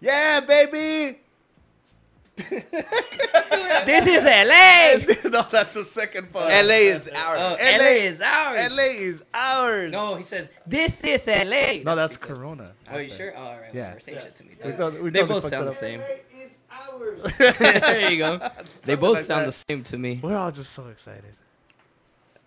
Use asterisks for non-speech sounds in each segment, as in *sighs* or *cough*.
Yeah, baby! This is LA. *laughs* no, that's the second part. LA is ours. Uh, LA, is ours. LA is ours. No, he says this is LA. No, that's what he said. Corona. Oh, you sure? Oh, all right. Yeah. Whatever. Same Yeah. shit to me. We thought- we they totally both fucked sound it the up. same. is ours. *laughs* there you go. They Something both like sound that. the same to me. We're all just so excited.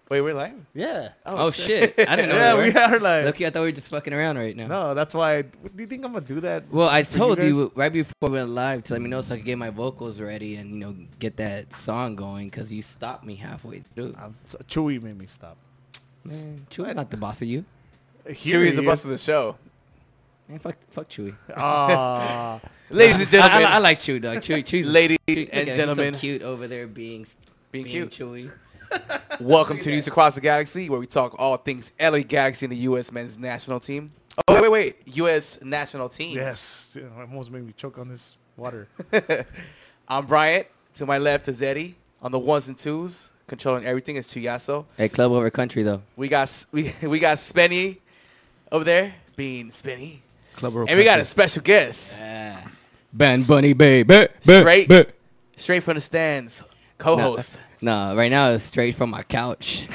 Wait, we're live? Yeah. Oh, shit. I didn't know. yeah, we we were. are like. Lucky, I thought we were just fucking around right now. No, that's why. I- *laughs* do you think I'm gonna do that? Well, I for you told you, guys? right before we went live to let me know so I could get my vocals ready and you know get that song going because you stopped me halfway through. I'm, so, Chewy made me stop. Man, Chewy's not the boss of you. Here Chewy's the he *laughs* boss is. of the show. Man, fuck, fuck Chewy. Ah. Aw. *laughs* Ladies and I, I, gentlemen, I like Chewy dog. Chewy, *laughs* Chewy's Ladies Chewy- look at and him, he's gentlemen. so cute over there being Being being, cute. Chewy. *laughs* welcome to News Across the Galaxy, where we talk all things LA Galaxy and the U.S. men's national team. Oh, wait, wait, wait. U.S. national team. yes. You know, almost made me choke on this *laughs* water. *laughs* I'm Bryant. To my left is Eddie. On the ones and twos, controlling everything is Chuyaso. Hey, club over country though. We got S- we, *laughs* we got Spenny over there being Spenny. Club And we got a special guest Yeah. Ben Bunny baby. Ba- Straight ba- straight from the stands, Nah, *laughs* co-host. nah, right now it's straight from my couch.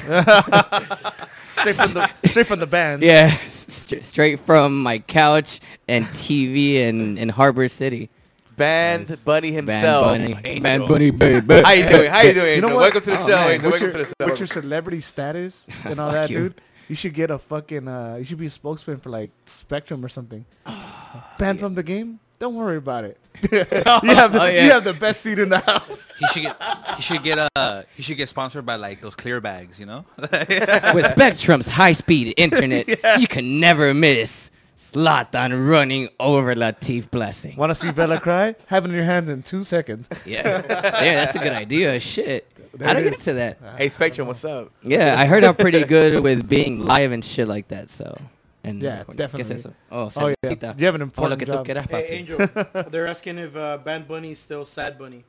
straight from the straight from the band. yeah, *laughs* *laughs* st- straight from my couch and TV in, in Harbor City. Band Nice. Bunny Bad himself. Bunny. Angel. Bad Bunny, baby. *laughs* How you doing? How you doing? You know Angel? what? Welcome to the Oh, show, man, Angel. Welcome with your, to the show. with your celebrity status and all Fuck that, you. dude, you should get a fucking. Uh, you should be a spokesman for like Spectrum or something. Ah, Banned from the game? Don't worry *laughs* about it. *laughs* you have the Oh, yeah. you have the best seat in the house. He should get. He should get. Uh, he should get sponsored by like those clear bags. You know. With Spectrum's high-speed *laughs* internet, you can never miss slot on running over Latif Blessing. Want to see Bella cry? Have it in your hands in two seconds. Yeah, yeah, that's a good idea. Shit, There I it don't get is. to that. hey, Spectrum, what's up? Yeah, I heard I'm pretty good with being live and shit like that. So, and Yeah, ¿qué es definitely. eso? Oh, Oh yeah, Sandita. you have an Oh, lo important que tú job. quieras, Hey, papi. Angel. *laughs* They're asking if uh, Bad Bunny is still Sad Bunny.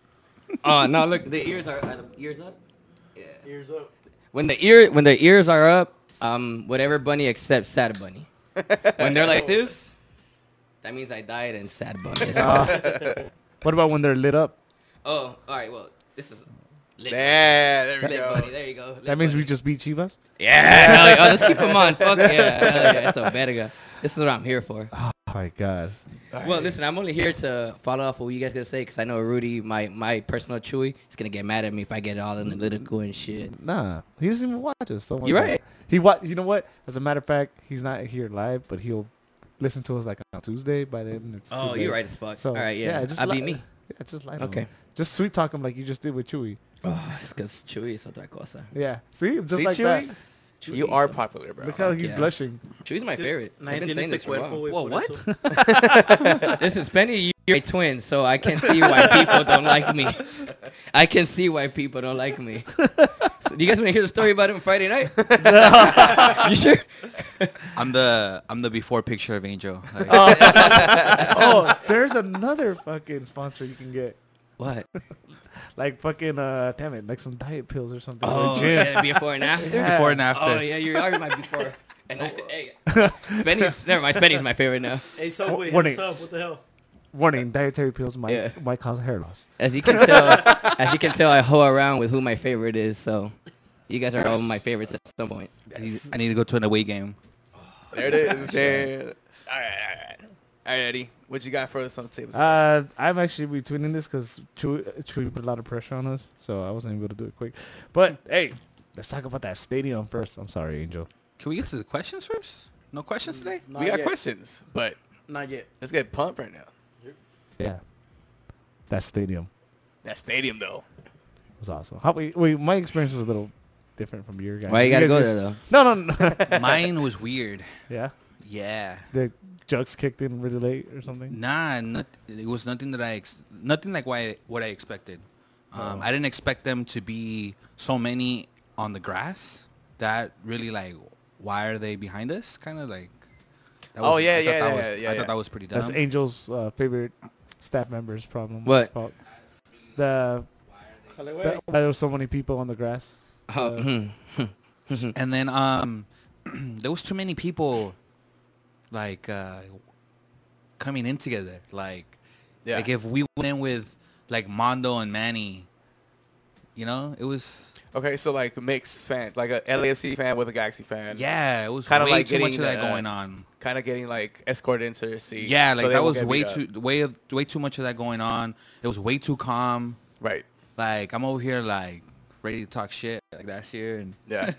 Oh no, look, the ears are, are the ears up. Ears up. When the ear when the ears are up, um, whatever bunny except sad *laughs* bunny. When they're like this, that means I died in sad *laughs* bunny. What about when they're lit up? *laughs* oh, all right. Well, this is lit, Yeah, there we lit go. bunny. There you go. That means we just beat Chivas. Yeah. hell yeah. Oh, let's keep them on. Fuck yeah. Hell yeah. It's a verga. This is what I'm here for. Oh my god. Well, listen, I'm only here to follow off what you guys gonna say because I know Rudy, my my personal Chewy, is gonna get mad at me if I get all analytical and shit. Nah, he doesn't even watch us. Don't worry You're about right. it. He wa- You know what? As a matter of fact, he's not here live, but he'll listen to us like on Tuesday. By then, it's Oh, too you're late. right as fuck. So all right, yeah, just I li- beat me. Yeah, just lie. Okay, Okay. just sweet talk him like you just did with Chewy. Oh, es que es Chewy es otra cosa. Yeah, see, just See, like Chewy? that. You Chewy, are so- popular, bro. Look how he's yeah. blushing. Chewy's my favorite. I've been saying this for a while. Whoa, what? *laughs* *laughs* Listen, Spenny, you're a twin, so I can see why people don't like me. I can see why people don't like me. So, do you guys want to hear the story about him Friday *laughs* night? you sure? I'm the I'm the before picture of Angel. Like, *laughs* *laughs* oh, there's another fucking sponsor you can get. What? *laughs* Like fucking uh, damn it, like some diet pills or something. or Oh, gym. yeah, before and after. Before and after. Oh yeah, you are my before. And I, hey, *laughs* Spenny's never mind. Spenny's my favorite now. Hey, Subway, Warning. what's up? What the hell? Warning: dietary pills might Yeah. might cause hair loss. As you can tell, as you can tell, I hoe around with who my favorite is. So, you guys are all my favorites at some point. I, need, I need to go to an away game. There it is. There. All right, all right. All right, Eddie. What you got for us on the table? Uh, I'm actually retweeting this because Chewy, Chewy put a lot of pressure on us, so I wasn't able to do it quick. But hey, let's talk about that stadium first. I'm sorry, Angel. Can we get to the questions first? No questions today. Not we got yet. questions, but Not yet. let's get pumped right now. Yeah, that stadium That stadium, though. was awesome. How, wait, wait, my experience was a little different from your guys. Why you gotta guys go was- there though? No, no, no. *laughs* Mine was weird. yeah, Yeah. the jugs kicked in really late or something. Nah, not, it was nothing that I ex- nothing like why what I expected. Oh. Um, I didn't expect them to be so many on the grass. That really like why are they behind us? Kind of like. That Oh, I yeah, thought that yeah, yeah, was- yeah, I yeah. thought that was pretty dumb. That's Angel's uh, favorite staff member's problem. What? Fault. The Jale, wey. that, there were so many people on the grass. Uh, Oh, hmm. hmm. and then um, *clears throat* there was too many people, like uh, coming in together. Like Yeah. Like if we went in with like Mondo and Manny, you know, it was Okay, so like a mixed fan, like a LAFC fan with a Galaxy fan. yeah, it was Kinda way like too much of getting, that uh, going on. Kind of getting like escorted into their seat. Yeah, so like they that won't was get way beat up. too way of way too much of that going on. It was way too calm. Right. Like I'm over here like ready to talk shit like that's here and, *laughs* Yeah.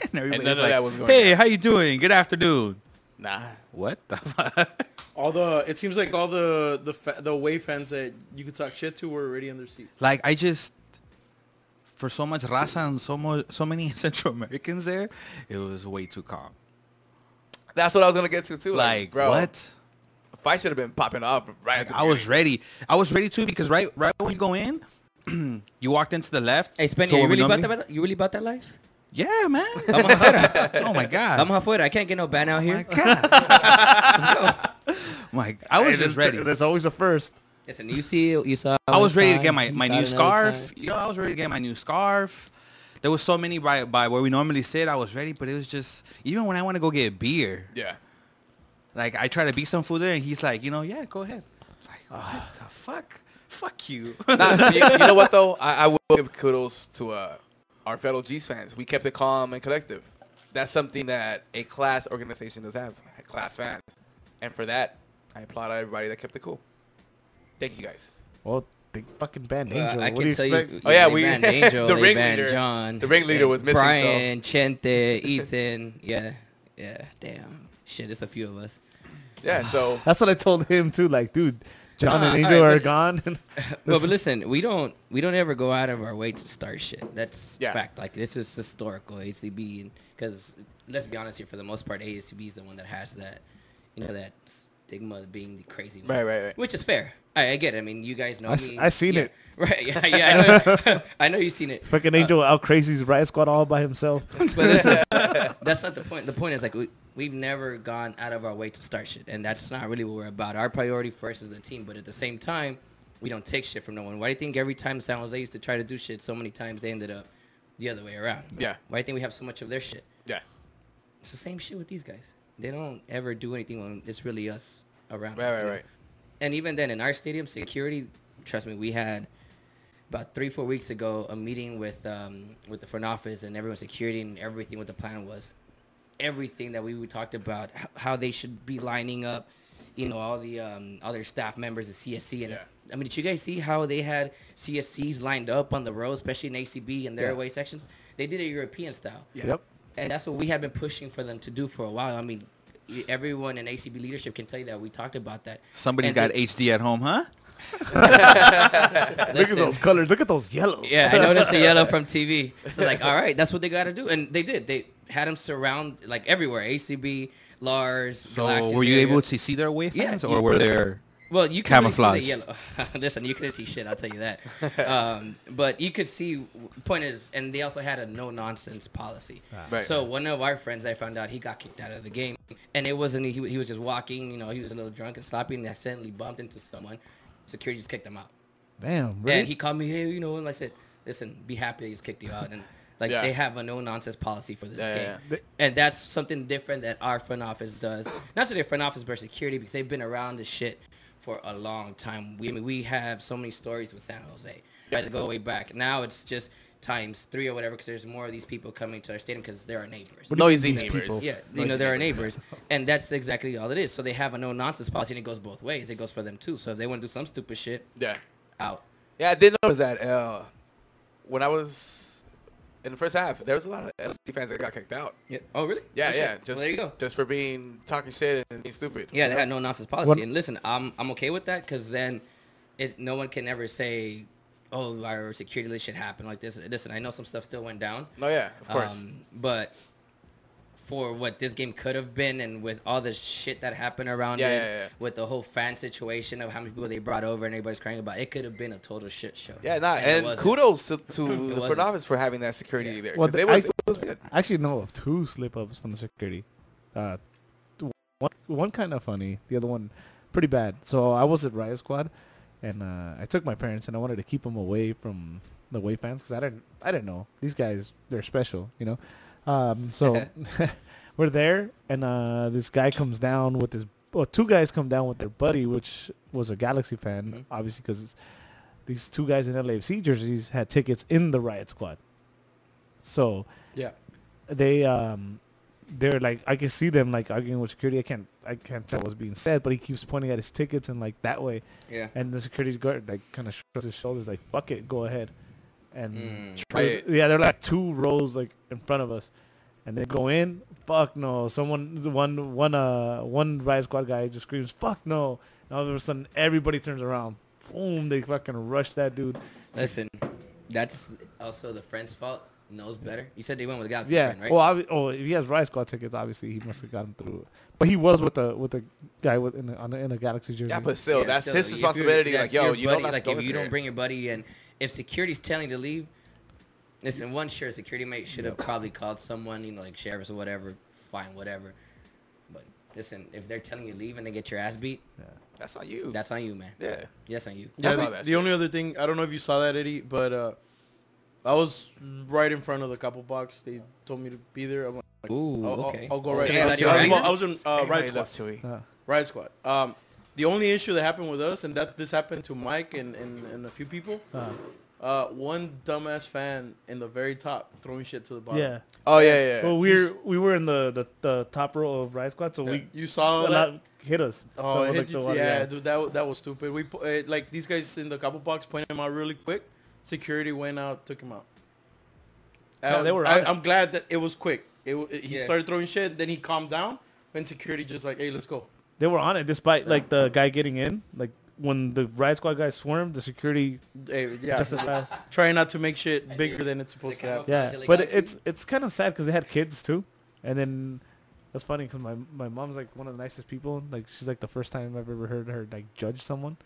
and everybody's none of like, that was going "Hey, on." how you doing? Good afternoon." nah. What the *laughs* fuck? All the it seems like all the the fa- the away fans that you could talk shit to were already in their seats. Like I just for so much raza and so much so many *laughs* Central Americans there, it was way too calm. That's what I was gonna get to too. Like what? Fight should have been popping up right. at Like the I was ready. I was ready too because right right when you go in, *clears throat* you walked into the left. Hey, Spenny, So you when we really about normally- that? You really about that life? Yeah, *laughs* man. Vamos afuera. *laughs* oh my god. Vamos afuera. I can't get no ban out Oh my here. *laughs* god. My, I was just ready. There's always a first. Listen, you see, you saw. I was ready to one get time, my, you my saw new it another scarf. time. You know, I was ready to get my new scarf. There was so many by by where we normally sit. I was ready, but it was just even when I want to go get beer, Yeah. like I try to be some food there, and he's like, you know, yeah, go ahead. It's Like, what the fuck? Fuck *laughs* you. Nah, you, you know what though? I, I will give kudos to uh, our fellow G's fans. We kept it calm and collective. That's something that a class organization does have, a class fan. And for that, I applaud everybody that kept it cool. Thank you guys. Well, they fucking banned Well, Angel. I what can do you tell expect? you. Oh, yeah, they we- *laughs* banned Angel, the they ringleader- banned John. the ringleader they- was missing, so- Brian, Chente, Ethan. Yeah, yeah. Damn. Shit, it's a few of us. Yeah. So *laughs* That's what I told him too. Like, dude, *laughs* John Nah, and Angel alright, are but- gone. *laughs* Well, but listen, we don't we don't ever go out of our way to start shit. That's Yeah. fact. Like this is historical ACB, because let's be honest here, for the most part, ACB is the one that has that, you know, that stigma of being the crazy. one. Right, right, right. Which is fair. I, I get. it. I mean, you guys know I s- me. I seen Yeah. it. *laughs* Right. *laughs* Yeah. Yeah. I know, *laughs* I know you've seen it. Uh, fucking Angel out crazies Riot Squad all by himself. *laughs* *laughs* But uh, that's, that's not the point. The point is like we, we've never gone out of our way to start shit, and that's not really what we're about. Our priority first is the team, but at the same time, we don't take shit from no one. Why do you think every time San Jose used to try to do shit, so many times they ended up the other way around? Yeah. Why do you think we have so much of their shit? yeah. *laughs* It's the same shit with these guys. They don't ever do anything when it's really us around. Right, right, you know? right. And even then, in our stadium security, trust me, we had about three, four weeks ago a meeting with um, with the front office and everyone's security and everything. What the plan was, everything that we we talked about, h- how they should be lining up, you know, all the um, other staff members of CSC. And Yeah. I mean, did you guys see how they had CSCs lined up on the row, especially in ACB and their Yeah. away sections? They did it European style. Yep. And that's what we have been pushing for them to do for a while. I mean, y- everyone in ACB leadership can tell you that we talked about that. Somebody's And got *laughs* the- HD at home, huh? *laughs* Look at listen, those colors. Look at those yellows. Yeah, I noticed *laughs* the yellow from TV. So like, all right, that's what they got to do, and they did. They had them surround like everywhere. ACB, Lars. So Galaxy were you Theater. able to see their wave Yeah, fans you- or were there? Well, you couldn't Camouflaged. See the yellow. *laughs* Listen, you couldn't see shit. I'll tell you that. Um, but you could see. Point is, and they also had a no nonsense policy. Right. So one of our friends, I found out he got kicked out of the game, and it wasn't. He, he was just walking. You know, he was a little drunk and sloppy, and accidentally bumped into someone. Security just kicked him out. Damn. Really? And he called me, hey, you know, and I said, listen, be happy they just kicked you out. And like Yeah. they have a no nonsense policy for this Yeah, game. yeah, And that's something different that our front office does. Not so their front office, but security, because they've been around this shit for a long time. We, I mean, we have so many stories with San Jose right, that go way back. Now it's just times three or whatever, because there's more of these people coming to our stadium because they're our neighbors. Noisy these neighbors. people? Yeah, you know, they're our neighbors. And that's exactly all it is. So they have a no nonsense policy, and it goes both ways. It goes for them too. So if they want to do some stupid shit, Yeah. out. Yeah, I did notice that. Uh, when I was in the first half, there was a lot of LAFC fans that got kicked out. Yeah. Oh, really? Yeah, Oh, shit. yeah. Well, Just there you go. just for being talking shit and being stupid. Yeah, they had no nonsense policy. What- And listen, I'm I'm okay with that because then, it no one can ever say, oh, our security list should happen like this. Listen, I know some stuff still went down. No, Oh, yeah, of course. Um, but for what this game could have been, and with all the shit that happened around Yeah, it, yeah, yeah. with the whole fan situation of how many people they brought over and everybody's crying about, it could have been a total shit show. yeah, nah, *laughs* it and, wasn't. kudos to, to the front wasn't. office for having that security there. Well, 'cause the- it was, I- it was good. I actually know of two slip ups from the security. Uh, one one kind of funny, the other one pretty bad. So I was at Riot Squad, and uh, I took my parents, and I wanted to keep them away from the Wave fans because I didn't I didn't know these guys they're special, *laughs* you *laughs* know. Um, so we're there, and uh, this guy comes down with this well, two guys come down with their buddy, which was a Galaxy fan, Mm-hmm. obviously 'cause it's these two guys in LAFC jerseys had tickets in the Riot Squad. So Yeah. they um they're like I can see them like arguing with security. I can't I can't tell what's being said, but he keeps pointing at his tickets and like that way. Yeah. And the security guard like kind of shrugs his shoulders, like "fuck it, go ahead." And Mm. Right. yeah, they're like two rows like in front of us, and they go in. Fuck no! Someone the one one uh one riot squad guy just screams "fuck no!" And all of a sudden everybody turns around. Boom! They fucking rush that dude. Listen, that's also the friend's fault. Knows better. You said they went with Galaxy Yeah. friend, right? Well, obvi- oh, if he has riot squad tickets, obviously he must have gotten through. But he was with the with the guy with in a, on a, in a galaxy jersey. Yeah, but still, Yeah, that's still, his if you're- responsibility. that's Like, yo, your you buddy, don't like if you don't bring your buddy, and if security's telling you to leave, listen, one sure security mate should have probably called someone, you know, like sheriffs or whatever, fine, whatever. But listen, if they're telling you to leave and they get your ass beat, That's on you. that's on you, man. yeah. That's on you. Yeah, Yeah, I saw the, that the shit. only other thing I don't know if you saw that Eddie, but uh, I was right in front of the couple box. They told me to be there. I'm like, Ooh, I'll, I'll- okay. I'll, go right. Okay, now. that's So I was, your I was in uh, Everybody right squad. loves Chewy. Yeah. Riot Squad. Um, the only issue that happened with us, and that this happened to Mike and, and, and a few people, Uh, uh, one dumbass fan in the very top throwing shit to the bottom. yeah. Oh yeah, yeah. Well, we're we were in the, the, the top row of riot squad, so we you saw a that. lot hit us. Oh, That it was, hit like, the you- one- yeah, dude, that wa- that was stupid. We pu- uh, like these guys in the couple box pointed him out really quick. Security went out, took him out. No, Um, they were on I, it. I'm glad that it was quick. It, wa- he Yeah. started throwing shit, then he calmed down. Then security just like, hey, let's go. They were on it despite like the guy getting in. Like when the riot squad guy swarmed, the security Hey, yeah, just as fast. try not to make shit bigger than it's supposed to kinda- happen. Yeah, Angelic but Galaxy. it's it's kind of sad because they had kids too, and then that's funny because my my mom's like one of the nicest people. Like she's like the first time I've ever heard her like judge someone.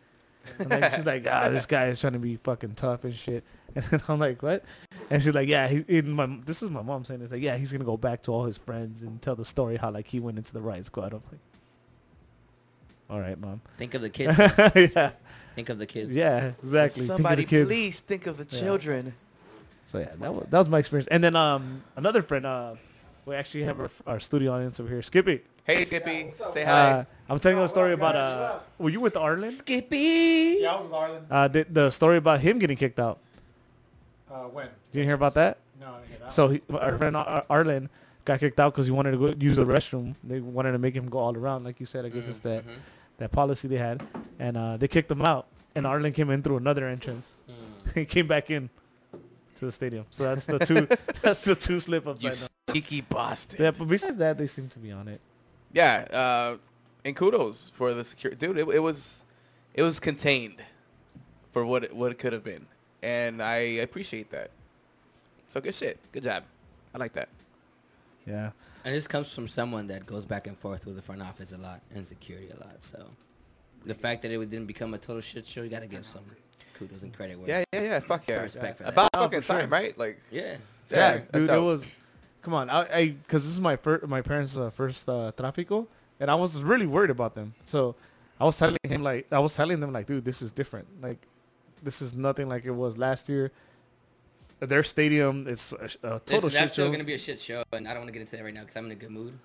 And like, she's like, ah, this guy is trying to be fucking tough and shit. *laughs* And then I'm like, what? And she's like, yeah, he, in my this is my mom saying this. Like, yeah, he's gonna go back to all his friends and tell the story how like he went into the riot squad. I'm like, all right, mom. Think of the kids. yeah, Think of the kids. yeah, exactly. Think of the Somebody kids. please think of the Yeah. children. So yeah, that was, that was my experience. And then um, another friend, uh, we actually have our, our studio audience over here, Skippy. hey, Skippy, say hi. Uh, I'm telling you a story about uh, were you with Arlen? Skippy. Yeah, I was with Arlen. Uh, the, the story about him getting kicked out. Uh, when? Did you hear about that? No, I didn't get that. So he, our friend Ar- Arlen got kicked out because he wanted to go use the restroom. They wanted to make him go all around, like you said. I guess it's that Mm-hmm. that policy they had, and uh, they kicked him out. And Arlen came in through another entrance. Mm. *laughs* he came back in to the stadium. So that's *laughs* the two. *laughs* that's the two slip ups. I You know. sneaky bastard. Yeah, but besides that, they seem to be on it. Yeah, uh, and kudos for the security, dude. It, it was, it was contained, for what it, what it could have been, and I appreciate that. So good shit, good job. I like that. Yeah. And this comes from someone that goes back and forth with the front office a lot and security a lot. So the fact that it didn't become a total shit show, you got to give some kudos and credit where Yeah, yeah, yeah. Fuck yeah. Some respect for that. About Oh, fucking for sure. time, right? Like, Yeah. Yeah, Yeah, that's dude, it dope. was. Come on, I I because this is my first, my parents' uh, first uh, tráfico, and I was really worried about them. So I was telling him like I was telling them like, dude, this is different. Like, this is nothing like it was last year. Their stadium, it's a, sh- a total Listen, that's shit still show. gonna be a shit show, and I don't want to get into that right now because I'm in a good mood.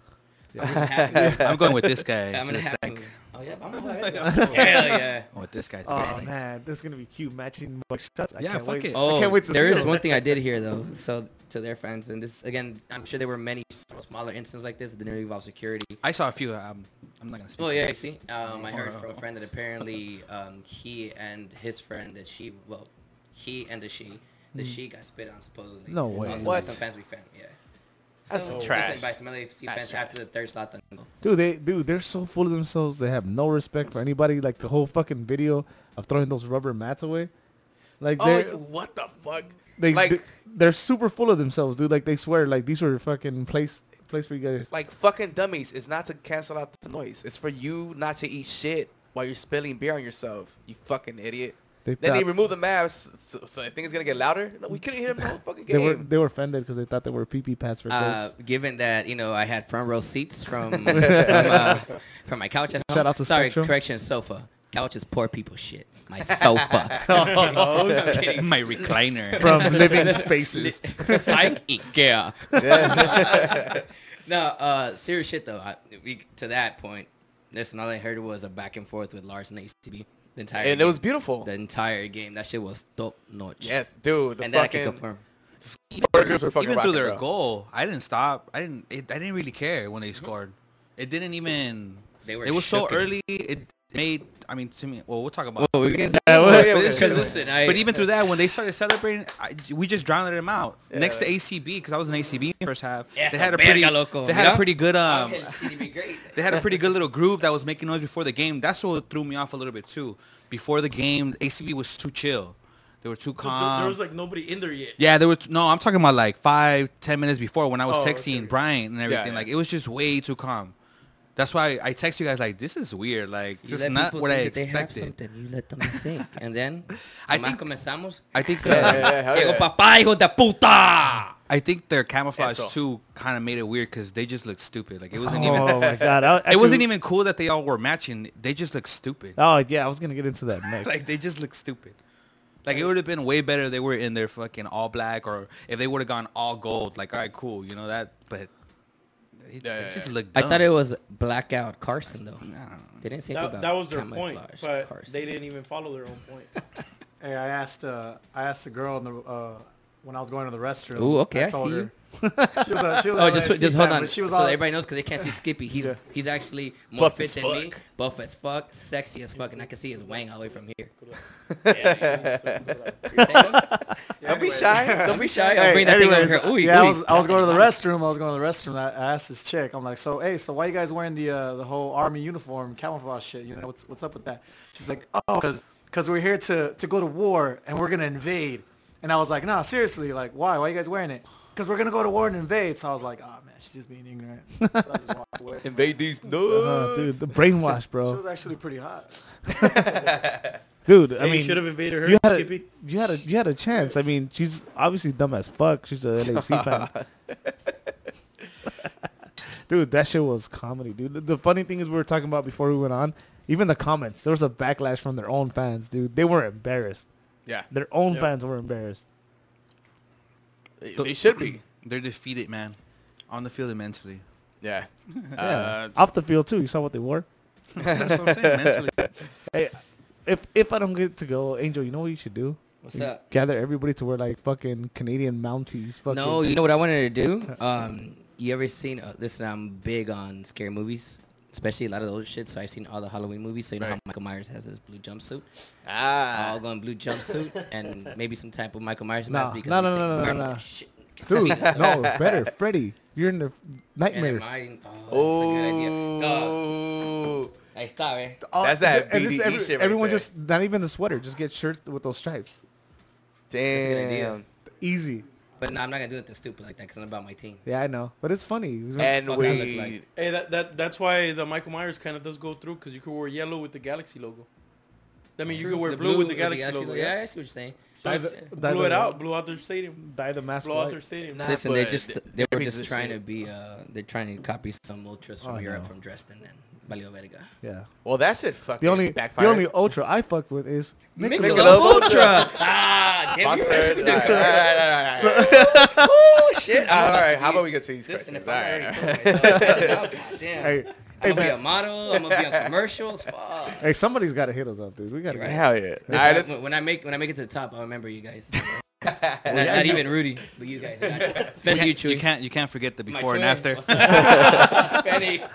I'm in a *laughs* happy mood. I'm going with this guy *laughs* I'm to in a the happy stack. mood. Oh yeah, I'm *laughs* alright. Hell yeah. I'm with this guy to the Oh stack. man, this is gonna be cute matching mug shots. I Yeah, can't fuck wait. it. Oh, I can't wait to there see is them. one thing I did hear though. So to their fans, and this again, I'm sure there were many smaller instances like this that didn't involve security. I saw a few. Um, I'm not gonna speak. Oh to yeah, I this. see. Um, I heard from a friend that apparently um, he and his friend that she, well, he and the she, the she got spit on supposedly. No And way. Also What? Some fans we found, yeah. That's So, trash. By some LAFC That's fans after the third slot. on goal. Dude, they dude, they're so full of themselves. They have no respect for anybody. Like the whole fucking video of throwing those rubber mats away. Like oh, they're like, what the fuck? they, like, they are super full of themselves, dude. Like they swear, like these were fucking place place for you guys. like fucking dummies. It's not to cancel out the noise. It's for you not to eat shit while you're spilling beer on yourself. You fucking idiot. They Then they thought- remove the mask, so, so I think it's gonna get louder. No, we couldn't hear the whole fucking They game. were they were offended because they thought they were pee pee pads for Uh, kids. given that you know I had front row seats *laughs* from from, uh, from my couch at home. Shout out to Sorry, Spectrum. correction, sofa. Couch is poor people shit. My *laughs* sofa. *laughs* oh, kidding. *laughs* My recliner. From living spaces. Psych Ikea. *laughs* no, uh, serious shit though. I, we, to that point, Listen, all I heard was a back and forth with Lars and ACB. The entire and it game. was beautiful. the entire game. That shit was top notch. Yes, dude. The and that I can fucking confirm. burgers were fucking even through rocking, their bro. goal, I didn't stop. I didn't. It, I didn't really care when Mm-hmm. they scored. It didn't even. They were it was so shooken. early. It made. I mean, to me. Well, we'll talk about. Well, we can well, yeah, but okay, it's- okay. listen, I- but even through that, when they started celebrating, I, we just drowned them out. Next to ACB, because I was in ACB first half. Esa they had a verga, pretty. loco, they had ¿no? a pretty good. Um, Okay, it's gonna be great. they had a pretty good little group that was making noise before the game. That's what threw me off a little bit too. Before the game, ACB was too chill. They were too There- calm. there was like nobody in there yet. Yeah, there was no. I'm talking about like five, ten minutes before when I was Oh, okay, texting okay. Brian and everything. yeah. Like it was just way too calm. That's why I text you guys like this is weird. Like You this is let not people what I think that they have expected. something, You let them think. *laughs* And then, I nomás think- comenzamos. I think Yeah, uh, yeah, yeah, hell Llegó yeah. papá, hijo de puta. I think their camouflage Eso. too kind of made it weird because they just looked stupid. Like it wasn't even. Oh my god! *laughs* I, it wasn't actually- even cool that they all were matching. They just looked stupid. Oh yeah, I was gonna get into that next. like they just looked stupid. Like it would have been way better if they were in their fucking all black or if they would have gone all gold. Like all right, cool, you know that. But they, Yeah, they yeah, just yeah. looked. I Dumb. thought it was blackout Carson though. I don't know. They didn't say That, about that was their point, camouflage but Carson. they didn't even follow their own point. Hey, I asked uh, I asked the girl in the uh, when I was going to the restroom. Ooh, okay, I told see her. you. *laughs* She was a, she was Oh, a just LAFC just hold fan, on. but She was so all, everybody knows because they *laughs* can't see Skippy. He's Yeah. he's actually more Buff fit as than me, fuck. buff as fuck, sexy as fuck, and I can see his wang all the way from here. Don't be shy. Don't Don't be be shy. shy. I'll bring that thing over here. Ooh, yeah, ooh. I was I was going to the restroom. I was going to the restroom. I I asked this chick. I'm like, so hey, so why you guys wearing the uh, the whole army uniform camouflage shit? You know what's what's up with that? She's like, oh, because we're here to to go to war and we're gonna invade. And I was like, nah, seriously, like why? Why you guys wearing it? Because we're gonna go to war and invade. So I was like, oh man, she's just being ignorant. So I just walked away. Invade these Uh, nudes. dude, the brainwash, She *laughs* bro. was actually *laughs* pretty hot. Dude, I I mean, should have invaded her, you had a, Skippy. you had a you had a chance. I mean, she's obviously dumb as fuck. She's a *laughs* LAFC fan. dude, that shit was comedy, dude. The, the funny thing is, we were talking about before we went on. Even the comments, there was a backlash from their own fans, dude. They were embarrassed. Yeah, Their own Yeah. fans *laughs* were embarrassed. they, they should be. They're defeated, man. On the field and mentally. Yeah. Yeah. Uh, Off the field too. You saw what they wore. *laughs* That's what I'm saying. mentally. *laughs* Hey, if if I don't get to go, Angel, you know what you should do? What's You up? Gather everybody to wear like fucking Canadian Mounties. Fucking No, you know what I wanted to do? Um, you ever seen? Uh, listen, I'm big on scary movies, especially a lot of those shit. So I've seen all the Halloween movies. So you know how Right. Michael Myers has his blue jumpsuit. ah. I'll go in blue jumpsuit and maybe some type of Michael Myers Nah, mask. because no, no, these no, things no, burn no, like no. shit. Dude, *laughs* no, better, Freddy. You're in the And nightmares. am I- Oh, that's a good idea. Dog. Oh. Ahí está, eh? Oh, That's that and this- BDE every- shit right Everyone there. just not even the sweater. Just get shirts with those stripes. That's a good idea. Damn. Easy. But no, I'm not gonna do it to stupid like that because I'm about my team. Yeah, I know, but it's funny. And Fuck, I look we. like- Hey, that, that that's why the Michael Myers kind of does go through because you could wear yellow with the Galaxy logo. I mean, you could wear The blue, with the Galaxy, logo. Yeah, Yeah, I see what you're saying. So Dive- it's- dive blew it the- out, blew out their stadium, dye the mask blew out white. their stadium. Nah. Listen, they but just th- they were pieces just of trying shit. to be uh they're trying to copy some ultras from Oh, Europe no. from Dresden and Valio Verga. Yeah. Well, that shit fucking The only backfired. the only ultra I fuck with is Michelob. Michelob Ultra. ah, damn you. Sponsored. All right, all right, all right, all right. Oh shit! All right, how about we get to these Listen, if questions? All I right, all already right. put myself *laughs* out, goddamn. Hey, hey, I'm gonna be a man, model. Oh, I'm gonna be on commercials. Fuck. hey, somebody's got to hit us up, dude. We got to. You're Right. right. Hell yeah. All Listen, right, let's, when, when I make when I make it to the top, I'll remember you *laughs* guys. not, not even Rudy, but you guys, got it. especially you, *laughs* You, Chewy. can't you can't *laughs* forget the My before and twin. after. What's up? *laughs* Benny. *laughs* All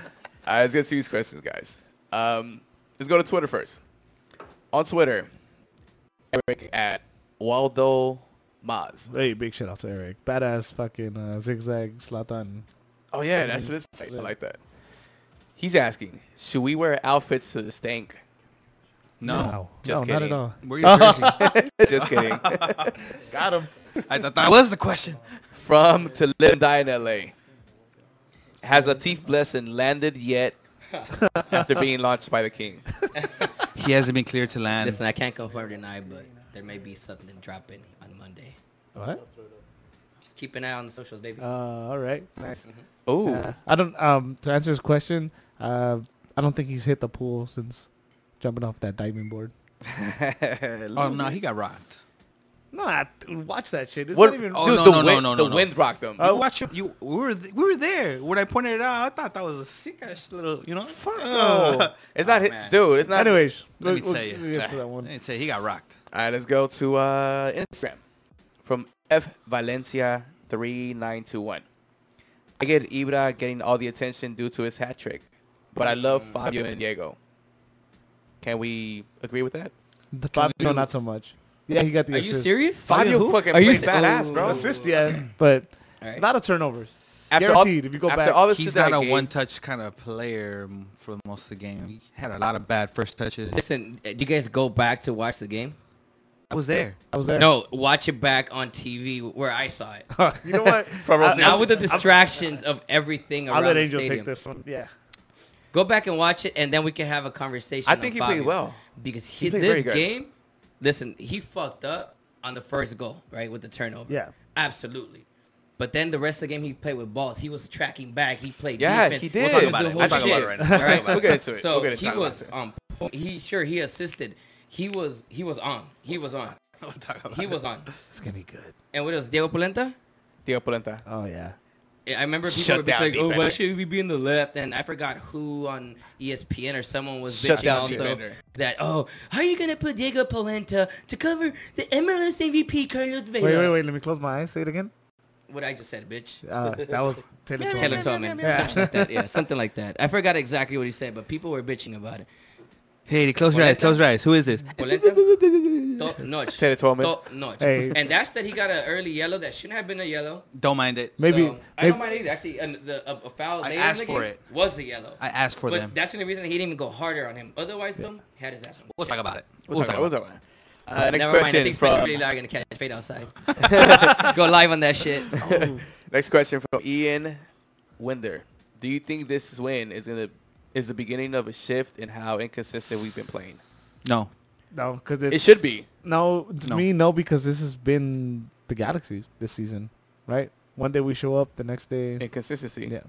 right, let's get to these questions, guys. Um, let's go to Twitter first. On Twitter, Eric at Waldo Maz. Hey, big shout out to Eric. Badass fucking uh, zigzag Slatan. Oh yeah, that's what it's like. I like that. He's asking, should we wear outfits to the stank? No. no, Just not at kidding. all. Where your jersey? *laughs* *laughs* Just kidding. Got him. I thought that was the question. From to live and die in L.A. Has Latif Blessing *laughs* landed yet? after being launched by the king. He hasn't been cleared to land. Listen, I can't confirm or deny, but there may be something dropping on Monday. What? Just keep an eye on the socials, baby. Mm-hmm. Uh, all right. Nice. Oh, Uh, I don't. Um, to answer his question, uh, I don't think he's hit the *laughs* pool since jumping off that diving board. oh no, he got robbed. Nah, dude, watch that shit. It's What, not dude, even. Uh, Oh, no, the, no, no, wind, no, the no. wind rocked them. You watch it. You we were th- we were there when I pointed it out. I thought that was a sick ass little, you know. Fuck *laughs* Oh, *laughs* it's not, hit, man. dude. It's not. Anyways, Let me we'll- tell we'll you. get to that one. Let me tell you, he got rocked. All right, let's go to uh, Instagram from F Valencia three nine two one. I get Ibra getting all the attention due to his hat trick, but I love Mm. Fabio and Diego. Can we agree with that? The Fabio, no, not so much. Yeah, he got the Are you assist. serious? Fabio who? fucking Are you played se- badass, bro. Assist, *laughs* yeah, but All right. not a turnovers. After Guaranteed, if you go after back, all this shit He's that not a I gave- one-touch kind of player m- for most of the game. He had a lot of bad first touches. Listen, uh, do you guys go back to watch the game? I was there. I was there. No, watch it back on TV where I saw it. *laughs* you know *laughs* what? From I- Rosario. Not with the distractions of everything around I'll let the Angel stadium. take this one. Yeah. Go back and watch it, and then we can have a conversation. I on think he played Fabio. well. because he, played very this good. game. Listen, he fucked up on the first goal, right, with the turnover. Yeah. absolutely. But then the rest of the game, he played with balls. He was tracking back. He played. Yeah, defense. he was did. doing We'll talk the whole about it. We'll talk about it shit. right now. We'll talk Alright? about it. We'll get into it. So We'll get into he it. Talk was about on. point. He sure he assisted. He was he was on. He was *laughs* on. We'll talk about He it. was on. It's gonna be good. And what else? Diego Polenta. Diego Polenta. Oh yeah. Yeah, I remember people Shut were just down like, "Oh, why defender." should we be in the left?" And I forgot who on E ESPN or someone was Shut bitching down also defender. that, "Oh, how are you gonna put Diego Polenta to cover the MLS MVP Carlos Vela?" Wait, wait, wait. Let me close my eyes. Say it again. What I just said, bitch. Uh, *laughs* that was Taylor. Twelve. Taylor Twellman. Yeah. Something like that. Yeah, something like that. I forgot exactly what he said, but people were bitching about *laughs* it. Hey, close your eyes. Polenta? Close your eyes. Who is this? *laughs* Polenta, *laughs* top notch. Taylor Twellman. Top notch. Hey. And that's that he got an early yellow that shouldn't have been a yellow. Don't mind it. Maybe. So, I maybe don't mind either. Actually, an, the, a, a foul I later in asked the for game it. was the yellow. I asked for but them. that's the only reason he didn't even go harder on him. Otherwise, Tom had his ass. We'll talk about it. We'll talk about it. We'll talk about it. Uh, next Never mind. I question think Spectre from really are gonna catch fade outside. *laughs* go live on that *laughs* shit. Oh, Next question from Ian Winder. Do you think this win is gonna is the beginning of a shift in how inconsistent we've been playing? No. no, because It should be. No, to No. me, no, because this has been the Galaxy this season, right? One day we show up, the next day, Inconsistency. yeah.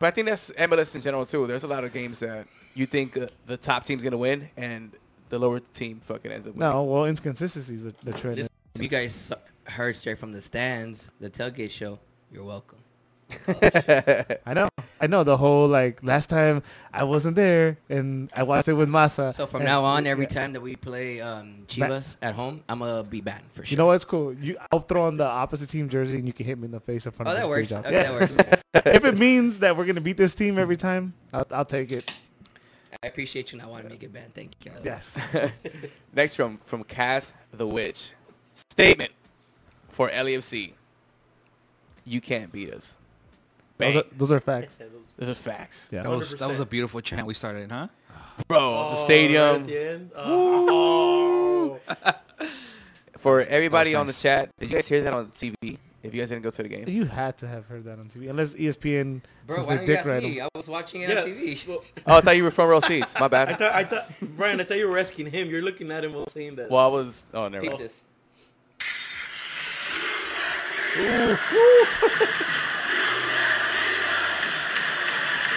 But I think that's MLS in general too. There's a lot of games that you think uh, the top team's gonna win and the lower team fucking ends up winning. No, well, inconsistencies the, the trend. Listen, if you guys saw- heard straight from the stands, the tailgate show. You're welcome. I know, I know. The whole like last time I wasn't there and I watched it with Massa. So from and- now on, every yeah. time that we play um, Chivas at home, I'm gonna be banned for sure. You know what's cool? You, I'll throw on the opposite team jersey and you can hit me in the face in front oh, of that the works. screen Okay, job. that works. Yeah. *laughs* if it means that we're gonna beat this team every time, I'll, I'll take it. I appreciate you not wanting me to get banned. Thank you. Carlos. Yes. *laughs* Next from from Cass the Witch. Statement for LAFC. You can't beat us. Those Bang. are, those are facts. Those are facts. Yeah. That was that was a beautiful chant we started, huh? Bro, the stadium. At the end? Oh. For everybody on the nice. chat, did you guys hear that on TV? If you guys didn't go to the game. You had to have heard that on TV, unless E ESPN Bro, since why they don't you dick ask right me? I was watching it Yeah. on TV. *laughs* Well, Oh, I thought you were front row seats. My I bad. thought, I thought, Brian, I thought you were asking him. You're looking at him while saying that. Well, I was. Oh, never Take mind. this.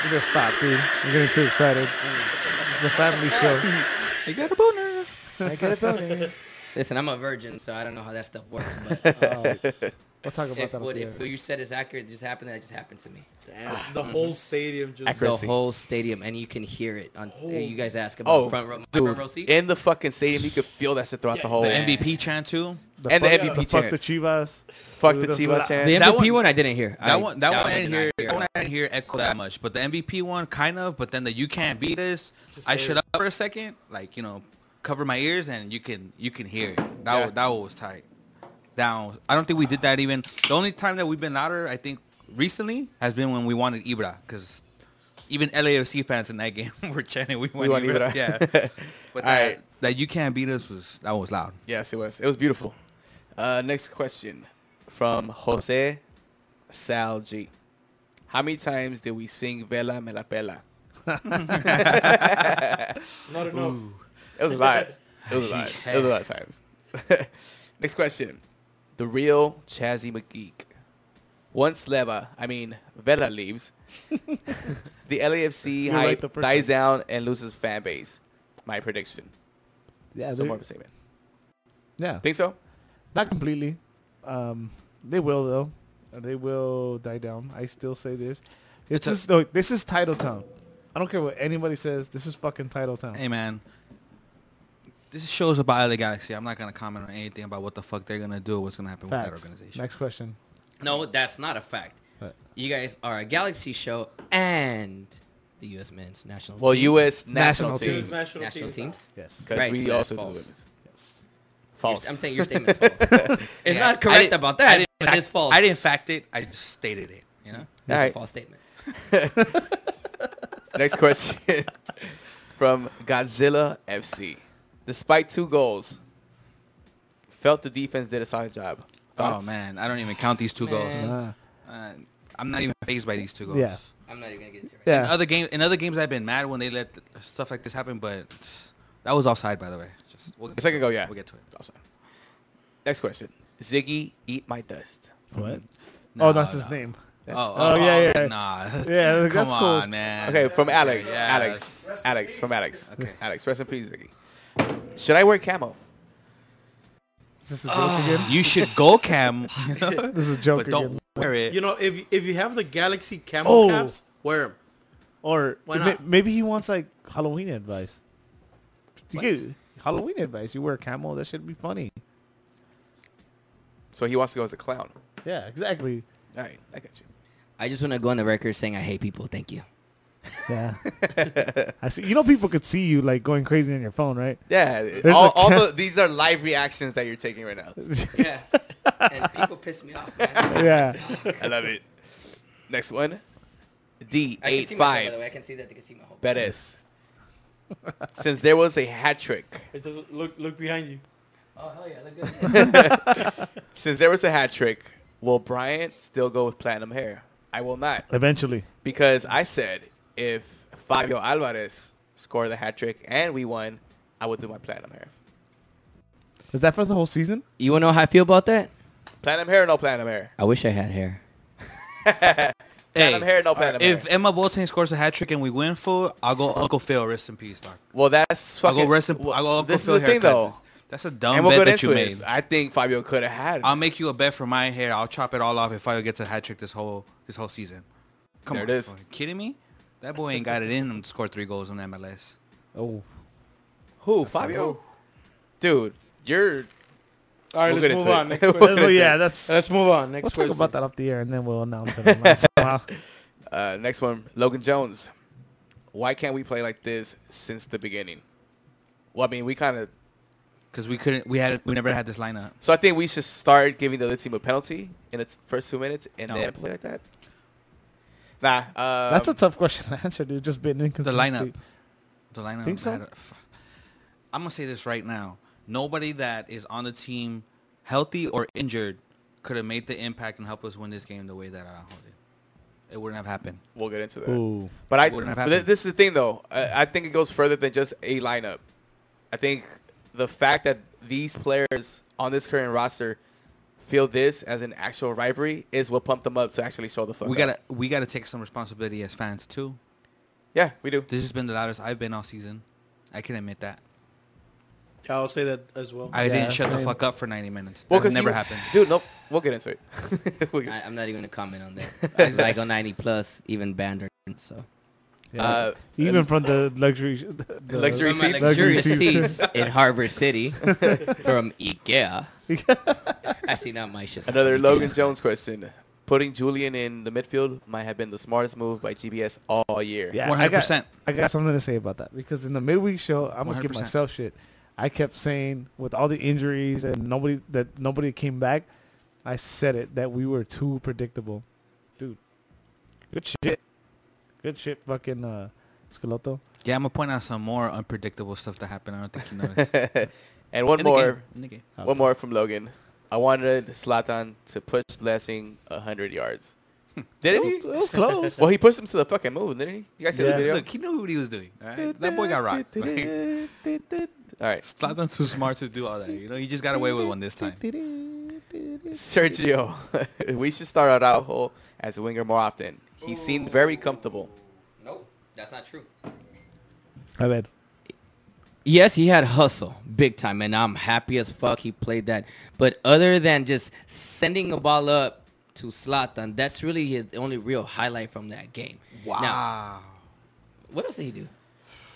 You gotta stop, dude. You're getting too excited. It's a family show. I got *laughs* a boner. I got it better. *laughs* Listen, I'm a virgin, so I don't know how that stuff works. *laughs* But, um, We'll talk about if, that what, later. if what you said is accurate, it just happened. That just happened to me. Ah. Damn, Mm-hmm. the whole stadium just. The whole stadium, and you can hear it on. Oh. You guys ask about Oh, front row, my front row dude, seat. in the fucking stadium, you could feel that shit throughout the whole. The Man. MVP chant too. and the fuck- MVP the fuck the chance. Chivas. Fuck the Dude, that's Chivas what I- the chant. that MVP one, one- I didn't hear. I- That one, that, one, I did didn't not hear. That one, I didn't hear echo that much. But the MVP one, kind of. But then the you can't beat us. I shut up for a second, like you know, cover my ears, and you can you can hear it. That Yeah. wa- that one was tight. Down. I don't think we did that even. The only time that we've been louder, I think, recently has been when we wanted Ibra, because even LAFC fans in that *laughs* game were chanting, "We want, want Ibra. Ibra. Yeah. But that, Alright. that you can't beat us was that one was loud. Yes, it was. It was beautiful. Uh, next question from Jose Sal G. How many times did we sing Vela Me La *laughs* Pela? Not enough. It was a lot. It was a lot. It was a lot of times. *laughs* Next question. The real Chazzy McGeek. Once Leva, I mean Vela *laughs* leaves, the LAFC You're right hype the first dies down and loses fan base. My prediction. Yeah, So they're- more of a statement. yeah. Think so? Not completely. Um, they will though. Uh, They will die down. I still say this. It's, It's a- just, no, this is Title Town. I don't care what anybody says. This is fucking Title Town. Hey man, this show's about LA Galaxy. I'm not gonna comment on anything about what the fuck they're gonna do, what's gonna happen with Facts. that organization. Next question. No, that's not a fact. What? You guys are a Galaxy show and the U.S. men's national. Well, team. U.S. national, National teams. teams. National national teams. teams. Yes. Because Right, we so that's also do false. women's. Yes. False. I'm saying your statement's *laughs* *laughs* false. it's Yeah, not I correct didn't- about I that, didn't but fact- it's false. I didn't fact it. I just stated it. You know. Oh, It's All a right. false *laughs* statement. *laughs* Next question *laughs* from Godzilla FC. Despite two goals, felt the defense did a solid job. Oh Thoughts? man, I don't even count these two goals. Ah, Uh, I'm not even phased by these two goals. Yeah. I'm not even gonna get into it. Right yeah. In other games, in other games, I've been mad when they let stuff like this happen, but that was offside, by the way. Just we'll The second goal, yeah. we'll get to it. Offside. Next question. Ziggy, eat my dust. what? No, oh, that's his no. name. Oh, Oh, yeah, *laughs* *laughs* yeah. Nah. *laughs* Yeah, that's Come cool. on, man. Okay, from Alex. Yeah, Alex. Alex from Alex. Okay. Alex, rest in peace, Ziggy. Should I wear camo? Is this a joke Ah. again? You should go *laughs* cam, *laughs* This is a joke but again. don't wear it. You know, if if you have the Galaxy camo Oh. caps, wear them. Or Why ma- not? maybe he wants like Halloween advice. You get Halloween advice. You wear camo. That should be funny. So he wants to go as a clown. Yeah, exactly. All right, I got you. I just want to go on the record saying I hate people. Thank you. Yeah. *laughs* I see. You know, people could see you like going crazy on your phone, right? Yeah, There's all, a all ca- the, these are live reactions that you're taking right *laughs* now. Yeah. and people piss me off. Man. yeah. I love it. Next one. I can see myself, by the D85. way. I can see that they can see my whole. Bettis. Since there was a hat trick, It doesn't look look behind you. Oh hell yeah, look good. since there was a hat trick, will Bryant still go with platinum hair? I will not. Eventually. Because I said if Fabio Alvarez scored the hat trick and we won, I would do my platinum hair. Is that for the whole season? you wanna know how I feel about that? Platinum hair or no platinum hair? I wish I had hair. Platinum hair, *laughs* no platinum If hair. Emma Boateng scores a hat trick and we win, full, I'll go Uncle Phil. Rest in peace, doc. Well, that's I'll fucking. go rest in. well, I'll go Uncle this Phil is the thing, haircut. though. That's a dumb And we'll bet go that you into made. it. I think Fabio could have had. I'll make you a bet for my hair. I'll chop it all off if Fabio gets a hat trick this whole this whole season. Come There on, it is. Are you kidding me? That boy ain't got it in him to score three goals on MLS. Oh. Who? Fabio? Dude, you're. All right, We'll get let's move into it. on. Next *laughs* We'll question. get yeah, that's. Let's move on. Next we'll talk question. about that off the air, and then we'll announce it. *laughs* online somehow. Uh, next one, Logan Jones. Why can't we play like this since the beginning? Well, I mean, we kind of. Because we couldn't. We had. We never had this lineup. So I think we should start giving the other team a penalty in its first two minutes and No. then play like that. Nah. Um, That's a tough question to answer, dude. Just been The inconsistent. lineup. The lineup. Think so? had a- f- I'm gonna say this right now. Nobody that is on the team, healthy or injured, could have made the impact and helped us win this game the way that Araujo did. It wouldn't have happened. We'll get into that. Ooh. But I, Wouldn't have but happened. this is the thing though. I, I think it goes further than just a lineup. I think the fact that these players on this current roster feel this as an actual rivalry is what pumped them up to actually show the fuck. We up. gotta. We gotta take some responsibility as fans too. Yeah, we do. This has been the loudest I've been all season. I can admit that. *laughs* Yeah, I'll say that as well. I Yeah, didn't shut the same. fuck up for 90 minutes. Well, that 'cause never you- happens. Dude, nope. We'll get into it. *laughs* We'll get- I, I'm not even gonna comment on *laughs* that. like on 90 plus, even banned her. So Yeah. uh, Even from the luxury. The, the Luxury From my seats? luxurious Luxury seats. *laughs* seats *laughs* in Harbor *laughs* City from Ikea. I see not my shit. *laughs* another Logan Jones question. Putting Julian in the midfield might have been the smartest move by GBS all year. Yeah, I got- 100%. I got something to say about that because in the midweek show, I'm gonna give 100%. myself shit. I kept saying with all the injuries and nobody that nobody came back, I said it that we were too predictable, dude. Good shit, good shit, fucking uh, Scalotto. Yeah, I'm going to point out some more unpredictable stuff that happened. I don't *laughs* think you noticed. and one In the more. game, in the game. One more from Logan. I wanted Slatan to push Blessing 100 *laughs* yards. It Didn't was, it he? was *laughs* close. Well, he pushed him to the fucking moon, didn't he? You guys see Yeah. the video? Look, he knew what he was doing. all right? That boy got rocked. *laughs* Like, Eh. All right. Slatan's too smart to do all that. You know, he just got away with one this time. Sergio, *laughs* we should start Araujo as a winger more often. He seemed very comfortable. Nope, that's not true. I bet. yes, he had hustle big time, and I'm happy as fuck he played that. But other than just sending a ball up to Slatan, that's really his only real highlight from that game. Wow. what else did he do?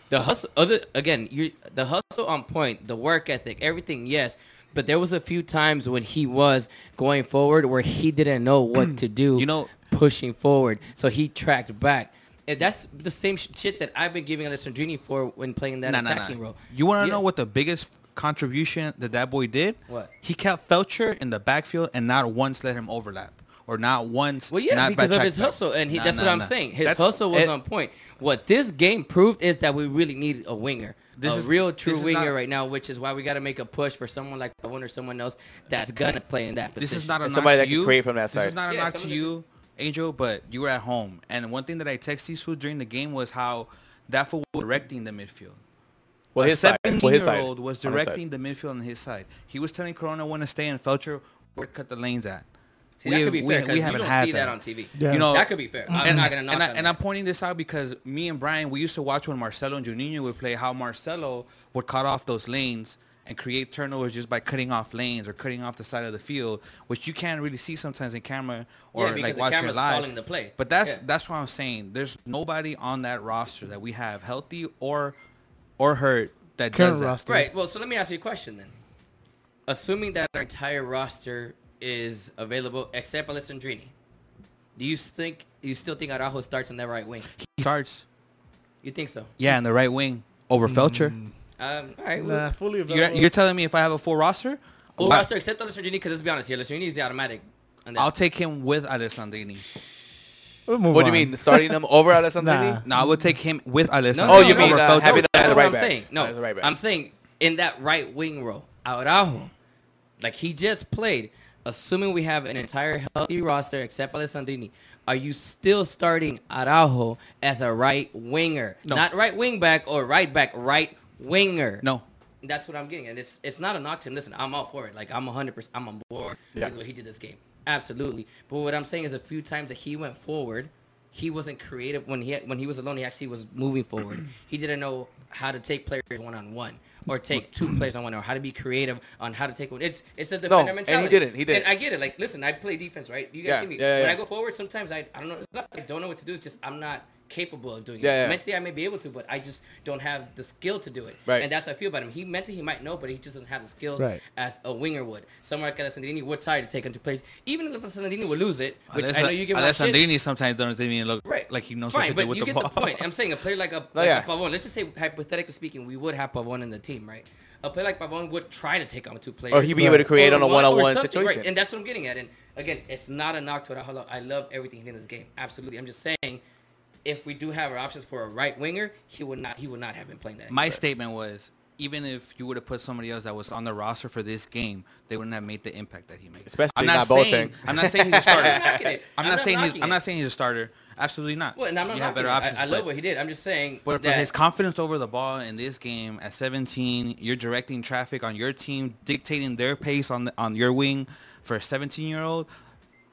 The hustle, other again, you the hustle on point, the work ethic, everything, yes. But there was a few times when he was going forward where he didn't know what *clears throat* to do. You know- pushing forward, so he tracked back. And that's the same sh- shit that I've been giving Alessandrini for when playing that Nah, nah, attacking nah. role. You want to know Yes. what the biggest contribution that that boy did? What? He kept Felcher in the backfield and not once let him overlap. Or not once. Well, yeah, not because by of his track back. hustle, and he, Nah, that's nah, what I'm nah. saying. His That's- hustle was it- on point. What this game proved is that we really need a winger, This a is- real this true is winger not- right now, which is why we got to make a push for someone like Bowen or someone else that's gonna play in that position. This is not a knock somebody to that can you. create from that This is side. not a Yeah, knock to someone that you, Angel, but you were at home. And one thing that I texted you during the game was how that fool was directing the midfield. Well, a his side. Well, his side. 17-year-old was On his side. directing the midfield on his side. He was telling Corona when to stay and Felcher where to cut the lanes at. See, that could be fair, 'cause you haven't don't had see that on TV. Yeah. You know, That could be fair. I'm and, not gonna knock and, I, on and that. I'm pointing this out because me and Brian, we used to watch when Marcelo and Juninho would play how Marcelo would cut off those lanes and create turnovers just by cutting off lanes or cutting off the side of the field, which you can't really see sometimes in camera or because like the watching it camera's live. following the play. But that's Yeah. that's what I'm saying. There's nobody on that roster that we have healthy or or hurt that Current does that. roster. Right. Well, so let me ask you a question then. Assuming that our entire roster is available except Alessandrini, do you think you still think Araujo starts on that right wing? He starts, You think so? yeah, in the right wing over Felcher. Um, all right. Nah, Well, fully You're, available. you're telling me if I have a full roster, full why- roster except Alessandrini because let's be honest here, Alessandrini is the automatic. on that. I'll take him with Alessandrini. We'll move What do on. you mean starting him over Alessandrini? Nah. No, I would take him with Alessandro. Oh, you mean, over uh, Felton. having- that's as a what right I'm back. saying. No, As a right back. I'm saying in that right wing role, Araujo, like he just played. Assuming we have an entire healthy roster except Alessandrini, are you still starting Araujo as a right winger, No. not right wing back or right back, right winger? No. that's what I'm getting, and it's it's not a knock to him. Listen, I'm all for it. Like I'm 100, percent I'm on board Yeah. with what he did this game, absolutely. But what I'm saying is, a few times that he went forward, he wasn't creative when he had, when he was alone. He actually was moving forward. *clears throat* he didn't know how to take players one on one, or take two players on one, or how to be creative on how to take one. It's it's a defender Mm-hmm. and he mentality. didn't. He And didn't. I get it. Like, listen, I play defense, right? You guys Yeah, see me. yeah, yeah, when yeah. I go forward, sometimes I I don't know. It's not that I don't know what to do. It's just I'm not capable of doing it. Yeah, yeah. Mentally, I may be able to, but I just don't have the skill to do it. Right. And that's how I feel about him. He mentally he might know, but he just doesn't have the skills Right. as a winger would. Someone like Alessandrini would try to take him to place. Even if Alessandrini would lose it, which I know you give him a shit. Alessandrini sometimes doesn't even look Right. like he knows Fine, what to but do with you the get ball. the point. I'm saying a player like *laughs* a, No, like yeah. a Pavon, let's just say hypothetically speaking, we would have Pavon in the team, right? A player like Pavon would try to take on two players. Or he'd be able to create Or on a one- or one-on-one something, situation. Right. And that's what I'm getting at. And again, it's not a knock to Rahalo. I love everything he did in this game. Absolutely. I'm just saying if we do have our options for a right winger, he would not he would not have been playing that. My statement was, even if you would have put somebody else that was on the roster for this game, they wouldn't have made the impact that he made. Especially I'm not Boateng. saying, I'm not saying he's a I'm starter. not knocking it. I'm not saying he's. knocking I'm it. not saying he's a starter. Absolutely not. Well, and I'm not you have knocking better it. I- options. I, love but- what he did. I'm just saying But for that- his confidence over the ball in this game at 17, you're directing traffic on your team, dictating their pace on the, on your wing for a 17 year old.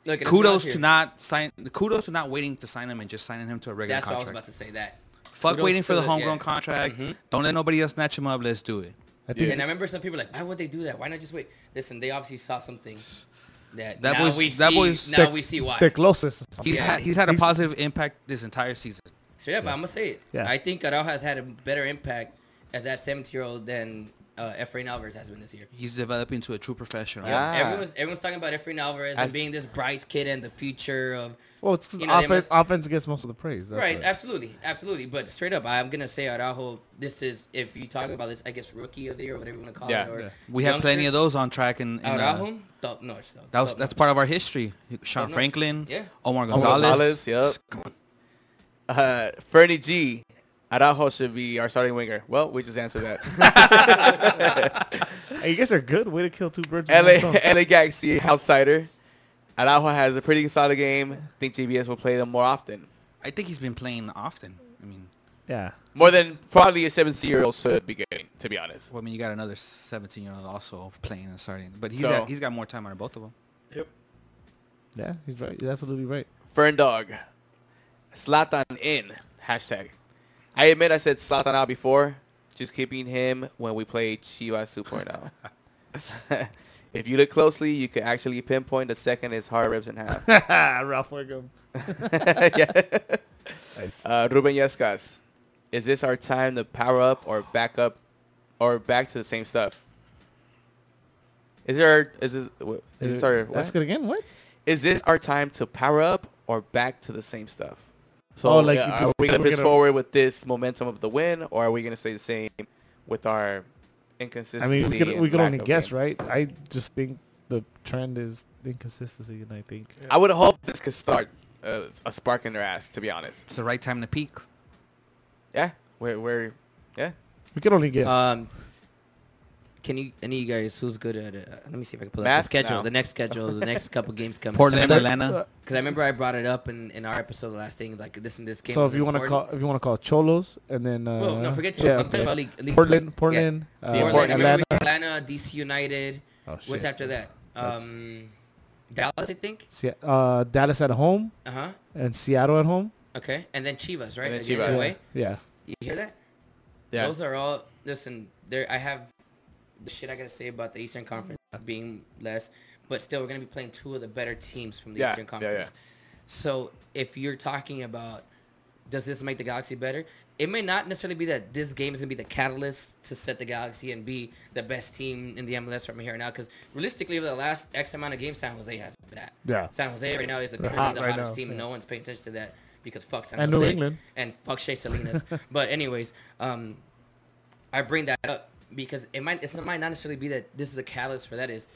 look, it's Kudos here. to not sign. Kudos to not waiting to sign him and just signing him to a regular That's what I was contract. about to say. That. Fuck Kudos waiting for to the homegrown yeah. Mm-hmm. contract. Don't let nobody else snatch him up. Let's do it. I think And I remember some people like, why would they do that? Why not just wait? Listen, they obviously saw something that, That now boy's- we that see. boy's- now they're- we see why. They're closest. He's Yeah. had he's had a He's- positive impact this entire season. So yeah, but I'm gonna say it. Yeah. I think Araujo has had a better impact as that 17 year old than uh, Efrain Alvarez has been this year. He's developing to a true professional. Yeah, Ah. everyone's everyone's talking about Efrain Alvarez As- and being this bright kid and the future of. Well, it's You know, they offense. must- Offense gets most of the praise. That's Right, right. absolutely, absolutely. But straight up, I'm gonna say Araujo. This is if you talk about this, I guess rookie of the year, whatever you wanna call Yeah. it. Uh, Or Yeah. We have plenty of youngster. those on track and, and uh, Araujo, top notch though. that was top that's notch. part of our history. Sean Gonzalez. Franklin, Yeah. Omar Gonzalez. Gonzalez. yep. Uh, Fernie G. Araujo should be our starting winger. Well, we just answered that. Hey, you guys are good. Way to kill two birds with one LA, *laughs* stone. LA Galaxy outsider. Araujo has a pretty solid game. think JBS will play them more often. I think he's been playing often. I mean, Yeah. More than probably a 17 year old should be getting, to be honest. well, I mean, you got another 17 year old also playing and starting, but he's So- got, he's got more time on both of them. Yeah, he's right. He's absolutely right. *laughs* Fern Dog. Slatan in. Hashtag. I admit I said Slatan out before. Just keeping him when we play Chivas Super now. *laughs* if you look closely, you could actually pinpoint the second his heart rips in half. *laughs* Ralph Wiggum. yeah. *laughs* Nice. Uh, Ruben Yescas, is this our time to power up or back up or back to the same stuff? Is there is this wh- is this our Uh, Ask what? it again. What? is this our time to power up or back to the same stuff? So Oh, like yeah, you are just- we gonna we're push gonna- forward with this momentum of the win, or are we gonna stay the same with our I inconsistency? mean, we could, and we could lack only of guess, win? right? I just think the trend is inconsistency, and I think I would hope this could start a, a spark in their ass. To be honest, It's the right time to peak. yeah, we're, we're yeah. we could only guess. Um, can you any of you guys who's good at it? uh, Let me see if I can pull up the Math? schedule. No. The next schedule, the next couple games coming. Portland, Because Atlanta. I remember I brought it up in, in our episode last thing, like this and this game. so was if you want to important. call, if you want to call Cholos, and then uh, well, no, forget yeah, Chelsea. I'm talking about league, league Portland, play. Portland, yeah. uh, Portland, Portland, Atlanta. Atlanta. Atlanta, DC United. Oh, What's shit. after that? That's- Um, Dallas, I think. Se- uh, Dallas at home Uh huh. and Seattle at home. Okay, and then Chivas, right? And then At the end of Chivas. the Yeah. way. yeah. You hear that? Yeah. Those are all. Listen, there. I have the shit I gotta say about the Eastern Conference being less, but still, we're gonna be playing two of the better teams from the Yeah, Eastern yeah, Conference. So if you're talking about, does this make the Galaxy better? It may not necessarily be that this game is gonna be the catalyst to set the Galaxy and be the best team in the MLS from here on out. Because realistically, over the last X amount of games, San Jose has been that. Yeah. San Jose right now is the, They're currently hot the right hottest now, team. yeah. No one's paying attention to that because fuck San And Jose New England. and fuck Shea *laughs* Salinas. but anyways, um, I bring that up because it might it's- it might not necessarily be that this is the catalyst for that is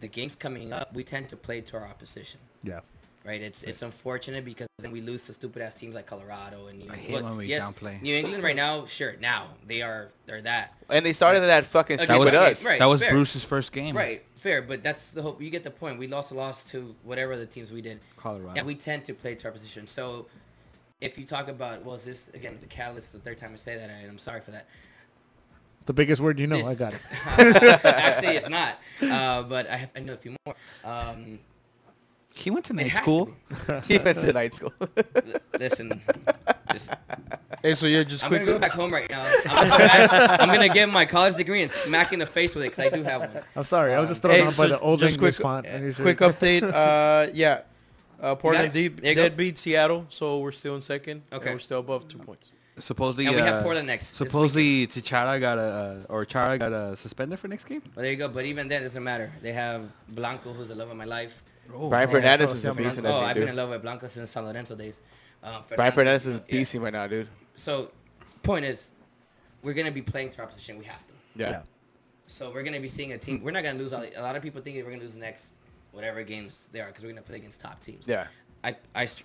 the games coming up. We tend to play to our opposition, Yeah. right? It's it's unfortunate because then we lose to stupid ass teams like Colorado and New England. hate when we downplay. New England right now, sure, now they are they're that And they started that fucking That streak That was with us. Right, that was fair. Bruce's first game. right fair, but that's the hope. You get the point. We lost a loss to whatever the teams we did. Colorado. And we tend to play to our position. So if you talk about, well, is this, again, the catalyst is the third time I say that, and I'm sorry for that. It's the biggest word you know. This- I got *laughs* it. Actually, it's not. Uh, but I, have, I know a few more. Um, He went to it night has to school. be. *laughs* He went to *laughs* night school. Listen, just, Hey, so yeah, just I'm going quickly. to go back home right now. I'm gonna, go back- I'm gonna get my college degree and smack in the face with it because I do have one. I'm sorry. I was just thrown Hey, out by so the old just English quick- font. and usually- *laughs* Quick update. Uh, yeah. Uh, Portland it. deep, There you did go. beat Seattle, so we're still in second. and Okay. we're still above two points. Supposedly, And we have uh, Portland next. this weekend. Supposedly, Tichara got a uh, or Chara got a suspended for next game. Well, there you go. But even that doesn't matter. They have Blanco, who's the love of my life. Brian yeah, Fernandez Oh, so is a Sam- beast in Blanco, oh, that I've been scene, in dude. love with Blanco since San Lorenzo days. Um, Brian Fernandez is yeah. beasting right now, dude. So, point is, we're gonna be playing to our position. We have to. Yeah. So we're gonna be seeing a team. We're not gonna lose. all- A lot of people think that we're gonna lose the next whatever games they are because we're gonna play against top teams. Yeah. I I, str-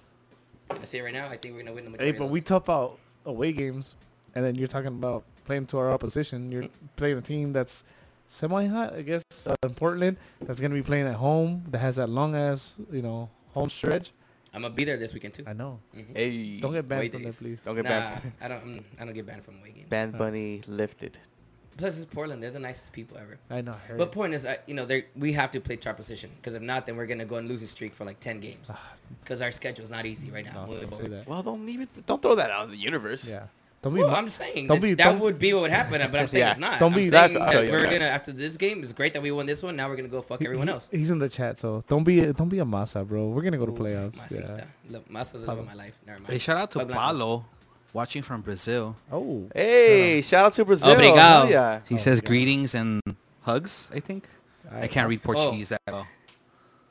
I say it right now. I think we're gonna win the Hey, majority. but of we those. tough out away games, and then you're talking about playing to our opposition. You're playing a team that's semi-hot, I guess, uh, in Portland. That's gonna be playing at home. That has that long ass, you know, home stretch. I'm gonna be there this weekend too. I know. Hey. Don't get Away banned from there, days. please. Don't get nah, banned. I don't. I'm, I don't get banned from away games. Band Bunny lifted. Plus, it's Portland. They're the nicest people ever. I know. I heard But it. point is, I, you know, they we have to play to our position because if not, then we're gonna go on losing streak for like ten games because our schedule's not easy right now. Ah. No, moving don't say forward. that. Well, don't even don't throw that out in the universe. Yeah. Don't be. Well, mo- I'm saying don't that, be- that don't- would be what would happen, but *laughs* I'm saying Yeah, it's not. don't I'm be- saying That's- that yeah, we're yeah. gonna after this game. It's great that we won this one. Now we're gonna go fuck everyone *laughs* He- else. He's in the chat, so don't be don't be a masa, bro. We're gonna go to Ooh, playoffs. Masita. Yeah. Look, Masa's a love of my life. Never mind. Hey, shout out to Fuck Blanco. Paulo, watching from Brazil. Oh. Hey, shout out to Brazil. Obrigado. Hell Yeah. He Oh, says yeah. greetings and hugs. I think I can't read Oh. Portuguese that well.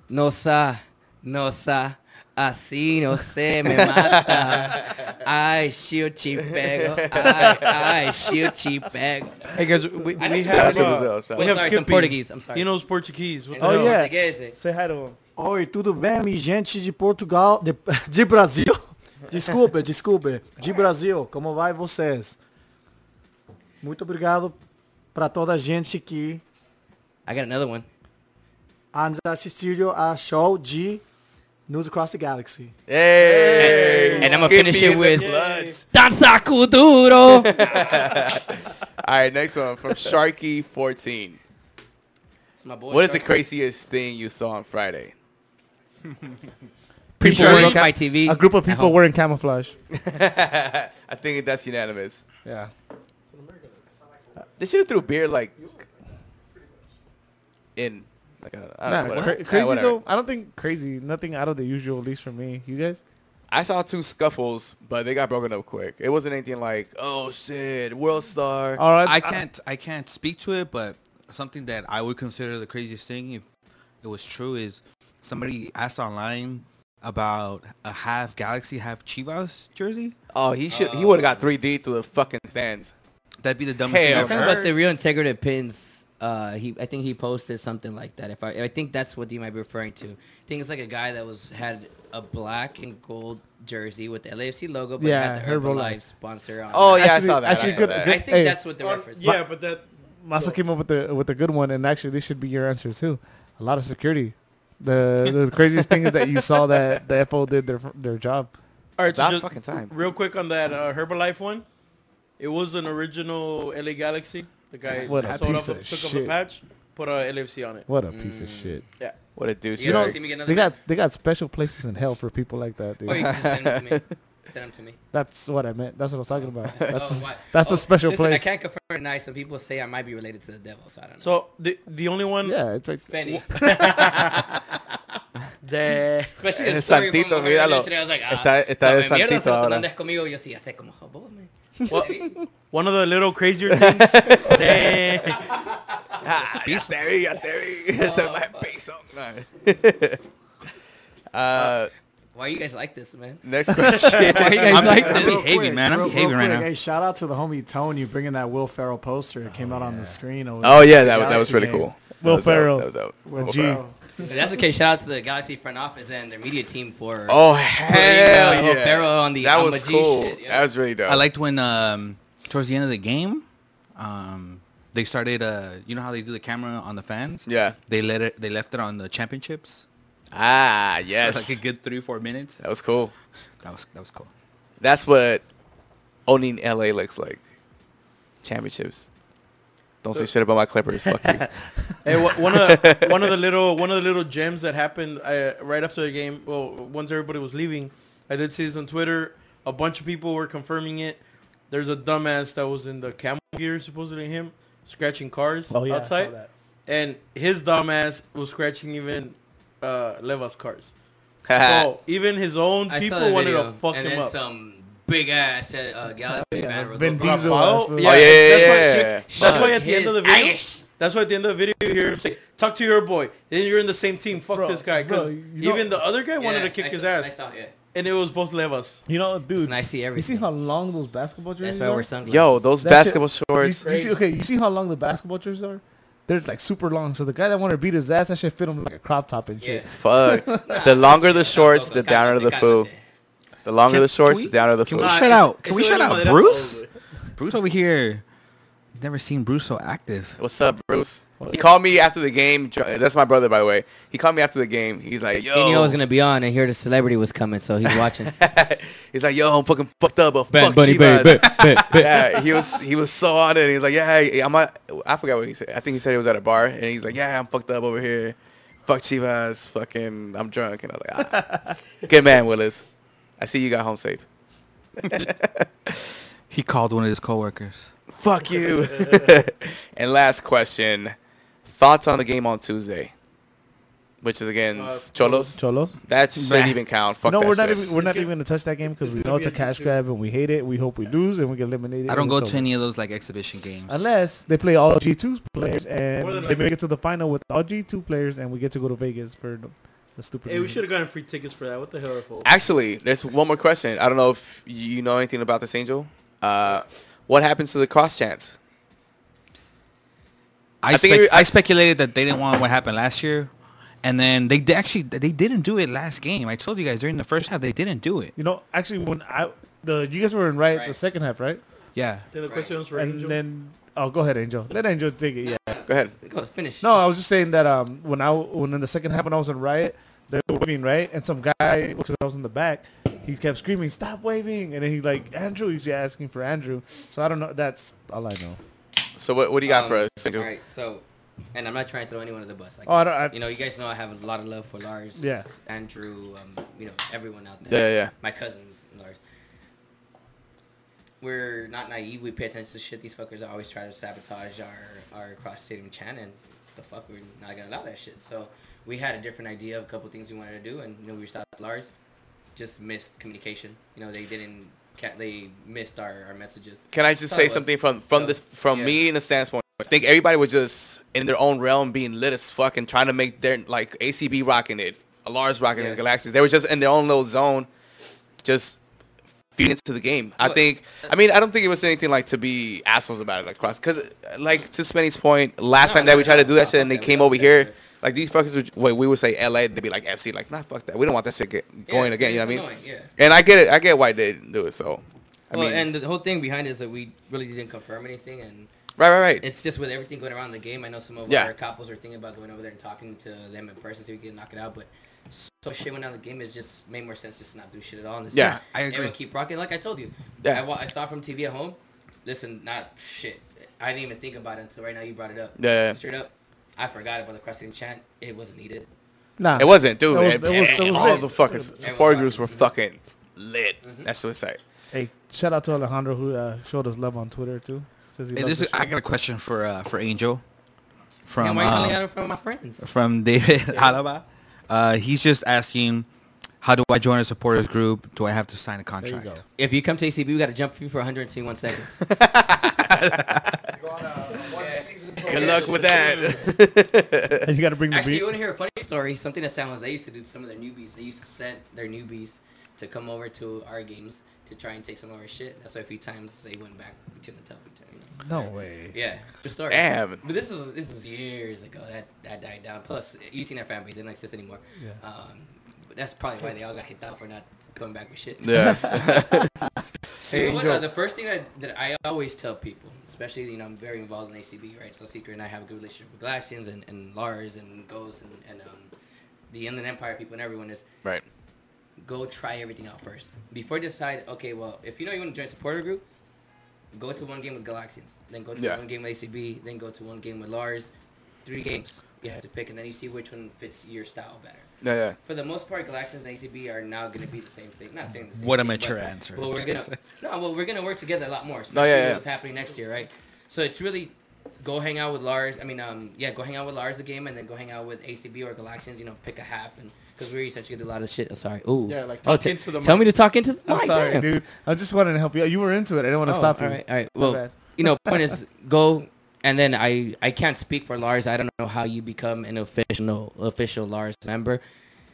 Nossa, nossa, assim você me mata. Ai, se eu te pego. Ai, ai, se eu te pego. Hey guys, we, I we have just- Shout out to uh, Brazil, shout we out. have Sorry, some Skippy. Portuguese, I'm sorry. He knows Portuguese. What the Oh, hell? yeah. Portuguese. Say hi to him. Oi, tudo bem, mi gente de Portugal, de, *laughs* de Brasil? Desculpe, desculpe, de Brasil, como vai vocês? Muito obrigado para toda a gente que I got another one. anda assistindo a show de News Across the Galaxy. Hey. And I'ma Skippy É, né, finish in it the with- clutch. Danza *laughs* duro. All right, next one from Sharky 14. It's my boy. What is the Sharky. craziest thing you saw on Friday? *laughs* Pretty sure People I wearing broke my TV. A group at of people home. *laughs* *laughs* wearing camouflage. I think that's unanimous. Yeah. They should have threw beer like in like a, I don't know, whatever. Nah, Ah, cra- Yeah, crazy whatever. though. I don't think crazy. Nothing out of the usual, at least for me. You guys? I saw two scuffles, but they got broken up quick. It wasn't anything like, oh shit, world star. All right. I can't I can't speak to it, but something that I would consider the craziest thing if it was true is somebody asked online about a half Galaxy, half Chivas jersey. Oh, he should. he would have got 3D to the fucking stands. That'd be the dumbest Hell. thing Talking I've Remember- about heard. the real integrative pins, uh, he I think he posted something like that. If I I think that's what you might be referring to. I think it's like a guy that was had a black and gold jersey with the LAFC logo, but Yeah, had the Herbalife Herbalife. sponsor on. Oh it. yeah, Actually- I saw that. actually, I, saw good- that. I think Hey. that's what they're refereling. yeah, but that Masa Yo. came up with the with a good one, and actually, this should be your answer too. A lot of security. The the craziest thing is that you saw that the *laughs* FO did their their job. All right, so About just fucking time. Real quick on that uh, Herbalife one, it was an original LA Galaxy. The guy What a sold piece off, of took off the shit. patch, put a LFC on it. What a piece of shit. Yeah, What a douche. Mm. You bag. don't see me get another. They got they got special places in hell for people like that, Or you dude. can just send them to *laughs* me. Send them to me. Oh, That's what I meant. That's what I was talking *laughs* about. That's why- that's the special listen, I place. can't confirm or deny. Some people say I might be related to the devil, so I don't know. so the the only one Yeah, it's like Benny, *laughs* that especially Eres the story Eh, santito, from míralo. today, I was like, ah, Está- está no de me mierda, santito se lo ahora. andes conmigo, yo sí, ya sé cómo jabón, man. Well- Sí. one of the little *laughs* crazier *laughs* things. *laughs* that- Ah, ya te vi, ya te vi. *laughs* Ese man piso. No. *laughs* Uh, Why you guys like this, man? next question. *laughs* Why you guys I'm, like I'm this? behaving, man. I'm real- real behaving right quick, now. Hey, shout out to the homie Tony bringing that Will Ferrell poster. It came out on the screen. Over Oh there. yeah, that, was- that was Galaxy pretty game. cool. That Will was dope, Ferrell. That was dope. Well, Will gee. Ferrell. If that's okay, shout out to the Galaxy front office and their media team for putting, Oh uh, hell Will yeah. Ferrell on the That on was Majid cool. shit, you know? That was really dope. I liked when um, towards the end of the game, um, they started. Uh, you know how they do the camera on the fans? Yeah. They let it. They left it on the championships. Ah for, *laughs* yes. Like a good three, four minutes. that was cool. That was that was cool. That's what owning LA looks like. Championships. Don't say shit about my Clippers. Fuck you. *laughs* hey, wha- one *laughs* of the- one of the little one of the little gems that happened uh, right after the game. Well, once everybody was leaving, I did see this on Twitter. A bunch of people were confirming it. There's a dumbass that was in the camel gear, supposedly him scratching cars outside. and his dumbass was scratching even uh, Leva's *laughs* cars. so even his own I saw people the wanted video, to fuck and him then up. some big ass uh, Galaxy fan. was Vin looking up. Diesel. Rapao? that's- Yeah, oh yeah, yeah, that's why yeah, she- yeah. That's Fuck. why at the end of the video, His that's why at the end of the video you hear him say, "Talk to your boy." Then you're in the same team. Fuck Bro, this guy, bro, because you know- even the other guy wanted Yeah, to kick I his saw- I ass, saw, yeah. and it was both Levas. you know, dude. And I see You see everything. how long those basketball That's jerseys why are? we're sunglasses. Yo, those That shit- basketball You- shorts. you see- okay, you see how long the basketball jerseys are? They're like super long. So the guy that wanted to beat his ass, that shit fit him like a crop top and shit. Yeah. Fuck. The longer the shorts, the Nah, I downer think the I foo. got it. The longer Can- the shorts, can the we- downer the can foo. we- shout out- can we shout out Bruce? Bruce over here. Never seen Bruce so active. What's up, Bruce? He called me after the game. dr- That's my brother, by the way. He called me after the game. He's like, yo. He knew I was gonna be on, and here the celebrity was coming, so he's watching. He's like, yo, I'm fucking fucked up, but fuck Chivas. *laughs* yeah, he was he was so on it. He was like, yeah, yeah, I'm. At, I forgot what he said. I think he said he was at a bar, and he's like, yeah, I'm fucked up over here. Fuck Chivas, fucking, I'm drunk, and I was like, ah. good man, Willis. I see you got home safe. *laughs* He called one of his *laughs* coworkers. *laughs* Fuck you. and last question, thoughts on the game on Tuesday, which is against Cholos. Uh, Cholos. That shouldn't even count. Fuck no, that we're not shit. even we're not even gonna touch that game because we know it's a cash grab and we hate it. We hope we lose and we get eliminated. I don't and go it's to over. any of those like exhibition games. unless they play all G two players and More than they likely. make it to the final with all G two players and we get to go to Vegas for the, the stupid. Hey, we reason. should have gotten free tickets for that. What the hell are folks? Actually, there's one more question. I don't know if you know anything about this, Angel. Uh, what happens to the cross chance? I, I think spec- it- I speculated that they didn't want what happened last year, and then they, they actually they didn't do it last game. I told you guys during the first half they didn't do it. You know, actually, when I the you guys were in right, the Right. second half, right? Yeah, Then the question was for and Angel. then oh, go ahead, Angel. Let Angel take it. Yeah. Go ahead. Go, let's finish. No, I was just saying that um when I when in the second half when I was in riot, they were waving right, and some guy because I was in the back, he kept screaming, "Stop waving!" And then he like Andrew, he's asking for Andrew. So I don't know. That's all I know. So what, what do you got for Um, us, Angel? All right, so, and I'm not trying to throw anyone under the bus. Like, Oh, I don't. I, you know, you guys know I have a lot of love for Lars. Yeah. Andrew, um, you know, everyone out Yeah, there. yeah. My cousins, Lars. we're not naive. We pay attention to shit. These fuckers are always trying to sabotage our our cross stadium chant, and the fuck, we're not gonna allow that shit. So we had a different idea of a couple things we wanted to do, and you know, we reached out to Lars. Just missed communication. You know, they didn't. Ca- they missed our, our messages. Can I just So say it was- something from from so, this from yeah. me in a standpoint? I think everybody was just in their own realm, being lit as fuck and trying to make their like ACB rocking it, Lars rocking Yeah. it, Galaxies. They were just in their own little zone, just feeding into the game. I Well, think. I mean, I don't think it was anything like to be assholes about it, like cross. Because like to Spenny's point, last No, time that no, we tried to no, do that no, shit and no, they we came don't over do that here. shit. Like these fuckers, would, wait, we would say LA, they'd be like FC, like nah, fuck that, we don't want that shit get, going it's- again. You know it's what I mean? annoying, yeah. And I get it, I get why they didn't do it. So, I well, mean, and the whole thing behind it is that we really didn't confirm anything, and right, right, right. it's just with everything going around the game. I know some of Yeah. our couples are thinking about going over there and talking to them in person so we can knock it out, but so shit went out the game. It's just made more sense just to not do shit at all. And just Yeah, let I agree. Everyone keep rocking. Like I told you, Yeah. I, wa- I saw from TV at home. Listen, not shit. I didn't even think about it until right now. You brought it up. Yeah. Straight up, I forgot about the crossing chant. It wasn't needed. Nah, It wasn't, dude. That was- It- that was- that was all lit. the fucking support groups were fucking lit. Mm-hmm. That's suicide. Hey, shout out to Alejandro who uh, showed us love on Twitter too. Says he Hey, this loves the is, I got a question for uh, for Angel Yeah, from why you uh, only got it from my friends? from *laughs* David Alaba. Uh, he's just asking, how do I join a supporters group? Do I have to sign a show. There you contract? go. If you come to ACB, we got to jump you for 121 *laughs* seconds. Good luck with that. *laughs* And you got to bring the Actually, beat. you want to hear a funny story? Something that San Jose used to do to some of their newbies. They used to send their newbies to come over to our games to try and take some of our shit. That's why a few times they went back to the top. You know? No way. Yeah, good story. Damn. But this was this was years ago. That that died down. Plus, you seen that fan base didn't exist anymore. Yeah. Um, but that's probably why they all got kicked out for not coming back with shit. yeah. You know what, uh, the first thing that, that I always tell people, especially you know I'm very involved in ACB, right? So Secret and I have a good relationship with Galaxians and, and Lars and Ghost and, and um, the Inland Empire people and everyone is Right. go try everything out first before you decide. Okay, well if you know you want to join a supporter group, go to one game with Galaxians, then go to Yeah. one game with ACB, then go to one game with Lars. Three games you have to pick, and then you see which one fits your style better. Yeah, yeah. For the most part, Galaxians and ACB are now going to be the same thing. Not saying the same What a thing, mature but- answer. Well, we're Just gonna *laughs* gonna no, well, we're gonna work together a lot more. No, Especially yeah, yeah, yeah. What's happening next year, right? So it's really go hang out with Lars. I mean, um, yeah, go hang out with Lars the game, and then go hang out with ACB or Galaxians. You know, pick a half, and because we're essentially gonna do a lot of shit. Oh, sorry. Ooh. Yeah, like, oh, talk into the Tell mic. me to talk into. The I'm mic, sorry, damn. dude. I just wanted to help you. You were into it. I didn't want to Oh, stop you. All right, all right. My Well, bad. you *laughs* know, point is go and then I I can't speak for Lars. I don't know how you become an official official Lars member,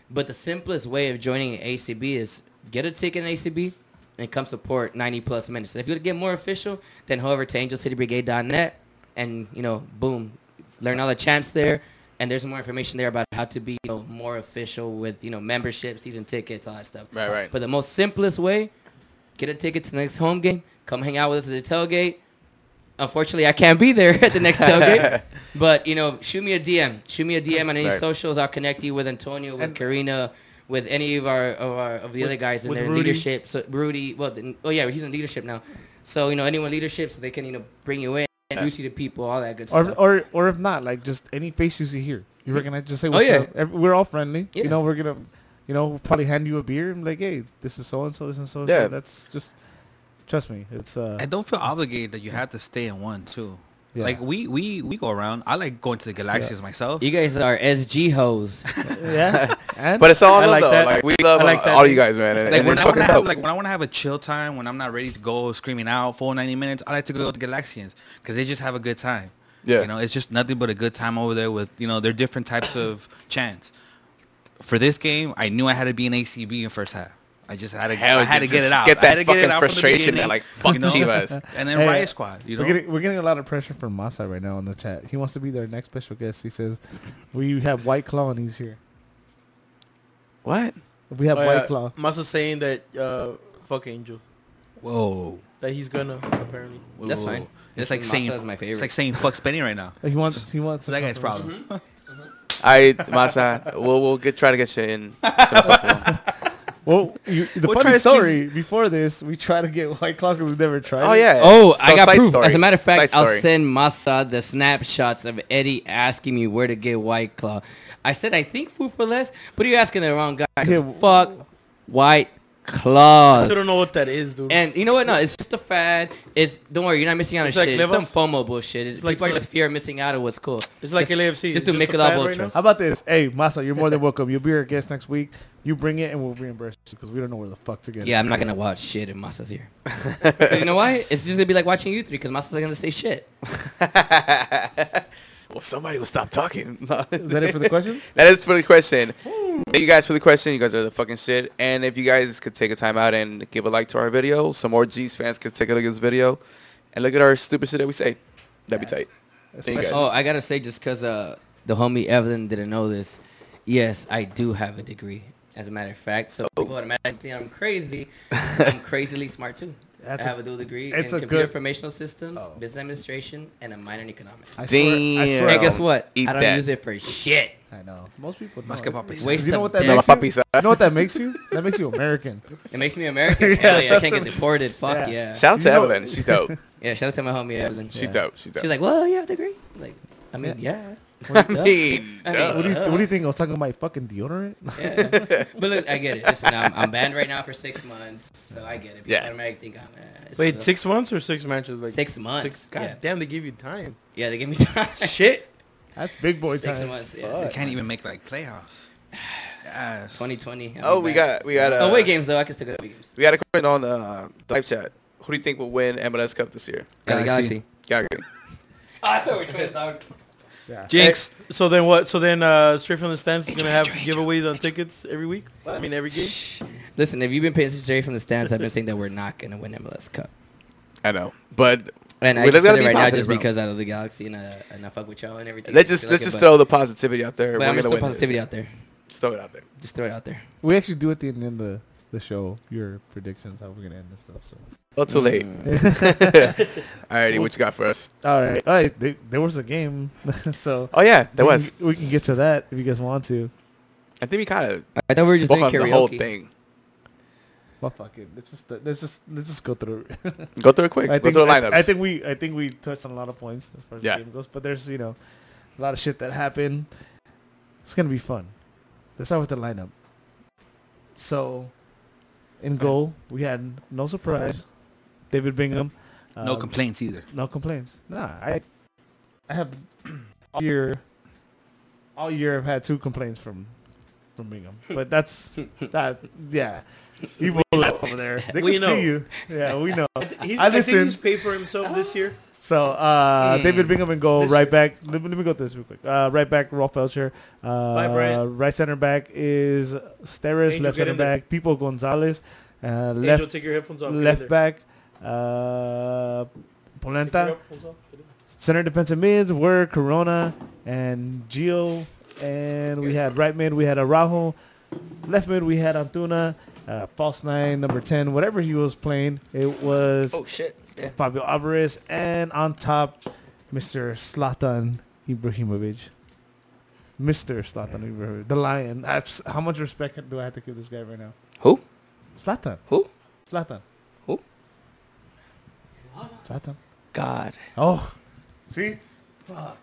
but the simplest way of joining ACB is get a ticket in ACB and come support 90 plus minutes. If you want to get more official, then however to angelcitybrigade.net and you know, boom, learn all the chants there. And there's more information there about how to be you know, more official with you know membership, season tickets, all that stuff. Right, right. But the most simplest way get a ticket to the next home game. Come hang out with us at the tailgate. Unfortunately, I can't be there *laughs* at the next *laughs* tailgate. but you know, shoot me a DM. Shoot me a DM on any Right. socials. I'll connect you with Antonio, with And- Karina, with any of our of, our, of the other guys in with their Rudy. leadership. So Rudy, well, the, oh yeah, he's in leadership now. So you know, anyone leadership, so they can you know bring you in, introduce you to people, all that good Or, stuff. or, or if not, like just any face you see here, you recognize. Just say, Oh, "What's yeah. up?" Every- We're all friendly. You Yeah. know, we're gonna, you know, we'll probably hand you a beer. and be like, hey, this is so and so. This is so and so. Yeah. That's just, trust me. It's uh, *laughs* I don't feel obligated that you have to stay in one too. Yeah. Like we we we go around. I like going to the Galaxies Oh. myself. you guys are *laughs* SG hoes. *laughs* yeah. And But it's all I love like though. that. Like we love uh, I like that. all you guys, man. And, Like and when, it's I wanna fucking have, dope. like when I want to have a chill time, when I'm not ready to go screaming out full 90 minutes, I like to go with the Galaxians because they just have a good time. Yeah. You know, it's just nothing but a good time over there with, you know, their different types of chants. For this game, I knew I had to be an ACB in first half. I just had to, Hell, I had to dude, get it just out. get I had that to get it fucking out from the frustration beginning, that, like, you fuck know? Chivas. *laughs* And then Hey, Riot Squad, you know? We're getting, we're getting a lot of pressure from Masa right now in the chat. He wants to be their next special guest. He says, "We have White Claw, and he's here. what? We have Oh, White yeah, Claw." Masa saying that uh, fuck Angel. Whoa. That he's gonna apparently. That's Whoa. fine. It's Listen, like saying Masa is my It's favorite. like saying fuck Spenny right *laughs* now. He wants. He wants. So that guy's problem. I Masa, we'll we'll get try to get you *laughs* in. as soon as possible. Well, you, the We'll try funny to squeeze- story. Before this, we tried to get White Claw because we've never tried. Oh it. yeah. Oh, So, I got side proof. story. As a matter of fact, Side I'll story. send Massa the snapshots of Eddie asking me where to get White Claw. I said I think food for less, but you're asking the wrong guy. 'cause Yeah, w- Fuck White I claws. still don't know what that is, dude. And you know what? No, it's just a fad. It's don't worry, you're not missing out on It's like shit. It's some Levas? FOMO bullshit. It's, It's like- people are just fear of missing out on what's cool. it's like just- LAFC. just It's do a Michelob fad right Ultras. How about this? Hey, Masa, you're more than welcome. You'll be our guest next week. You bring it and we'll reimburse you because we don't know where the fuck to get Yeah, it. I'm not gonna watch shit if Masa's here. *laughs* 'Cause you know why? It's just gonna be like watching you three because Masa's not gonna say shit. *laughs* well, somebody will *laughs* stop talking. Is that it *laughs* for the questions? That is for the question. Thank you guys for the question. You guys are the fucking shit. And if you guys could take a time out and give a like to our video, some more G's fans could take a look at this video and look at our stupid shit that we say. That'd be tight. Thank you guys. Oh, I gotta say just because uh, the homie Evelyn didn't know this. Yes, I do have a degree. As a matter of fact, so Oh. people automatically think I'm *laughs* crazy. I'm crazily smart too. That's I a- have a dual degree it's in a computer good- informational systems, Oh. business administration, and a minor in economics. I swear- I Damn. swear and I guess don't- what? Eat I don't that. use it for shit. I know. Most people Mas know. que papi. Waste You know of what that debt. makes No, papi, you? You know what that makes you? That makes you American. *laughs* It makes me *laughs* *laughs* American. Hell yeah, I can't get deported. Fuck Yeah. yeah. Shout out You to know- Evelyn. She's dope. Yeah, shout out to my homie Evelyn. She's yeah. dope. She's dope. She's like, well, you have a degree. Like, I mean, yeah. *laughs* I mean, I mean, duh. What do you What do you think? I was talking about my fucking deodorant. *laughs* yeah. But look, I get it. Listen, I'm, I'm banned right now for six months, so I get it. People Yeah. automatically think I'm. Uh, it's Wait, cool. six months or six matches? Like Six months. Six, God yeah. damn, they give you time. yeah, they give me *laughs* time. Shit. That's big boy six time. months. Yeah, Fuck. You six can't months. even make like playoffs. *sighs* Yes. 2020. I'll oh, be we back. got we got uh, a oh, wait, games though. I can still go to games. We got a question on uh, the live chat. Who do you think will win MLS Cup this year? Galaxy. Galaxy. Galaxy. Yeah, *laughs* Oh, "Ah, that's what we're twins, dog. Jinx. So then what? So then uh, straight from the stands is gonna have giveaways on tickets every week. I mean every game. Listen, if you've been paying attention straight from the stands, I've been saying that we're not gonna win MLS Cup. I know, but And I Well, just that's gotta said it be right now positive, just bro. because I love the Galaxy and, uh, and I fuck with y'all and everything. let's just Like let's it, just but- throw the positivity out there. But We're I'm gonna just win throwing positivity This. out there. Just throw it out there. Just throw it out there. We actually do at the end of the, the show your predictions how we're gonna end this stuff. So Well, Oh, too late. Mm. *laughs* *laughs* Alrighty, what you got for us? Mm. all right, all right. They, there was a game, *laughs* so Oh yeah, there we was. Can, we can get to that if you guys want to. I think we kind of I thought we were just spoke doing on the whole karaoke. thing. But fuck it. Let's just let's just let's just go through. it. Go through it quick. I Go think through the I, lineups. I think we I think we touched on a lot of points as far as Yeah. the game goes. But there's you know a lot of shit that happened. It's gonna be fun. Let's start with the lineup. So, in goal we had no surprise, David Bingham. No um, complaints either. No complaints. Nah, I I have *clears throat* all year all year I've had two complaints from from Bingham. *laughs* But that's that yeah. People laugh over there. They We can know. see you. Yeah, we know. He's, I I, think he's listened. paid for himself this year. So uh David Bingham and goal, Hmm. This right year. back. Let me, let me go through this real quick. Uh right back, Rolf Felcher. Uh Bye, Brian. right center back is Steris, Angel, get left center in there. back, People Gonzalez, uh Angel, left take your headphones off. Get in left there. back, uh Take your Polenta. headphones off. Get in there. Center defensive mids were Corona and Gio. And we had right mid, we had Araujo. Left mid, we had Antuna. Uh, false nine, number 10, whatever he was playing. It was shit. Fabio Alvarez. And on top, Mr. Slatan Ibrahimovic. Mr. Slatan Ibrahimovic. The Lion. I've, s- how much respect do I have to give this guy right now? Who? Slatan. Who? Slatan. Who? Slatan. God. Oh. See? God.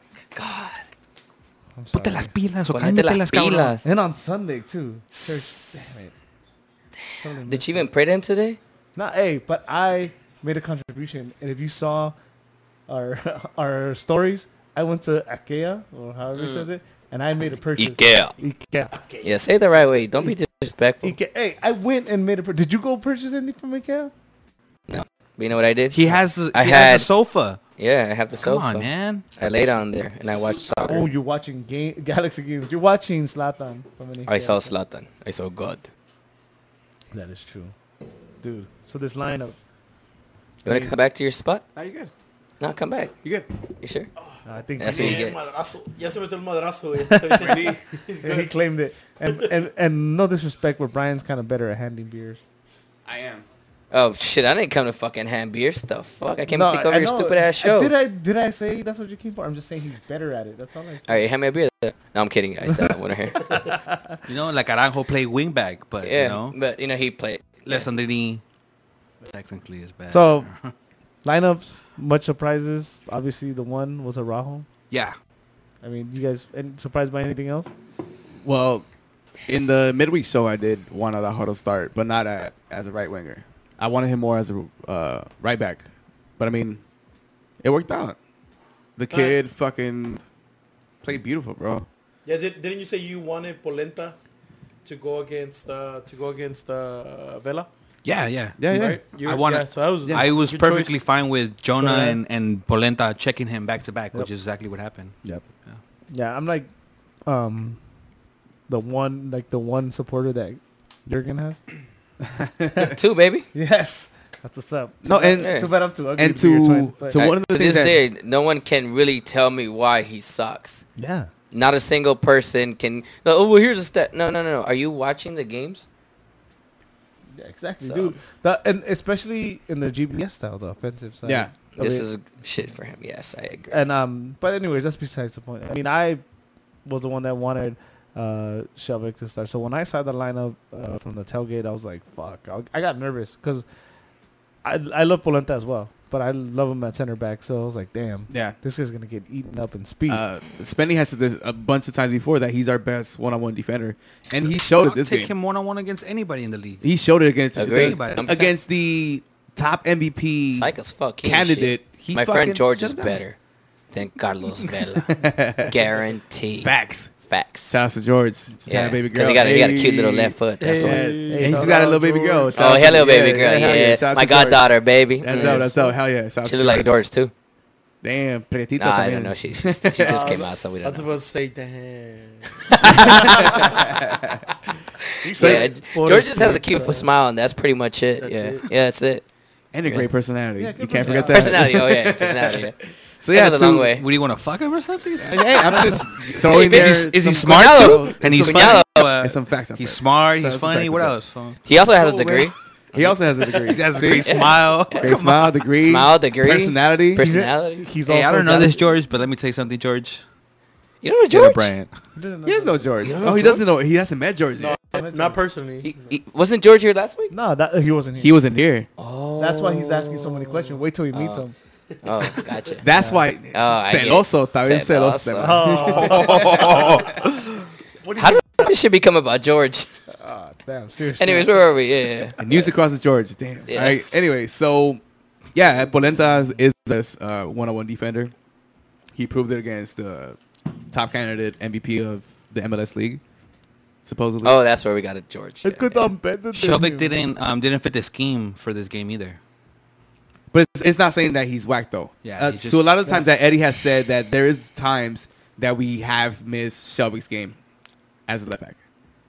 I'm sorry. Ponte las pilas o Ponete cámbiate las las pilas. pilas. And on Sunday too. Church, damn it. Totally missed Did you even pray to him today? Not a, but I made a contribution, and if you saw our *laughs* our stories, I went to IKEA or however he Mm. says it, and I made a purchase. Ikea. IKEA. Yeah, say it the right way. Don't be disrespectful. IKEA. Hey, I went and made a. Pur- Did you go purchase anything from IKEA? But you know what I did? He has a, I he had- has a sofa. Yeah, I have the Come sofa. on, man. I laid on there and I watched soccer. Oh, you're watching game Galaxy games. You're watching Slatan. From an I IKEA. saw Slatan. I saw God. That is true, dude. So this lineup. You want to come back to your spot? Now you good. No, come back. You good. You sure? I think That's he- what you get. Madrazo. Ya se metió el madrazo, *laughs* güey. He's he good. claimed it, and, and and no disrespect, but Brian's kind of better at handing beers. I am. Oh shit! I didn't come to fucking hand beer stuff. Fuck! I came No, to take I- over I your know. stupid ass Uh, show. Did I did I say that's what you came for? I'm just saying he's better at it. That's all I All said. right, hand me a beer. No, I'm kidding, guys. I don't want to hear. *laughs* *laughs* You know, like Aranjo play wing back, but Yeah, you know, but you know he played. less underneath technically is *laughs* bad. So lineups, much surprises. Obviously, the one was Araujo. yeah. I mean, you guys any, surprised by anything else? Well, in the midweek show, I did want Araujo to start, but not a, as a right winger. I wanted him more as a uh, right back. But I mean, it worked out. The kid fucking played beautiful, bro. Yeah, did, didn't you say you wanted Polenta to go against uh, to go against uh, Vela? Yeah, yeah. Yeah, yeah. Right? You- I wanna- yeah, so that was I was good perfectly choice. fine with Jonah So, yeah. and, and Polenta checking him back to back, which is exactly what happened. Yep. Yeah, I'm like, um, the one like the one supporter that *laughs* Jurgen has. Two, baby. Yes, that's what's up. No, and Yeah. Too bad I'm too ugly and to, be your to twin, but- to I- one of the to things this that day, no one can really tell me why he sucks. yeah, Not a single person can. Oh, well, here's a stat. No, no, no, no. Are you watching the games? yeah, exactly, So- dude. That, and especially in the GBS style, the offensive side. Yeah. of This it. is shit for him. Yes, I agree. and um. But anyways, that's besides the point. I mean, I was the one that wanted uh Shelvick to start. So when I saw the lineup uh, from the tailgate, I was like, "Fuck!" I, I got nervous because I I love Polenta as well, but I love him at center back. So I was like, "Damn." yeah. This is gonna get eaten up in speed. Uh, Spenny has said this a bunch of times before that he's our best one-on-one defender, and he showed it I'll this take game. him one on one against anybody in the league. He showed it against Agree. the, 100%. against the top MVP Psych as fuck. he ain't candidate. shit. He My fucking friend George shut is down. better than Carlos Vela. *laughs* Guarantee. Facts. Facts. Shout out to George. Just had a baby 'cause girl. He got, a- he got a cute little Hey. left foot. That's Yeah. why. and he shout just got a out little baby George. girl. Shout Oh, out hello, to- baby girl. hell Yeah, Shout out my to George. goddaughter, baby. That's Yes. up. That's up. Hell yeah. Shout out She to look like George. George too. Damn, pretty. Nah, I don't know. *laughs* She she, she just came out, so we *laughs* I was don't know. about to say, *laughs* damn. Yeah, George just has a cute uh, smile, and that's pretty much it. That's yeah, it. yeah, that's it. And a great personality. Yeah, you good can't forget that. Personality. Oh yeah, *laughs* personality. So yeah, That goes a long to- way. What do you want to fuck him or something? Hey, I'm just throwing Hey, there. is he, is he some smart facts too? out- And he's funny. Cuñado. *laughs* Uh, And some facts. out he's there. smart. He's That's a funny. fact, What that's a else? Huh? He also has a degree. He also has a degree. *laughs* He has a See? great smile. *laughs* Great smile, degree, Smile, degree, personality. Personality. He's Hey, I also don't know got- this George, but let me tell you something, George. You know Get a George? brand. He doesn't He doesn't know George. You don't know Oh, he George? doesn't know. He hasn't met George yet. Not personally. He, he- wasn't George here last week? No, that he wasn't here. He wasn't here. Oh, That's why he's asking so many questions. Wait till he meets Oh. him. Oh, gotcha. *laughs* That's why. Oh, I get it. celoso, también celoso. Celoso. *laughs* What do How did this shit become about George? *laughs* *laughs* Ah, damn, seriously. Anyways, where are we? Yeah, yeah, yeah. And News across the George. Damn. Yeah. All right. Anyway, so yeah, Polenta is this uh, one-on-one defender. He proved it against the top candidate MVP of the MLS league, supposedly. Oh, that's where we got it, George. it's good yeah. I'm better than you. Shovik didn't um, didn't fit the scheme for this game either. But it's, it's not saying that he's whack though. Yeah, Uh, he just- so a lot of the times that Eddie has said that there is times that we have missed Shelby's game as a left back.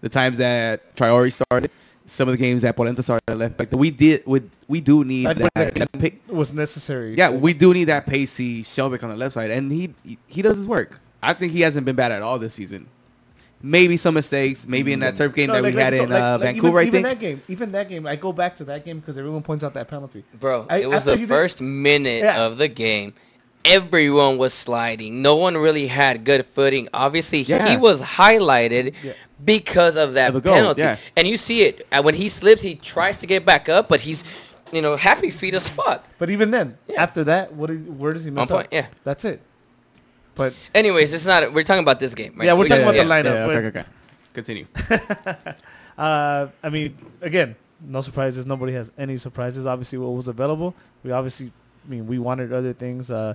The times that Triori started, some of the games that Polenta started at left back. That we did would we do need I'd that, put that pick. It was necessary. Yeah, we do need that pacey Shelby on the left side, and he he does his work. I think he hasn't been bad at all this season. Maybe some mistakes, maybe in that turf game Mm. No, that like- we like had it's in all- uh, like- like Vancouver. Even, even I think. that game, even that game, I go back to that game because everyone points out that penalty. Bro, I- it was after the you did- first minute Yeah. of the game. Everyone was sliding. No one really had good footing. Obviously, he Yeah. was highlighted because of that Of the goal, penalty. yeah. And you see it uh, when he slips, he tries to get back up, but he's, you know, happy feet as fuck. But even then, Yeah. after that, what? Is, where does he mess point, up? yeah. that's it. But Anyways, it's not. We're talking about this game. Right? yeah, we're We talking just- about the lineup. Yeah, but, okay, *laughs* okay, okay. Continue. Uh, I mean, again, no surprises. Nobody has any surprises. Obviously, what was available, we obviously, I mean, we wanted other things. Uh,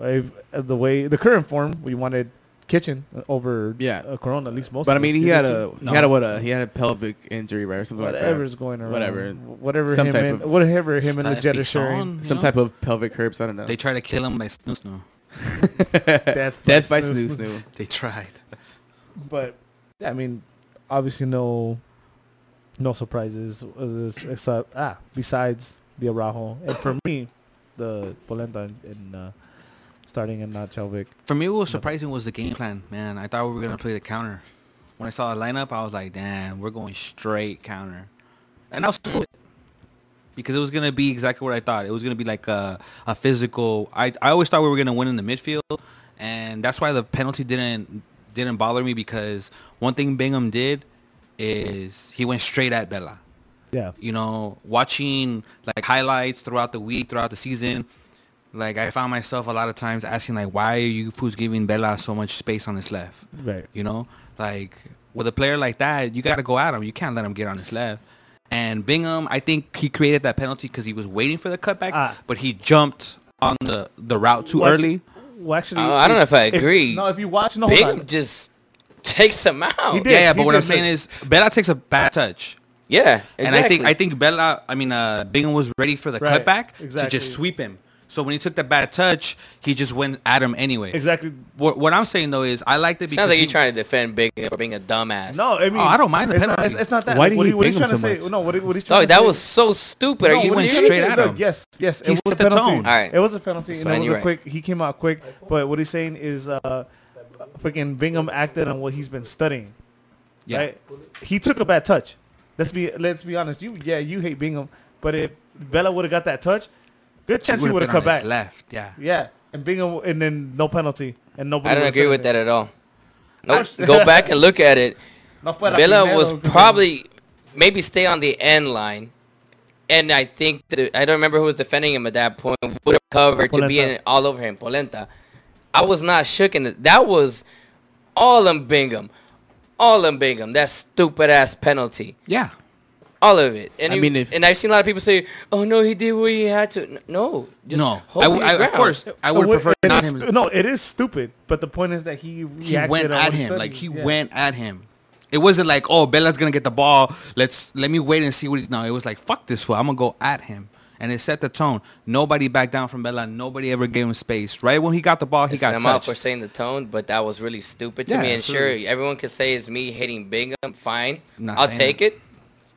if, uh, the way the current form, we wanted Kitchen over Yeah. uh, Corona at least most. But I of mean, us. he You had did a too. he had a what a he had a pelvic injury right or something like whatever's going around, Whatever. whatever Some him type and of- whatever him and the Type jet are of sharing. song, you that. Some know? type of pelvic herpes. I don't know. They try to kill him by snooze. *laughs* No, Death, Death by by snoo- snoo snoo. snoo. they tried. But yeah, I mean, obviously, no, no surprises. uh, Except ah, besides the Araujo, and for me, the Polenta and, and uh, starting uh, and not Chalvik. For me, what was surprising was the game plan. Man, I thought we were gonna play the counter. When I saw the lineup, I was like, "Damn, we're going straight counter," and I was cool with it. because it was gonna be exactly what I thought. It was gonna be like a, a physical. I I always thought we were gonna win in the midfield, and that's why the penalty didn't didn't bother me because one thing Bingham did is he went straight at Bella Yeah, you know, watching like highlights throughout the week, throughout the season, like I found myself a lot of times asking like, why are you fools giving Bella so much space on his left? right. You know, like with a player like that, you got to go at him. You can't let him get on his left. And Bingham, I think he created that penalty because he was waiting for the cutback, Ah. but he jumped on the, the route too Watch- early. Well, actually, Uh, I don't know if I agree. no, if you watch, no, hold Bingham on. just takes him out. He did. yeah, yeah, but he what I'm did saying look- is Bella takes a bad touch. Yeah, exactly. And I think I think Bella, I mean uh, Bingham was ready for the Right, cutback to exactly. just sweep him. So when he took the bad touch, he just went at him anyway. exactly. What, what I'm saying though is I liked it because sounds like he- you're trying to defend Big for being a dumbass. No, I mean, I don't mind the it's not- penalty. it's, it's not that. Why Why do what, you he, what he's hate trying him to so say? much? No, what, he- what he's trying dog, to that say- was so stupid. No, Are you what went he's serious? trying to straight say- at look, him. Yes, yes, it He was a set the penalty. tone. All right. It was a penalty, and fine, it was you're a right. quick. He came out quick, but what he's saying is, uh, freaking Bingham acted on what he's been studying. Yeah. Right? He took a bad touch. Let's be let's be honest. You yeah, you hate Bingham, but if Bella would have got that touch, good chance he would've would have been on come back. his left. Yeah. Yeah, and Bingham and then no penalty and nobody. I don't would've agree said with that anything. at *laughs* all. Nope. Go back and look at it. No fuera Bella primero, was good probably maybe stay on the end line, and I think the, I don't remember who was defending him at that point. Would have covered to be Polenta. in all over him, Polenta. I was not shook in it. That was all in Bingham, all in Bingham. That stupid ass penalty, Yeah. all of it. And I you- mean, if- and I've seen a lot of people say, "Oh no, he did what he had to." N- No, just no. hold I, your w- I- of ground. course, I would No, it- prefer it not is him. stu- No, it is stupid, but the point is that he he reacted went on at what him. Like he studied. Yeah. went at him. It wasn't like, oh, Bella's gonna get the ball. Let's let me wait and see what he's. No, it was like, fuck this fool. I'm gonna go at him. And it set the tone. Nobody backed down from Bella. Nobody ever gave him space. Right when he got the ball, he Listen, got I'm out touched. for saying the tone, but that was really stupid to Yeah, me. And absolutely. sure, everyone can say it's me hating Bingham. Fine, I'm not I'll saying take that. it.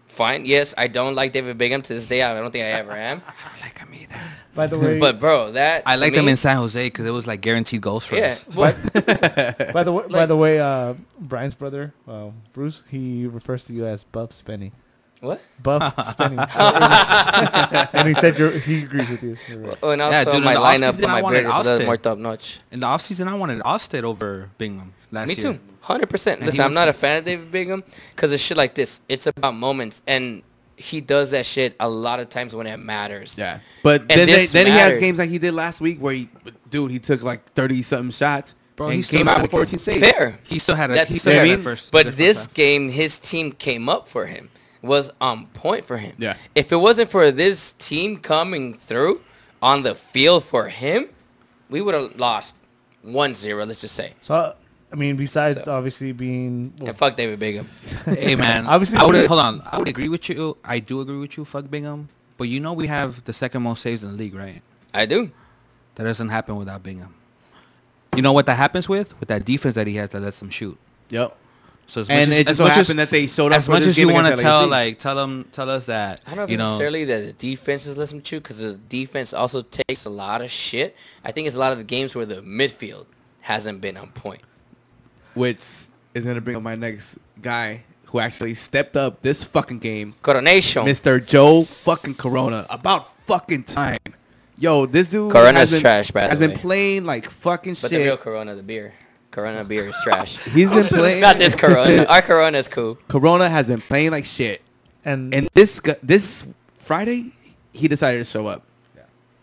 Fine. Yes, I don't like David Bingham to this day. I don't think I ever *laughs* am. I don't like him either. By the way, But bro, that I Uh, to liked him me- in San Jose because it was like guaranteed goals for Yeah. us. well, *laughs* *laughs* by the way, *laughs* by the way, uh, Brian's brother, uh, Bruce, he refers to you as Buff Spenny. what? *laughs* Buff Spenny. *laughs* and he said you're, he agrees with you. You're right. Oh, and Yeah, also dude, in my the lineup, offseason, I my wanted beard is a little Austin. more top notch. In the offseason, I wanted Austin over Bingham last Me year. too, hundred percent. And he Listen, I'm was- not a fan of David Bingham because it's shit like this. It's about moments, and he does that shit a lot of times when it matters. Yeah, but And then they, this then he has mattered. games like he did last week where he, dude, he took like thirty something shots. Bro, and he he still came out had a- with 14 saves. Fair. He still had a. That's he still fair. had a first. the But first this half. game, his team came up for him. Was on point for him. Yeah. If it wasn't for this team coming through on the field for him, we would have lost 1-0, let's just say. So I mean, besides So- obviously being well, And fuck David Bingham. hey man, *laughs* Obviously- obviously I would hold on. I would agree with you. I do agree with you. Fuck Bingham, but you know we have the second most saves in the league, right? I do. That doesn't happen without Bingham. You know what that happens with? With that defense that he has that lets him shoot. Yep. So as And much as, it as just so much happened as, that they showed up as for much this as game you want to against LAFC. tell, like tell him, tell us that. I don't know if you know, necessarily that the defense is listening to because the defense also takes a lot of shit. I think it's a lot of the games where the midfield hasn't been on point. Which is gonna bring up my next guy who actually stepped up this fucking game, Coronation. Mr. Joe fucking Corona. About fucking time. Yo, this dude Corona's has been, trash, by the has way. been playing like fucking but the real shit. Corona, the beer. Corona beer is trash. He's *laughs* been playing. *laughs* Not this Corona. *laughs* Our Corona is cool. Corona has been playing like shit, and, and this gu- this Friday, he decided to show up.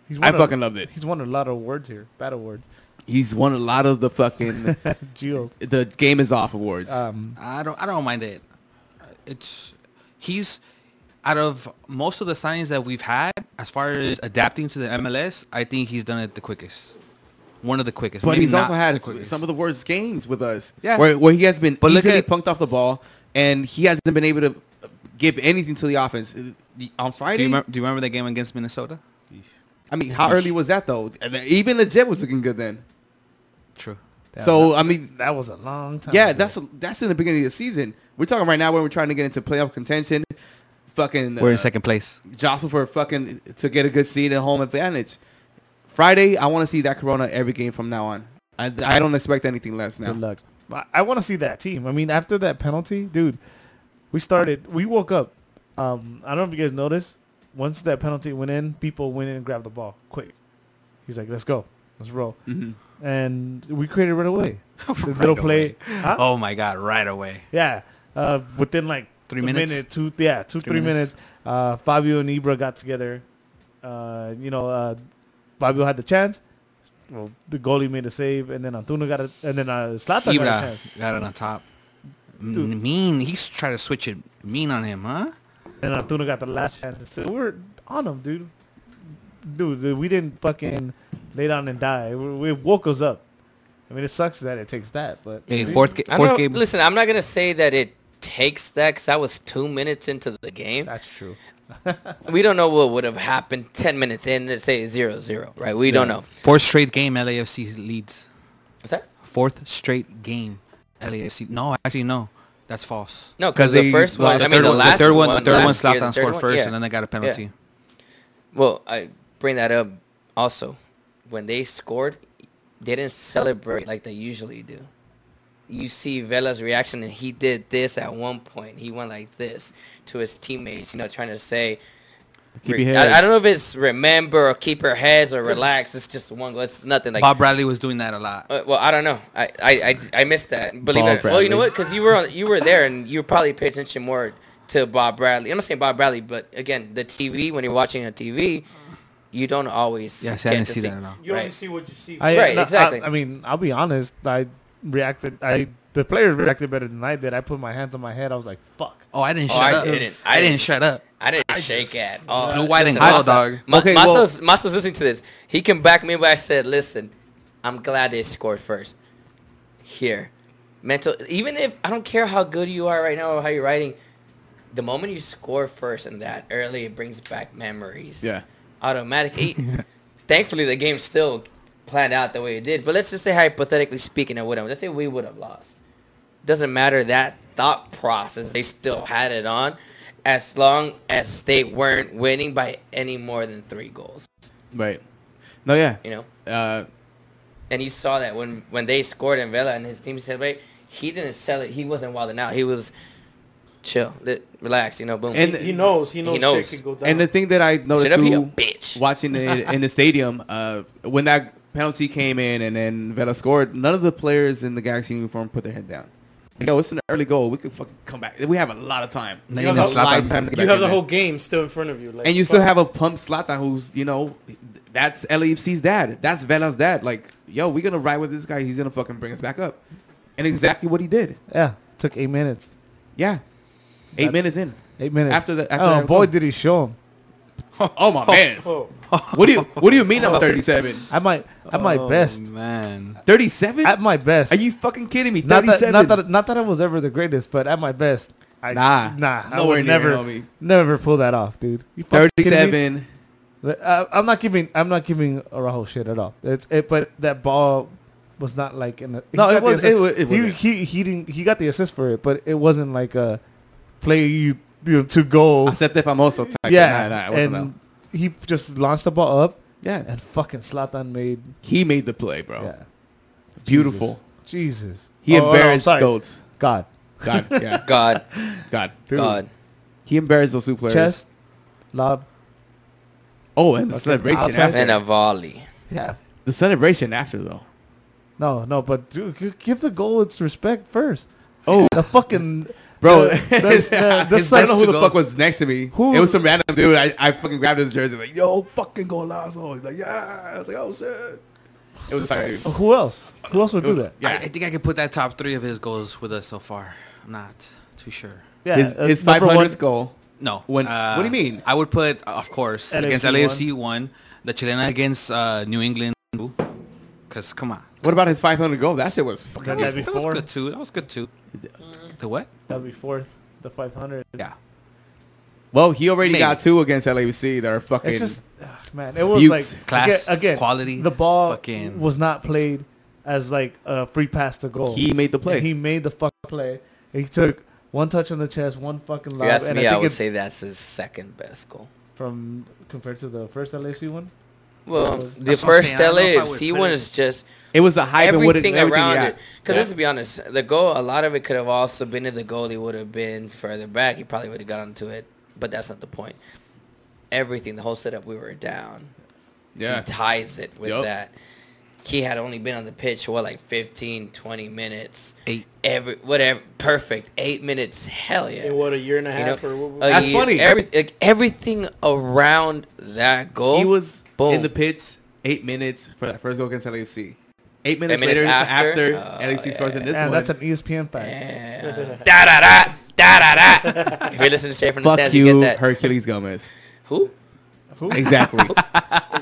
he's I won a- fucking loved it. He's won a lot of awards here, battle awards, He's won a lot of the fucking *laughs* Geos. the game is off awards. Um, I don't I don't mind it. It's he's out of most of the signings that we've had as far as adapting to the MLS, I think he's done it the quickest. One of the quickest. but Maybe he's not also the had quickest. some of the worst games with us. Yeah. Where, where he has been But look easily at- punked off the ball, and he hasn't been able to give anything to the offense. On do Friday, you, remember, do you remember that game against Minnesota? I mean, how early was that though? And Even the jet was looking good then. True. so I mean, that was a long time. yeah, ago. that's that's in the beginning of the season. We're talking right now when we're trying to get into playoff contention. Fucking, We're in uh, second place. jostle for a fucking to get a good seed and home advantage. Friday, I want to see that Corona every game from now on. I, I don't expect anything less now. Good luck. I, I want to see that team. I mean, after that penalty, dude, we started. We woke up. Um, I don't know if you guys noticed. Once that penalty went in, people went in and grabbed the ball quick. He's like, "Let's go, let's roll," Mm-hmm. and we created *laughs* right away. The little play, huh? Oh my god, right away. yeah. Uh, within like Three a minutes? minute, two, yeah, two, three, Three minutes. minutes. Uh, Fabio and Ibra got together. Uh, you know, uh, Fabio had the chance. Well, the goalie made a save, and then Antuna got it, and then uh, Slatan got a Ibra chance. got it on top. M- mean. He's trying to switch it mean on him, huh? And Antuna got the last chance. So we're on him, dude. dude. Dude, we didn't fucking lay down and die. We, we woke us up. I mean, it sucks that it takes that, but Hey, fourth, ga- I'm fourth not- game. Listen, I'm not gonna say that it takes that because I was two minutes into the game. that's true. *laughs* We don't know what would have happened ten minutes in. Let's say zero zero, right? We don't know. Fourth straight game LAFC leads. What's that? Fourth straight game LAFC. No, actually no. That's false. No, because the first one. the, I mean, third the one, last the third one, the third last one year, slapped the on third scored one, first, yeah. and then they got a penalty. Well, I bring that up also. When they scored, they didn't celebrate like they usually do. You see Vela's reaction, and he did this at one point. He went like this to his teammates, you know, trying to say, Keep re- your I, I heads. don't know if it's remember or keep her heads or relax. It's just one. It's nothing like. Bob Bradley was doing that a lot. Uh, well, I don't know. I I, I, I missed that. Believe Bob it. or- Well, you know Bradley. what? Because you were on, you were there, and you probably pay attention more to Bob Bradley. I'm not saying Bob Bradley, but again, the TV when you're watching on TV, you don't always. Yeah, see, I get didn't to see that at all. You only Right. see what you see. I, Right, no, I- exactly. I, mean, I'll be honest. I reacted. I the players reacted better than I did. I put my hands on my head. I was like, "Fuck." Oh, I didn't Oh, shut I up. didn't. I I didn't didn't. shut up. I didn't shake at all. Blue, white, and Listen, gold, Masa- dog. Ma- Okay, well- Masa's, Masa's listening to this. He can back me, but I said, listen, I'm glad they scored first. Here. Mental, even if I don't care how good you are right now or how you're writing, the moment you score first and that early, it brings back memories. Yeah. Automatic. Eight. Thankfully, the game still planned out the way it did. But let's just say, hypothetically speaking, I would have. Let's say we would have lost doesn't matter that thought process they still had it on as long as they weren't winning by any more than three goals Right. No, yeah. you know Uh, and you saw that when when they scored and Vela and his team said wait he didn't sell it he wasn't wilding out he was chill li- relax you know boom And- he knows. He knows. knows. Shit could go down. and the thing that I noticed up, you too, bitch. watching *laughs* it in the stadium, uh, when that penalty came in and then Vela scored, none of the players in the Galaxy uniform put their head down. Yo, it's an early goal. We could fucking come back. We have a lot of time. They We have even a slapped lot him. of time to get you back have in the there. whole game still in front of you. Like, And you still fuck. have a pump Slatan who's, you know, that's LAFC's dad. That's Vela's dad. Like, yo, we're going to ride with this guy. He's going to fucking bring us back up. And exactly what he did. *laughs* Yeah, took eight minutes. Yeah. Eight That's- minutes in. Eight minutes. After the- after oh that boy, goal. did he show him! Oh, my man. Oh, *laughs* What do you What do you mean I'm 37? At my at my best. man. 37? At my best. Are you fucking kidding me? not 37. that not that not that I was ever the greatest, but at my best, I, Nah. nah, I Nowhere would near, never homie. never pull that off, dude. You fucking kidding me? 37. But, uh, I'm not giving I'm not giving Araujo shit at all. It's it, but that ball was not like in the he No, it got the was- assist- it wa- it he, wasn't. he he didn't he got the assist for it, but it wasn't like a play you, you know, to goal. Acete famoso type. Nah, yeah, nah, it wasn't and he just launched the ball up that. yeah. and fucking Slatan made He made the play, bro. yeah. Beautiful. Jesus. He Oh, oh, no, I'm embarrassed sorry. Goats. God. God, *laughs* yeah. god God. Dude. god He embarrassed those two players. Chest, lob. Oh, and the Fucking celebration outside. after. and a volley Yeah. The celebration after though. No, no, but dude, g- give the goal its respect first. Oh, The fucking *laughs* bro. the- *laughs* the- the- the I don't know who the Celtics- fuck was next to me. Who- It was some random dude. I, I fucking grabbed his jersey. Like, yo, fucking golazo. He's like, yeah. I was like, oh shit. It was like, dude. Who else? Who else would do I, that? Yeah. I think I could put that top three of his goals with us so far. I'm not too sure. Yeah, his, uh, his number 500th one- goal. Uh, No. uh, When- what do you mean? I would put, uh, of course, against LAFC LAFC one, the Chilena against uh, New England. Cause come on, What about his 500 goal? That shit was fucking. That- that was, that'd be that was four. good too. That was good too. The what? That'd be fourth. The 500. Yeah. Well, he already Maybe. got two against LAFC that are fucking. It's just, ugh, man, it was Buttes. like Class, again, again, quality, The ball fucking- was not played as like a free pass to goal. he made the And play. he made the fuck play. He took one touch on the chest, one fucking if lob, you ask and me i I think would it, say that's his second best goal from compared to the first LAFC one. well That's the what I'm first saying. I don't know if I would LAFC put one it- is just it was the hype and what it, everything everything around yeah. it. Because let's be honest, the goal, a lot of it could have also been if the goalie would have been further back. He probably would have gotten to it, but that's not the point. Everything, the whole setup, we were down. He Yeah. ties it with Yup. that. He had only been on the pitch, what, like 15, 20 minutes. Eight. Every, whatever, perfect. Eight minutes, hell yeah. in what a year and a You half know, or what, a That's year- funny. every- like, everything around that goal. He was Boom. in the pitch eight minutes for that first goal against LAFC. Eight minutes, minutes later, after? Oh, uh, after, LAC scores in this And one. that's an E ESPN fact. *laughs* Da da da da da da. If you listen to Straight from the Fuck Stands, you, you, get that. Hercules Gomez. Who *laughs* *laughs* Exactly.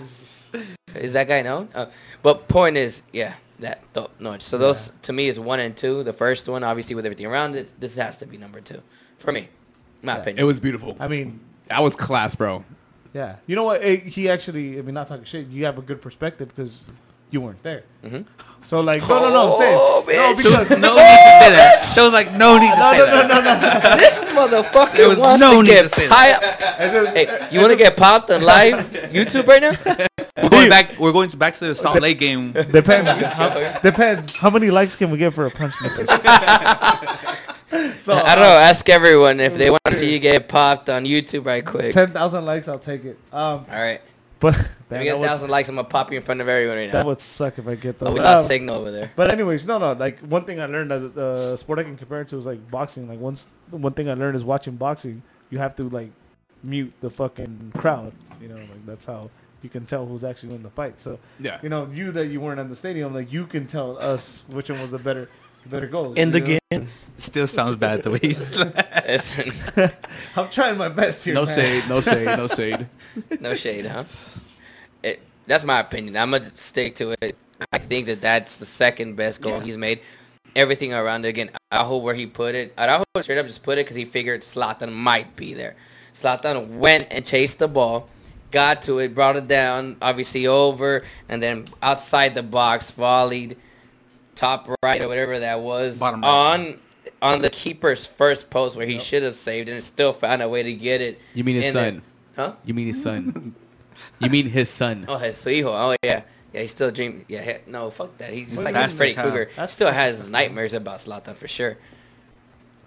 is that guy known? Uh, but point is, yeah, that top notch. So those to me is one and two. The first one, obviously, with everything around it, this has to be number two for me, my it opinion. was beautiful. I mean, That was class, bro. yeah. You know what? It, he actually, I mean, not talking shit. You have a good perspective because you weren't there. So like, no, no, no. I'm saying, Mm-hmm. Oh, no, bitch. because *laughs* No need to say that. There was like no need to say *laughs* that. this motherfucker There was wants no to need get to say that. high up. hey, you want to get popped on live YouTube right now? *laughs* We're going back. We're going back to the Salt Lake game. *laughs* depends. how, depends. How many likes can we get for a punch in the *laughs* face? I don't know. Ask everyone if they want to see you get popped on YouTube right quick. Ten *laughs* thousand likes, I'll take it. Um, All right. but If damn, you that, get a would, thousand likes, I'm going to pop you in front of everyone right that now. would suck if I get Oh, those. we got Um, signal over there. But anyways, no, no. Like one thing I learned that the sport I can compare it to is like boxing. Like once one thing I learned is watching boxing, you have to like mute the fucking crowd. You know, like that's how you can tell who's actually in the fight. So Yeah. you know, you that you weren't in the stadium, like you can tell us which one was the better, the better goal. In you the know? game. Still sounds bad the way *laughs* he's. *laughs* Listen, I'm trying my best here. No man. shade, no shade, *laughs* no shade. no shade, huh? It, that's my opinion. I'm going to stick to it. I think that that's the second best goal he's made. Everything around it. Again, Araujo, where he put it. Araujo straight up just put it because he figured Slatan might be there. Slatan went and chased the ball, got to it, brought it down, obviously over, and then outside the box, volleyed top right or whatever that was Bottom right. on on the keeper's first post where he should have saved and still found a way to get it. You mean his in son? there. Huh? You mean *laughs* his son? You mean his son? Oh, his hijo. Oh, yeah. Yeah, he still dream. Yeah, he- no, fuck that. He's just like That's he's Freddy the time. Krueger. He That's- still that's has his nightmares about Slatan for sure.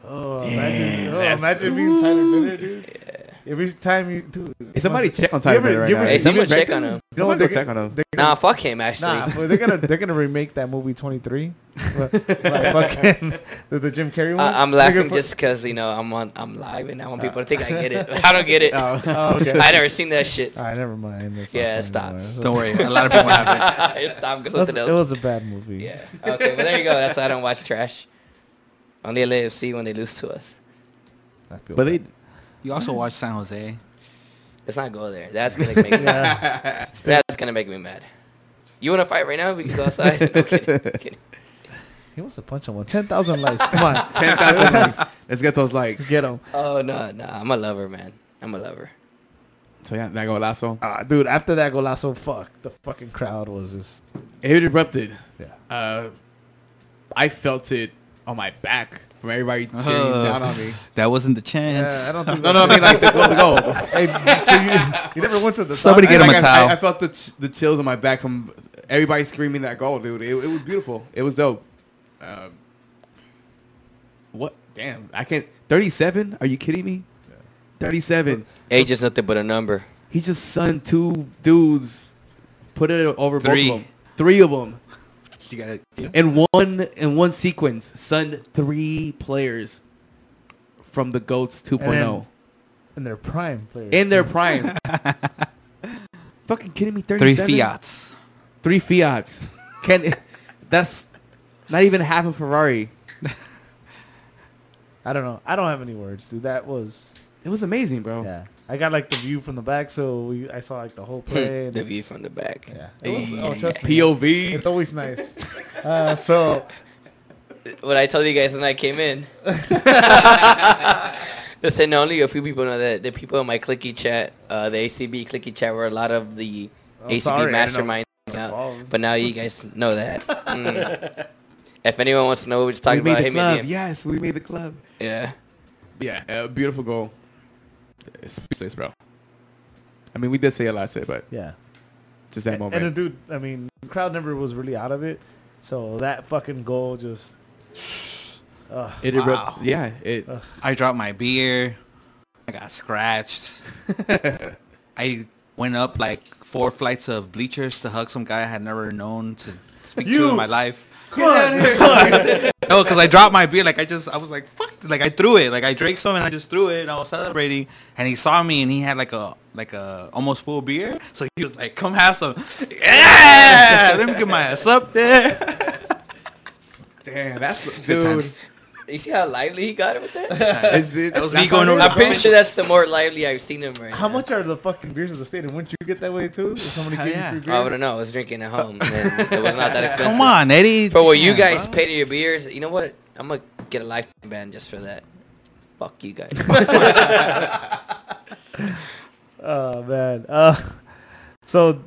Oh, imagine, oh, imagine being Tyler Miller, dude. Every time you, dude. Hey, somebody check on You Tyler ever- Miller right you now. ever Hey, Is Is see- he someone back check there? on him. You know Somebody what go they're check on him. they're Nah, fuck him. Actually, Nah, fool, they're gonna they're gonna remake that movie Twenty *laughs* Three, *laughs* *laughs* like fucking *laughs* the, the Jim Carrey one. I, I'm They're laughing gonna fu- just because you know I'm on I'm live and I want people to think I get it. *laughs* I don't get it. *laughs* Oh, oh, okay. I never seen that shit. All right, never mind. That's not Yeah, funny stop. anymore. Don't worry. A lot of people *laughs* have It's time for It was, something it else. was a bad movie. Yeah. Okay. Well, there you go. That's why I don't watch trash. Only LAFC when they lose to us. I feel But bad. they, it. You also watch San Jose. Let's not go there. That's gonna *laughs* make me. *laughs* yeah. That's gonna make me mad. You want to fight right now? We can go outside. No, kidding. Kidding. he wants to punch on one. Ten thousand likes. Come *laughs* on, 10,000 likes. Let's get those likes. get him. Oh no, no. I'm a lover, man. I'm a lover. So yeah, Nago Lasso. Ah, dude, after that golazo, fuck, the *laughs* fucking crowd was just It erupted. yeah. Uh, I felt it on my back from everybody cheering Uh. down on me. That wasn't the chance. Yeah, *laughs* I *laughs* don't think. No, no, I mean like *laughs* the goal, the goal. hey, so you you never went to the Somebody soccer- get him Like, a I- I- towel. I, felt the ch- the chills on my back from everybody screaming that goal, dude. It, it was beautiful. It was dope. Um, what? Damn, I can't. Thirty-seven? Are you kidding me? Thirty-seven. Age is nothing but a number. He just sunned two dudes, put it over Three. both of them. Three of them You gotta. in one in one sequence. Sunned three players from the goats oh. 2.0 in their prime players. in their prime. Mm. *laughs* Fucking kidding me? Three Thirty-seven. Fiats. Three Fiats. Can that's not even half a Ferrari. I don't know. I don't have any words, dude. That was It was amazing, bro. yeah. I got like the view from the back, so we I saw like the whole play. and- *laughs* The view from the back. Yeah. It was, oh, trust me. POV. It's always *laughs* nice. Uh, so What I told you guys when I came in. Listen, only a few people know that the people in my clicky chat, uh, the ACB clicky chat, were a lot of the Oh, ACB sorry, I didn't know masterminds. Out, balls. but now you guys know that. Mm. if anyone wants to know what we're just talking we about, made hit the me a club. DM. Yes, we made the club. Yeah. Yeah, uh, beautiful goal. It's speechless, bro. I mean, we did say a lot of shit, but yeah. just that moment. And the dude, I mean, the crowd never was really out of it. So that fucking goal just *sighs* it erupt- Yeah, it. I dropped my beer. I got scratched. *laughs* I went up like four flights of bleachers to hug some guy I had never known to speak to in my *laughs* life. Come on, *laughs* no, because I dropped my beer. Like I just, I was like, fuck. Like I threw it. Like I drank some and I just threw it. And I was celebrating. And he saw me and he had like a like a almost full beer. So he was like, "Come have some." Yeah, let me get my ass up there. *laughs* Damn, that's Dude, You see how lively he got it with that? is it? That was me going over. I'm the pretty sure that's the more lively I've seen him right How now. much are the fucking beers of the stadium? Wouldn't you get that way too? If somebody Hell gave yeah. you free I beer? wouldn't know. I was drinking at home. And it was not *laughs* that expensive. Come on, Eddie. For what you Damn, guys bro. pay to your beers, you know what? I'm gonna get a lifetime ban just for that. Fuck you guys. *laughs* Oh man. Uh, *laughs* so,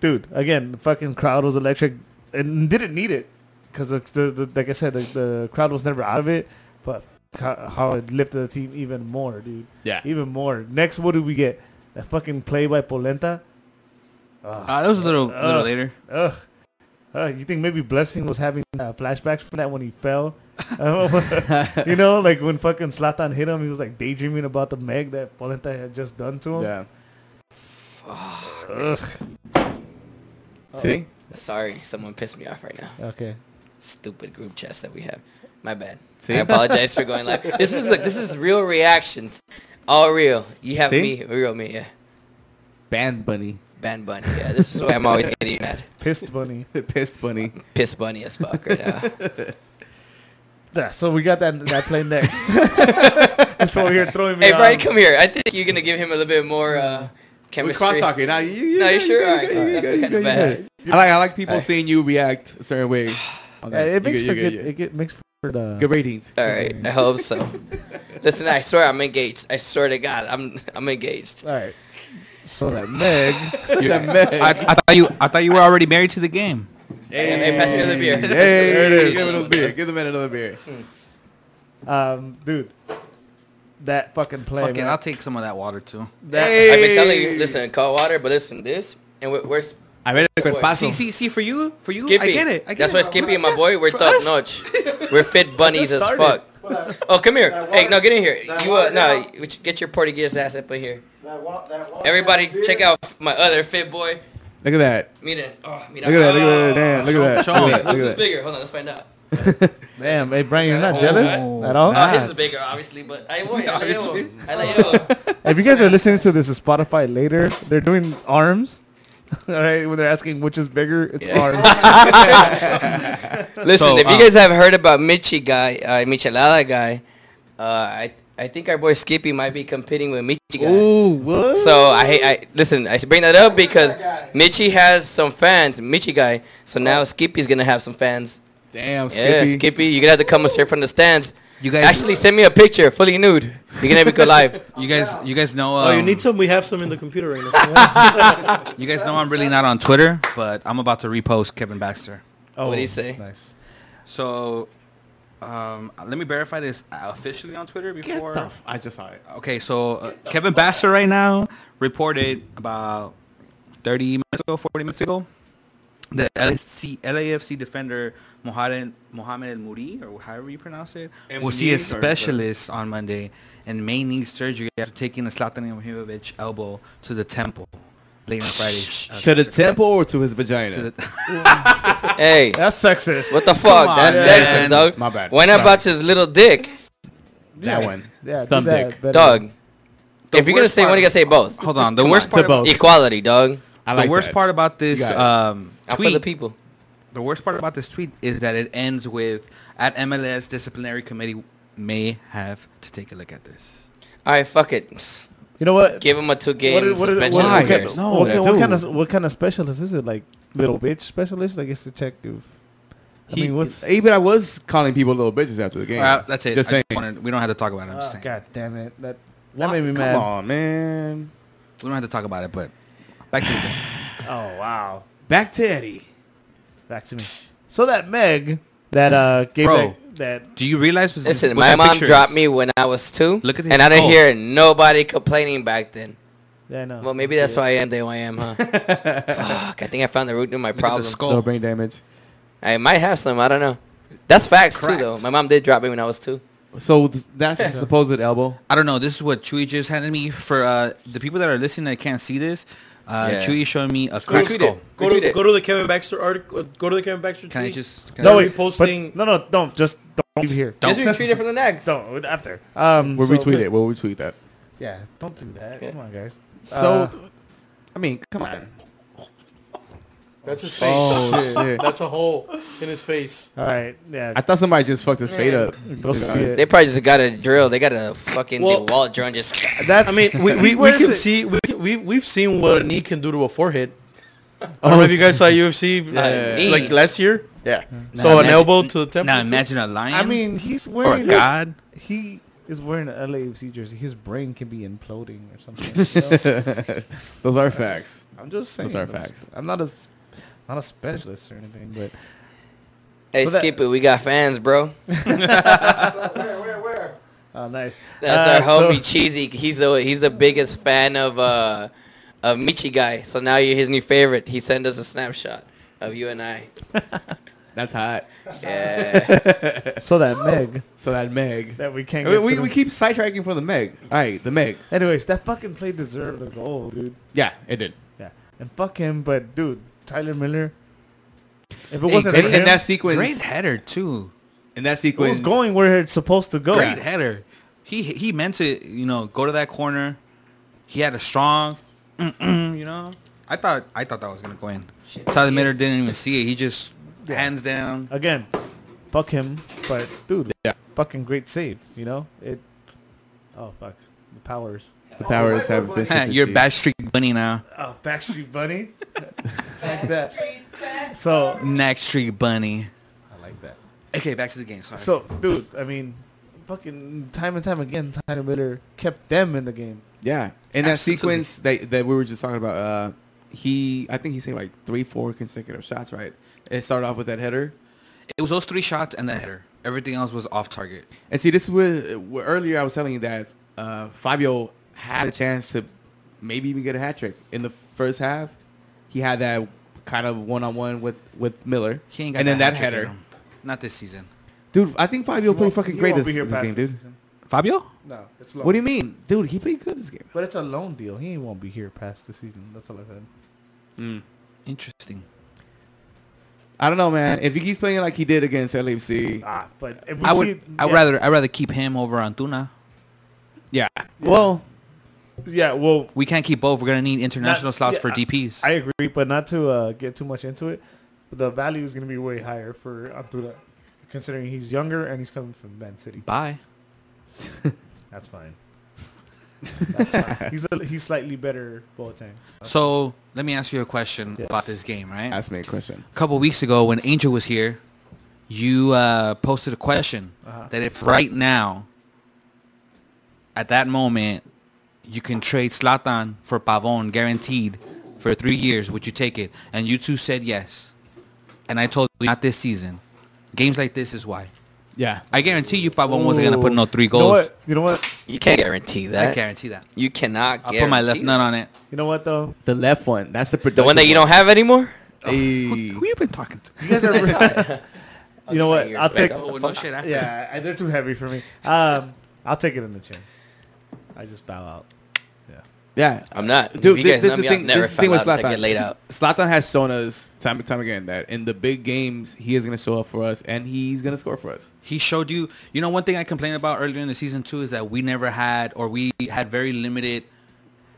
dude, again, the fucking crowd was electric, and didn't need it, because the, the, the like I said, the, the crowd was never out of it. But how, how it lifted the team even more, dude. Yeah. Even more. Next, what did we get? That fucking play by Polenta. Uh, that was a little, little Ugh. later. Ugh. Uh, you think maybe Blessing was having uh, flashbacks from that when he *laughs* fell? *laughs* Uh, you know, like when fucking Slatan hit him, he was like daydreaming about the Meg that Polenta had just done to him. Yeah. Ugh. See? Oh. Sorry, someone pissed me off right now. Okay. Stupid group chats that we have. My bad. I apologize for going live. This is like this is real reactions, all real. You have See? me, real me, yeah. Band bunny. Band bunny, yeah. This is why I'm always getting mad. Pissed bunny. *laughs* Pissed bunny. Piss bunny as fuck right now. *laughs* Yeah, so we got that that *laughs* play next. That's what you're throwing me Hey, out. Brian, come here. I think you're gonna give him a little bit more uh, We chemistry. cross talking. Now you, you, No, you good, sure? good, All right, good, all right. you I good, feel you kinda good, you bad. good. I like I like people Alright. seeing you react a *sighs* certain way. on Uh, that. it You makes good, for you good, good, It get, makes for the yeah. good ratings. All right, I hope *laughs* so. Listen, I swear I'm engaged. I swear to God, I'm I'm engaged. All right. So *laughs* that Meg. That Meg. I, I thought you, I thought you were already married to the game. Hey, hey, pass me another beer. Hey, there it Give is. Give me him a beer. Give the man another beer. um dude, that fucking play. Fuck it, man. I'll take some of that water too. I've been telling you, listen, cold water, but listen, this and we're, we're I read it Boy. with paso. See, see, see, for you, for you, Skippy. I get it. I get That's it. why Skippy and my boy, we're For top us. *laughs* notch. We're fit bunnies as fuck. Oh, come here. hey, no, get in here. You uh, water no, down. you- get your Portuguese ass up in here. That wa- that wa- Everybody, that beer- check out my other fit boy. Look at that. Mira, oh, mira. Look at that. Look at that. Oh. Damn. Look at that. Show 'em. Look at that. Who's Look this at that. bigger? Hold on, let's find *laughs* out. *laughs* Damn, hey Brian, you're not jealous at all. Oh, his is bigger, obviously, but I *laughs* won. I love you. I love you. *laughs* If you guys are listening to this on Spotify later, they're doing arms. *laughs* All right, when they're asking which is bigger, it's Yeah. arms. *laughs* *laughs* Listen, So, if uh, you um, guys have heard about Michi guy, uh, Michelada guy, uh, I I think our boy Skippy might be competing with Michi guy. Ooh, what? So I hate. I listen. I bring that up because Michi has some fans. Michi guy. So now Skippy's gonna have some fans. Damn, Skippy. Yeah, Skippy, you're gonna have to come and share from the stands. You guys, Actually, send me a picture, fully nude. You're gonna have to go live. *laughs* you guys, you guys know. Um, Oh, you need some. We have some in the computer right now. *laughs* You guys know I'm really not on Twitter, but I'm about to repost Kevin Baxter. Oh, What'd he say? Nice. So, um, let me verify this officially on Twitter before. I just saw it. Okay, so uh, Kevin Baxter right now reported about 30 minutes ago, 40 minutes ago, the LAFC, LAFC defender Mohamed, Mohamed Muri, or however you pronounce it, will see a Mouiri, or- specialist on Monday and may need surgery after taking a Zlatan Ibrahimovic elbow to the temple late on Friday. Uh, To the temple or to his vagina? to the- *laughs* Hey, That's sexist. what the fuck? on, That's man. sexist, dog. My bad. Why not about his little dick, That one. Yeah, do Thumb that dick. better. uh, dog? The if you're gonna worst say one, part- you gotta say both. Hold on. The Come worst on, part. to both. About, Equality, dog. I like the worst that. part about this got it. um, Out for tweet. the The, people. worst part about this tweet is that it ends with at MLS disciplinary committee may have to take a look at this. All right, fuck it. You know what? Give him a two game What is, what is, suspension. what, Why? what, kind, No, what, kind- dude. what kind of what kind of specialist is it? Like little bitch specialist? I guess to check if. I *laughs* He- mean, what's? Even I was calling people little bitches after the game. All right, that's it. Just I just saying. wanted, we don't have to talk about it. I'm just Ah, saying. God damn it! That that made me mad. Come on, man. We don't have to talk about it, but back to the game. Oh wow! Back to Eddie. Back to me. So that Meg that uh gave Bro. that, that Do you realize what's Listen, what my that mom picture dropped is? me when I was two, Look at his and I didn't skull. hear nobody complaining back then. yeah, I know. Well, maybe that's why I am the way I am, *laughs* *laughs* huh? Fuck, I think I found the root of my Look at the problem. No skull. brain damage. I might have some. I don't know. That's facts Cracked. too, though. My mom did drop me when I was two. So th- that's a supposed elbow. I don't know. This is what Chewy just handed me for uh, the people that are listening that can't see this. Uh, Yeah. Chewy showed me a cracked tweet skull. it. go Retweet to it. go to the Kevin Baxter article. Go to the Kevin Baxter. Can I tweet. just? Can No, I, wait, Reposting- posting. no, no, don't just don't leave here. *laughs* Just retreat it from the next. Don't after. Um, We'll so- retweet it. We'll retweet that. Yeah, don't do that. Come on, guys. Uh, So, I mean, come on. That's his face. *laughs* Oh shit! That's a hole in his face. All right. Yeah. I thought somebody just fucked his fade up. Go see it. They probably just got a drill. They got a fucking Well- wall drill and just. That's. I mean, *laughs* *laughs* we, we, we Where is can it? see we, can- we we've seen what a knee can do to a forehead. I don't know if you guys saw UFC Yeah. uh, like last year. Yeah. Now so an imagine- elbow to the temple. Now too. imagine a lion. I mean, he's or a wearing. god. He is wearing an LAFC jersey. His brain can be imploding *laughs* or something. you know? Those are facts. I'm just saying. Those are I'm facts. just- I'm not a, s- not a specialist or anything, but Hey, So that- skip it. We got fans, *laughs* bro. oh, nice. That's Uh, our so- homie Cheesy. He's the he's the biggest fan of uh of Michi guy. So now you're his new favorite. He sent us a snapshot of you and I. That's hot. Yeah. *laughs* So that Meg *laughs* So that Meg. that we can't. We, Get we, through. we keep sidetracking for the Meg. All right, the Meg. Anyways, that fucking play deserved the goal, dude. Yeah, it did. Yeah, and fuck him, but dude, Tyler Miller. If it Hey, wasn't great- for and him, that sequence, Great header too. in that it was sequence, going where it's supposed to go. Great header. He he meant to you know go to that corner. He had a strong, you know. I thought I thought that was gonna go in. Tyler Miller didn't even see it. He just hands down. Again, fuck him, but dude, Yeah. fucking great save. You know it. Oh fuck, the powers. The powers have *laughs* been. You're bad streak bunny now. Oh, Backstreet *laughs* Bunny. like that. So Next streak bunny. I like that. Okay, back to the game. Sorry. So, dude, I mean, fucking time and time again, Tyler Miller kept them in the game. Yeah, in that Absolutely. sequence that that we were just talking about, uh, he I think he saved like three, four consecutive shots. Right, it started off with that header, it was those three shots and the header. Everything else was off target. and see this is where, where earlier I was telling you that uh, Fabio had a chance to maybe even get a hat trick in the first half. He had that kind of one on one with with Miller, He ain't got and then that hat-trick in header, him. Not this season. dude. I think Fabio played won't- fucking he great won't this, be here this past game, dude. season. Fabio? No, it's low. What do you mean, dude? He played good this game. But it's a loan deal. He won't be here past the season. That's all I said. Interesting. I don't know, man. If he keeps playing like he did against LFC, Ah, but if we I would. see, I would yeah, rather. I would rather keep him over Antuna. yeah. Well, Yeah, well, We can't keep both. We're gonna need international Not- slots yeah, for DPs. I agree, but not to uh, get too much into it. The value is going to be way higher for Antuna, considering he's younger and he's coming from Man City. Bye. That's fine. *laughs* That's fine. He's a, he's slightly better Boateng. So let me ask you a question Yes. about this game, right? ask me a question. a couple weeks ago when Angel was here, you uh, posted a question Uh-huh. that if right now, at that moment, you can trade Slatan for Pavon guaranteed for three years, would you take it? And you two said yes. And I told you not this season. Games like this is why. Yeah, I guarantee you Pavon wasn't gonna put no three You know goals. what? You know what? You can't guarantee I that. guarantee that. You cannot I'll guarantee. put my left that. nut on it. You know what though? the left one. That's the The productive one that you don't have anymore? Hey. Who you been talking to? You guys *laughs* are. *laughs* *laughs* you know what? I'll take. Oh, no shit. After. Yeah, I- they're too heavy for me. Um, I'll take it in the chin. I just bow out. Yeah. Yeah, I'm not. If dude. you thi- guys this know is the me, I'll thing. never This is the thing with foul out to Slatan. get laid out. Slatan has shown us time and time again that in the big games he is going to show up for us and he's going to score for us. He showed you. You know, one thing I complained about earlier in the season too is that we never had, or we had very limited,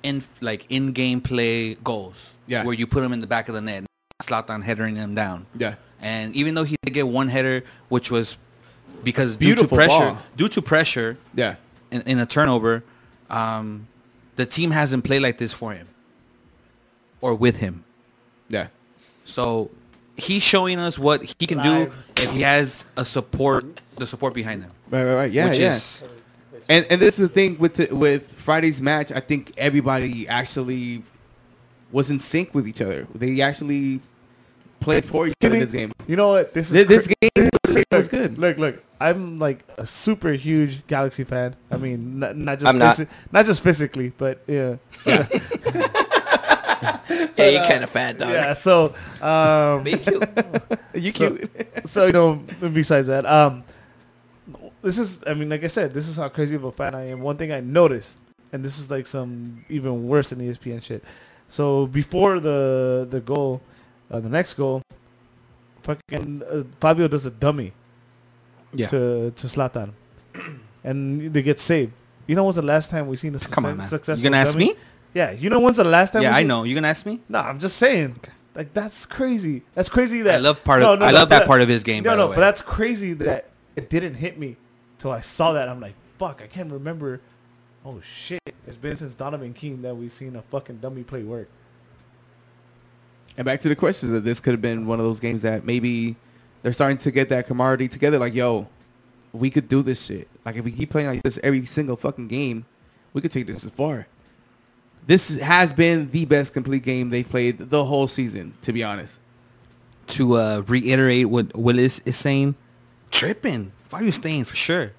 in like in-game play goals. Yeah. Where you put them in the back of the net, Slatan headering them down. Yeah, And even though he did get one header, which was because due Beautiful to pressure, ball. due to pressure yeah. in, in a turnover, um, the team hasn't played like this for him or with him. Yeah. So he's showing us what he can do if he has a support, the support behind him, Right, right, right. Yeah, which yeah. is and and this is the thing with the, with Friday's match. I think everybody actually was in sync with each other. They actually played for each other in this game. You know what? This This, is this cra- game was, was look, good. Look, look. I'm like a super huge Galaxy fan. I mean, not, not just I'm not. physi- not just physically, but yeah, *laughs* uh, Yeah, you kind of fat, dog. yeah. So, um, Be *laughs* cute. You So- cute. so you know, besides that, um, this is. I mean, like I said, this is how crazy of a fan I am. One thing I noticed, and this is like some even worse than E ESPN shit. So before the the goal, uh, the next goal, fucking uh, Fabio does a dummy Yeah. to to Slatan, *clears throat* and they get saved. You know when's the last time we seen a success, Come on, man. successful You gonna ask dummy? me? Yeah, you know when's the last time? Yeah, we I seen- know. You gonna ask me? No, I'm just saying. Like that's crazy. That's crazy that I love part of- I love that part of his game, No, by the no, way. but that's crazy that it didn't hit me till I saw that. I'm like, fuck, I can't remember. Oh shit, it's been since Donovan King that we've seen a fucking dummy play work. And back to the questions that this could have been one of those games that maybe they're starting to get that camaraderie together. Like, yo, we could do this shit. Like, if we keep playing like this every single fucking game, we could take this as far. This is- has been the best complete game they've played the whole season, to be honest. To uh, reiterate what Willis is saying, tripping. Fire staying for sure.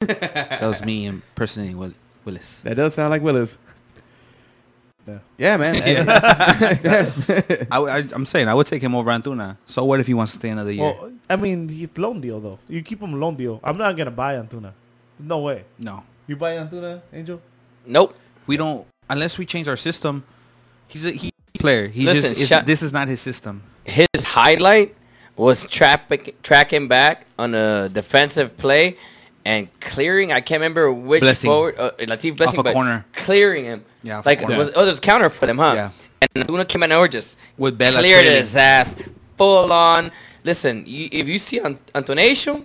that was me impersonating Will- Willis. That does sound like Willis. Yeah. Yeah, *laughs* man. I, am saying I would take him over Antuna. So what if he wants to stay another year? Well, I mean, he's loan deal though. You keep him loan deal. I'm not gonna buy Antuna. No way. no, You buy Antuna, Angel? Nope. we don't. Unless we change our system, he's a he player. He's Listen, just it's- shut- this is not his system. His highlight was traffic, tracking back on a defensive play and clearing. I can't remember which Blessing. forward uh, Latif blessing, a but corner. clearing him. Yeah, off a like corner. was, oh, there's counter for them, huh? Yeah. And Luna came in over just With Bella cleared trailing. his ass full on. Listen, you, if you see Ant- Antonation,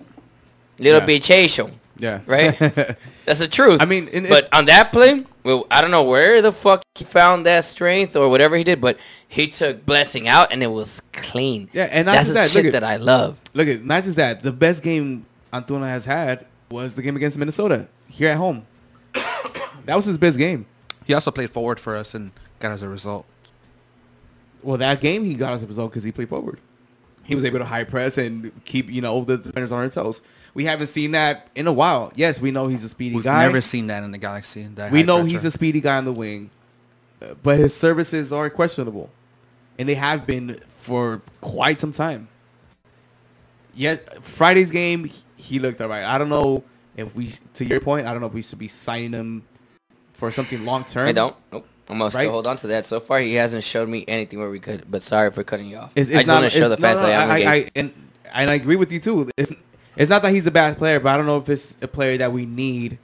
little Yeah. bichation, yeah. right? *laughs* That's the truth. I mean, and it- but on that play, well, I don't know where the fuck he found that strength or whatever he did, but he took blessing out and it was clean. Yeah, and not that's just the that, look shit at- that I love. Look at not just that. The best game Antuna has had was the game against Minnesota here at home. *coughs* that was his best game. He also played forward for us and got as a result. Well, that game he got us a result because he played forward. He was able to high press and keep you know the defenders on their toes. We haven't seen that in a while. Yes, we know he's a speedy We've guy. never seen that in the galaxy. That we high know pressure. he's a speedy guy on the wing, uh, but his services are questionable, and they have been for quite some time. Yet Friday's game, he- he looked all right. I don't know if we, to your point, I don't know if we should be signing him for something long term. I don't. Nope. I'm gonna Right? still hold on to that. So far, he hasn't showed me anything where we could. But sorry for cutting you off. It's, it's I just not want to show it's- the fans no, no, that I'm I, I, engaged. I- and and I agree with you too. It's it's not that he's a bad player, but I don't know if it's a player that we need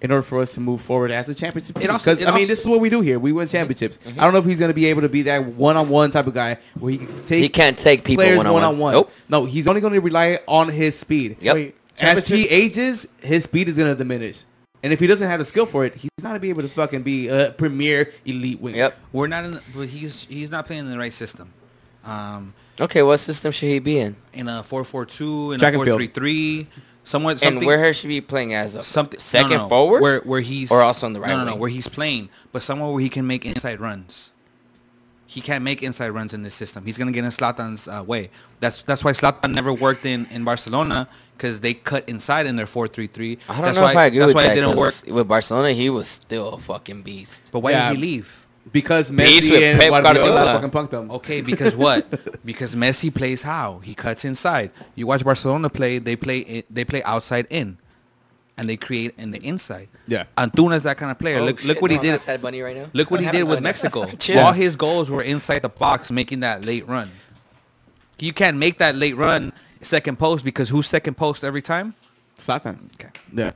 in order for us to move forward as a championship team. It also- Because it I mean, also- Mm-hmm. this is what we do here. We win championships. I don't know if he's going to be able to be that one-on-one type of guy where he can take he can't take people players one on one. one-on-one. Nope. No, he's only going to rely on his speed. Yep. Wait, As he championships- ages, his speed is going to diminish. And if he doesn't have the skill for it, he's not going to be able to fucking be a premier elite winger. Yep. We're not in. The, but he's he's not playing in the right system. Um, Okay. What system should he be in? in a four four two, in Track a and four field. three three, somewhat something. and where he should be playing as a something no, second no, no. forward? where where he's Or also on the right No, no, no. wing? Where he's playing, but somewhere where he can make inside runs. He can't make inside runs in this system. He's gonna get in Slatan's uh, way. That's that's why Slatan never worked in in Barcelona because they cut inside in their four three three. I don't that's know why, if I agree That's with why that. it didn't work. 'cause With Barcelona, he was still a fucking beast. But why Yeah. did he leave? Because Beast Messi with and Pep Guardiola Guardiola. fucking punked him. Okay, because *laughs* what? because Messi plays how? He cuts inside. You watch Barcelona play; they play i- they play outside in, and they create in the inside. Yeah. Antuna's that kind of player. Oh, look shit, look what he no, did. that's Bad Bunny right now. Look what he Bad did with Bunny. *laughs* Mexico. Chill. All his goals were inside the box, making that late run. You can't make that late run second post because who's second post every time? Slatan. Okay. Yeah.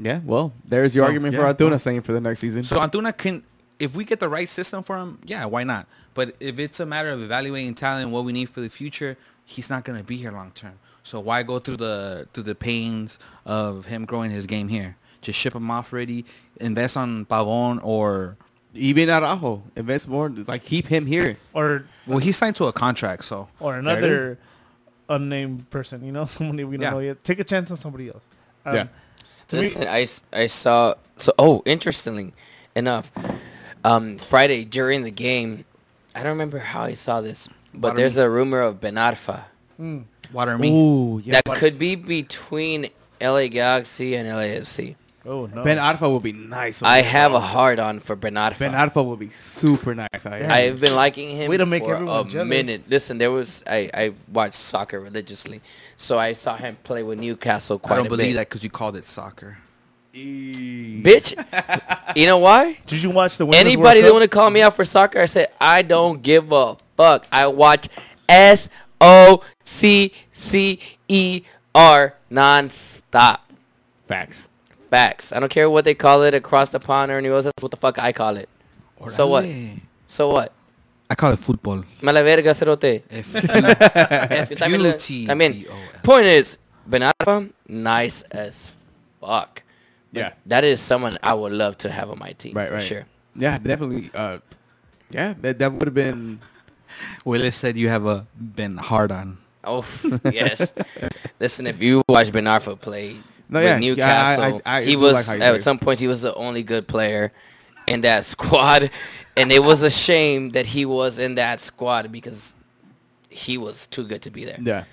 Yeah, well, there's your argument yeah, for Antuna staying for the next season. So Antuna can, if we get the right system for him, yeah, why not? But if it's a matter of evaluating talent, and what we need for the future, he's not going to be here long term. So why go through the through the pains of him growing his game here? Just ship him off already. Invest on Pavon or Even Araujo, invest more, like keep him here. Or well, he's signed to a contract, so or another unnamed person, you know, *laughs* somebody we don't Yeah. know yet. Take a chance on somebody else. Um, Yeah. To me, Listen, I, s- I saw so oh interestingly enough, um, Friday during the game, I don't remember how I saw this, but Bottom there's a rumor of Benarfa Mm. water me. Ooh, yeah. that could be between LA Galaxy and LAFC. oh no. ben Arfa will be nice. I have a hard on for Benarfa. Ben Arfa will be super nice. I I've been liking him Way to make for everyone a jealous. minute. Listen, there was I, I watched soccer religiously, so I saw him play with Newcastle quite I don't a believe bit. that because you called it soccer. Bitch, *laughs* you know why? Did you watch the Women's Anybody that World want Cup? to call me out for soccer, I said I don't give a fuck. I watch S O C C E R nonstop. Facts. Facts. I don't care what they call it across the pond or anywhere else. That's what the fuck I call it. So what? Órale. So what? I call it football. Mala verga, cerote. F U- Yo también le- F-U-T-B-O-L. también. Point is, Benafa, nice as fuck. Like, Yeah. That is someone I would love to have on my team. Right, for right. Sure. Yeah, definitely. Uh, yeah, that that would have been. Willis said you have a Ben hard on. Oh yes. *laughs* Listen, if you watch Ben Arfa play No, with yeah, yeah, I- I- Newcastle, I he do was like how he at plays. some points he was the only good player in that squad, and it was a shame that he was in that squad because he was too good to be there. Yeah.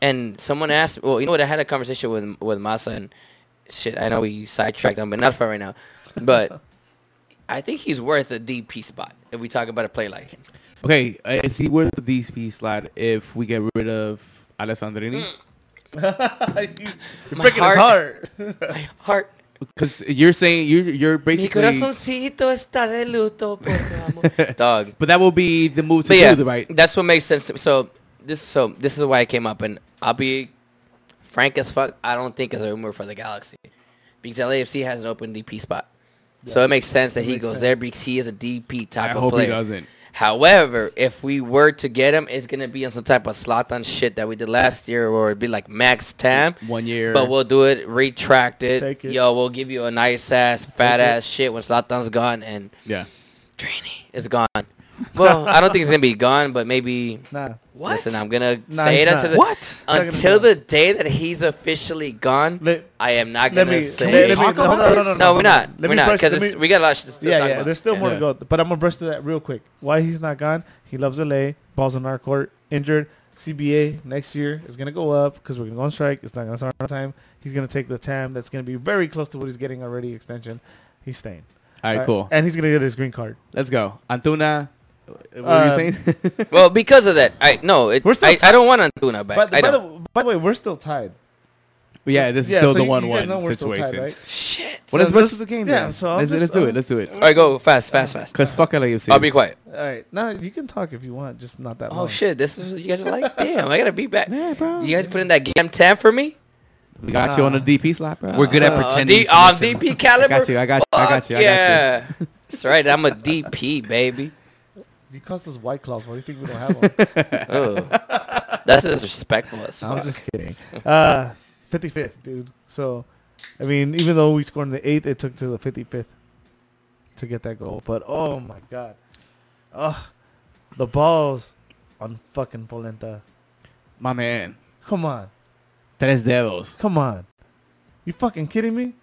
And someone asked, well, you know what? I had a conversation with with Masa and shit. I know we sidetracked on Ben Arfa right now, *laughs* but I think he's worth a DP spot if we talk about a play like him. Okay, uh, is he worth the DP slot if we get rid of Alessandrini? Mm. My heart, my heart Because you're saying you're *laughs* you're Mi basically. corazoncito está de luto por tu amor. Dog. But that will be the move to But yeah, do, right? that's what makes sense to me. So this so this is why I came up and I'll be frank as fuck, I don't think it's a rumor for the galaxy. Because LAFC has an open DP spot. So it makes sense that he makes goes sense. there because he is a DP type I of hope player. he doesn't. However, if we were to get him, it's gonna be on some type of Slotan shit that we did last year, or it'd be like Max Tam. One year. But we'll do it retracted. Take it. Yo, we'll give you a nice ass, fat ass shit when Slotan's gone and yeah. Trini is gone. Well, I don't think it's gonna be gone, but maybe. Nah. What? Listen, I'm gonna Nah, say it he's until not. the what? not gonna be until gone. the day that he's officially gone. Let, I am not let gonna me. say. let, let me Talk no, about no, no, no, this? no, no, we're not. Let we're me not brush- let because me- we got a lot of shit to still yeah, talk yeah. about. There's still more Yeah. to go, but I'm gonna brush through that real quick. Why he's not gone? He loves LA. Balls in our court. Injured. CBA next year is gonna go up because we're gonna go on strike. It's not gonna start on time. He's gonna take the TAM. That's gonna be very close to what he's getting already. Extension. He's staying. All right, Uh, cool. And he's gonna get his green card. Let's go. Antuna. What Um, were you saying? *laughs* Well, because of that, I no, it, We're still I, I don't want Antuna back. But I by don't. the, by the way, we're still tied. *laughs* yeah, this is Yeah, still so the you- you guys know one-one we're still tied, situation. right? Shit. Well, let's So versus this- the game. yeah, then. so I'm let's, just- let's do it. I'm- Let's do it. All right, go fast, fast, fast. Cause um, fuck LAFC. I'll be quiet. All right. No, you can talk if you want. Just not that long. Oh shit! This is you guys are like, damn! I gotta be back. Yeah, bro. You guys put in that game ten for me? We got you on the DP slot, bro. We're good at Uh, pretending. D- to on listen. DP caliber. *laughs* I got you. I got you. I got you. I got you. yeah. That's right. I'm *laughs* a DP baby. You cost us white claws. Why do you think we don't *laughs* have them? Oh, that's disrespectful as fuck. I'm just *laughs* kidding. Uh, 55th, dude. So, I mean, even though we scored in the eighth, it took to the 55th to get that goal. But oh my god, ugh, the balls on fucking Polenta. My man. Come on, Tres dedos. come on. You fucking kidding me?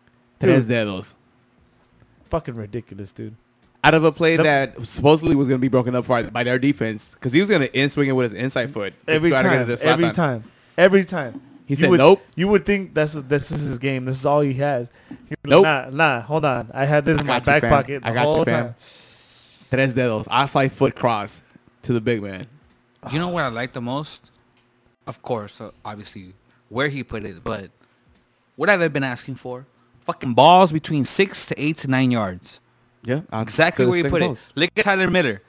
Tres Dude. dedos. Fucking ridiculous, dude. Out of a play The- that supposedly was going to be broken up by, by their defense, because he was going to in swing it with his inside foot. to Every try to get time, it to slap every on. time, every time. He You said, would- "Nope." You would think that's this is his game. This is all he has. He was Nope. Nah, nah. Hold on. I had this in my got you, back fam. pocket the I got you, whole fam. time. Tres dedos. Outside foot cross to the big man. You know what I like the most? Of course, uh, obviously, where he put it, but what have I been asking for? Fucking balls between six to eight to nine yards. Yeah, out Exactly to the where he second put post. it. Look at Tyler Miller.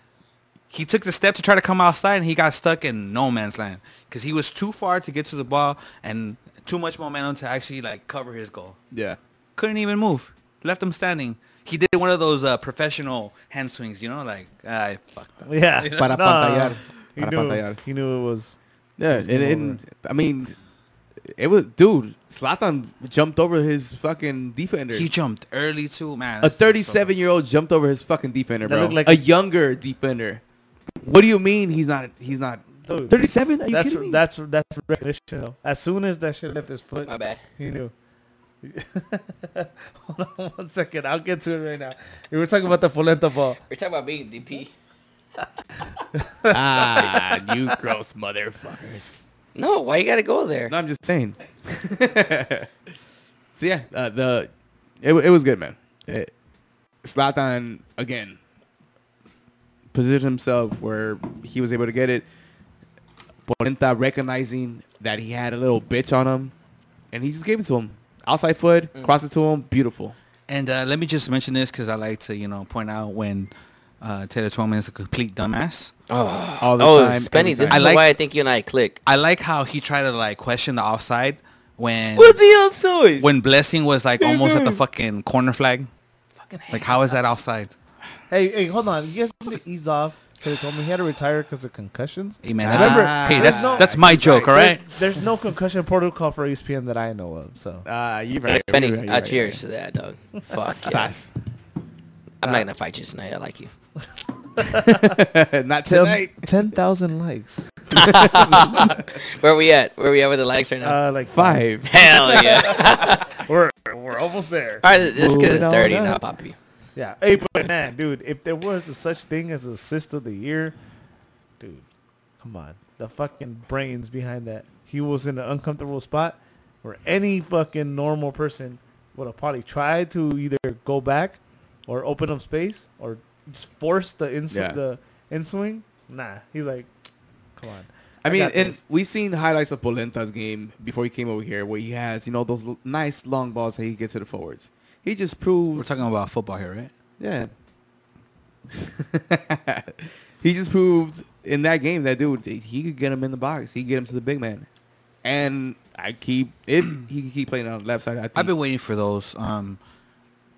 He took the step to try to come outside, and he got stuck in no man's land because he was too far to get to the ball and too much momentum to actually like cover his goal. Yeah. Couldn't even move. Left him standing. He did one of those uh, professional hand swings, you know, like I fucked up. *laughs* *laughs* Yeah. Para Nah. pantallar. He Para knew, pantallar. he knew it was. Yeah, and, game and I mean, it was dude. Slatan jumped over his fucking defender. He jumped early too, man. a that's- that's so- 37 year old jumped over his fucking defender, That bro. looked like- a younger defender. What do you mean he's not? He's not. Dude, 37? Are you that's kidding me? that's that's recognition. though. As soon as that shit left his foot, My bad. he knew. *laughs* Hold on one second. I'll get to it right now. We were talking about the polenta ball. We're talking about being DP. *laughs* ah, you gross motherfuckers. No, why you gotta go there? No, I'm just saying. *laughs* so yeah, uh, the it wa- it was good, man. It, Slatan again positioned himself where he was able to get it. Bonita recognizing that he had a little bitch on him, and he just gave it to him. Outside foot, Mm. Mm. cross it to him, beautiful. And uh, let me just mention this because I like to, you know, point out when uh, Taylor Twelman is a complete dumbass. All the oh, time. Spenny, every this time. is I like- why I think you and I click. I like how he tried to like question the offside when What's he outside? when Blessing was like almost *laughs* at the fucking corner flag. Like how is that offside? Hey, hey, hold on. You guys need to ease off. So they told me he had to retire because of concussions. Hey man, I that's, remember- hey, there's that's no- that's my joke, all right? There's, there's no concussion protocol for E ESPN that I know of. So Ah, you right. I'm spending you're right, a Uh, you're right. cheers to that, dog. *laughs* Fuck yeah. Sass. I'm not gonna fight you tonight. I like you. *laughs* Not ten tonight. ten *laughs* thousand likes. Where we at? Where we at with the likes right now? Uh, like Five. Hell yeah! *laughs* *laughs* We're we're almost there. All right, let's get Moving to on thirty up. now, Poppy. Yeah. Hey, but man, dude, if there was a such thing as assist of the year, dude, come on. The fucking brains behind that. He was in an uncomfortable spot where any fucking normal person would have probably tried to either go back or open up space or just force the in Yeah. the in swing. Nah, he's like, come on. I mean, got and this. we've seen highlights of Polenta's game before he came over here, where he has, you know, those l- nice long balls that he gets to the forwards. He just We're proved, talking about football here, right? yeah. *laughs* he just proved in that game that dude he could get him in the box, he could get him to the big man, and I keep if *clears throat* he can keep playing on the Uh, left side. I think I've been waiting for those. Um,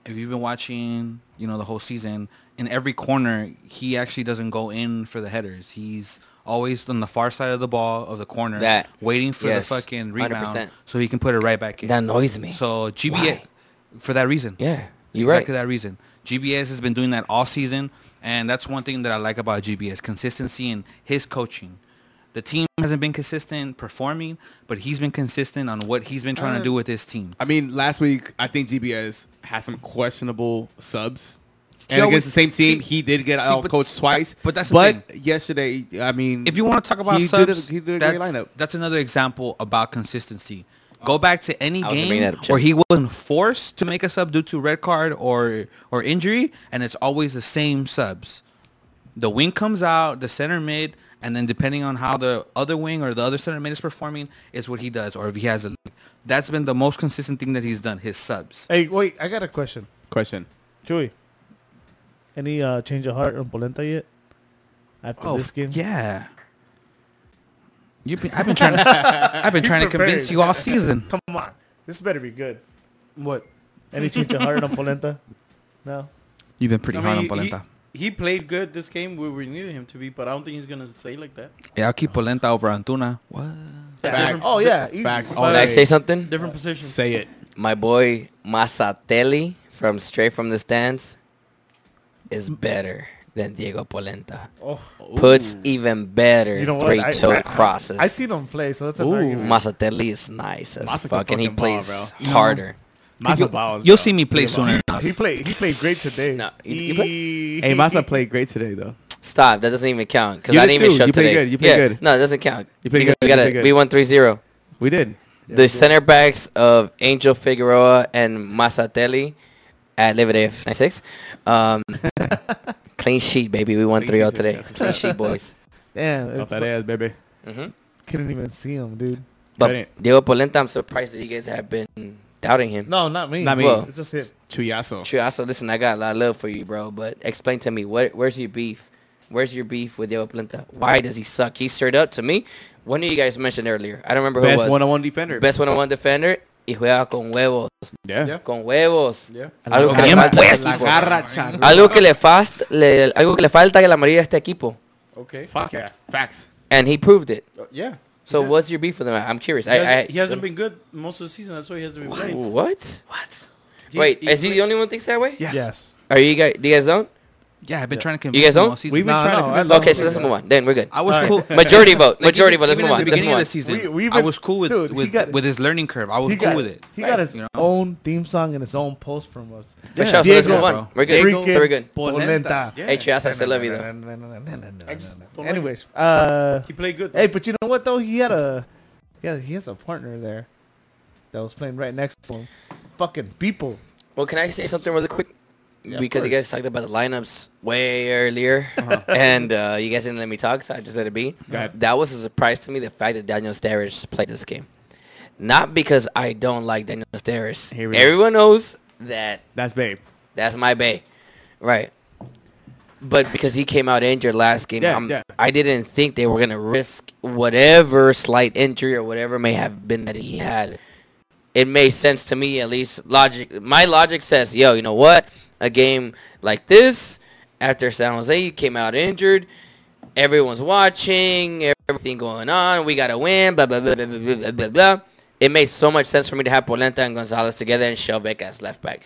if you've been watching, you know, the whole season, in every corner, he actually doesn't go in for the headers. He's always on the far side of the ball of the corner, That- waiting for yes, the fucking rebound 100%. so he can put it right back in. That annoys me. so GBA, Why? for that reason. Yeah, you're exactly right. that reason. GBS has been doing that all season, and that's one thing that I like about GBS: consistency in his coaching. The team hasn't been consistent performing, but he's been consistent on what he's been trying Mm. to do with his team. I mean, last week I think GBS had some questionable subs, He and always- against the same team, see- he did get see, out but- coached twice. but that's the but yesterday, I mean, If you want to talk about he did a- subs, he did a that's, great lineup. that's another example about consistency. Go back to any I was gonna bring game that up, where Chip. he wasn't forced to make a sub due to red card or or injury, and it's always the same subs. The wing comes out, the center mid, and then depending on how the other wing or the other center mid is performing, is what he does, or if he has a. That's been the most consistent thing that he's done. His subs. Hey, wait, I got a question. question. Chewy. Any uh change of heart on Polenta yet? After this f- game? yeah. You've been, I've been *laughs* trying. To, I've been trying to prepared. convince you all season. *laughs* Come on. This better be good. What? Any change of heart on Polenta? No. You've been pretty I hard mean, on he- Polenta. He, he played good this game. We, we needed him to be, but I don't think he's gonna say like that. Yeah, I'll keep Polenta over Antuna. What? Different- Oh yeah. easy. Facts. By Can the I way, say something? different position. Say it. My boy Masatelli from Straight from the Stands is better than Diego Polenta. Oh. Puts even better You know what? three I- toe I- crosses. I seen him play, so that's an Ooh, argument. Masatelli is nice as Masa can fuck, and he fucking ball, plays Mm-hmm. bro. harder. Massa You'll- balls, You'll bro. see me play sooner enough. He played. He played great today. No, he- he played- He- *laughs* Hey, Massa played great today, though. Stop. That doesn't even count because You I did didn't even too. show You played today. good. You played yeah, good. No, it doesn't count. You played Because good. We, You gotta, played good. we won 3-0. We did. the center backs of Angel Figueroa and Masatelli at Liberty 96. *laughs* Um, clean sheet, baby. We won Clean 3 0 sheet, today. that's what's Clean up. sheet, boys. Damn, it Off that ass, baby. hmm couldn't even see him, dude. But Right. Diego Polenta, I'm surprised that you guys have been doubting him. No, not me. Not me. Well- It's just him. Chuyaso. Sure, also, listen, I got a lot of love for you, bro. But explain to me, what, where's your beef? Where's your beef with Diego Polenta? Why does he suck? He stirred up to me. One of you guys mentioned earlier. I don't remember who Best it was. one-on-one defender. Best one-on-one defender. Y juega con huevos. Yeah. Yeah. Con huevos. Yeah. Algo que le Bien falta a este puesto. equipo. Algo que le, fast, le- algo que le falta a la mayoría de este equipo. Okay. Fuck yeah. Facts. And he proved it. Uh, yeah. So Yeah. what's your beef with him? I'm curious. He I, hasn't, I- he hasn't been good most of the season. That's why he hasn't been playing. What? What? He- Wait, is he played- the only one that thinks that way? Yes. Yes. Are you guys? Do you guys don't? Yeah, I've been trying to You convince guys him don't? all season. We've been No, trying no, to I convince don't Okay, so think let's that- move on. Then we're good. I was Alright. cool. Majority vote. Like, Majority even- vote. Let's move even At on. Let's the move beginning of the on. season, We- we've I been- was cool with dude, he with, got- with his learning curve. I was He cool got, with it. he got his You know? own theme song and his own post from us. For sure. So let's Diego, move on. bro. We're good. Diego So we're good. Polenta. Hey, Chias, I still love you though. I just don't like him. Anyways, uh, He played good. hey, but you know what though? He had a, yeah, he has a partner there, that was playing right next to him. Fucking people. Well, can I say something really quick? Yeah, of because you course. guys talked about the lineups way earlier, Uh-huh. *laughs* and uh, you guys didn't let me talk, so I just let it be. Go ahead. That was a surprise to me, the fact that Daniel Sturridge played this game. Not because I don't like Daniel Sturridge. Here we go. Everyone knows that That's babe. that's my bay, right? But because he came out injured last game, Yeah, I'm- yeah. I didn't think they were gonna risk whatever slight injury or whatever may have been that he had it made sense to me at least. Logic, my logic says, yo, you know what? A game like this, after San Jose you came out injured, everyone's watching, everything going on, we gotta win, blah blah blah blah blah blah blah. blah. It made so much sense for me to have Polenta and Gonzalez together and Shelbeck as left back.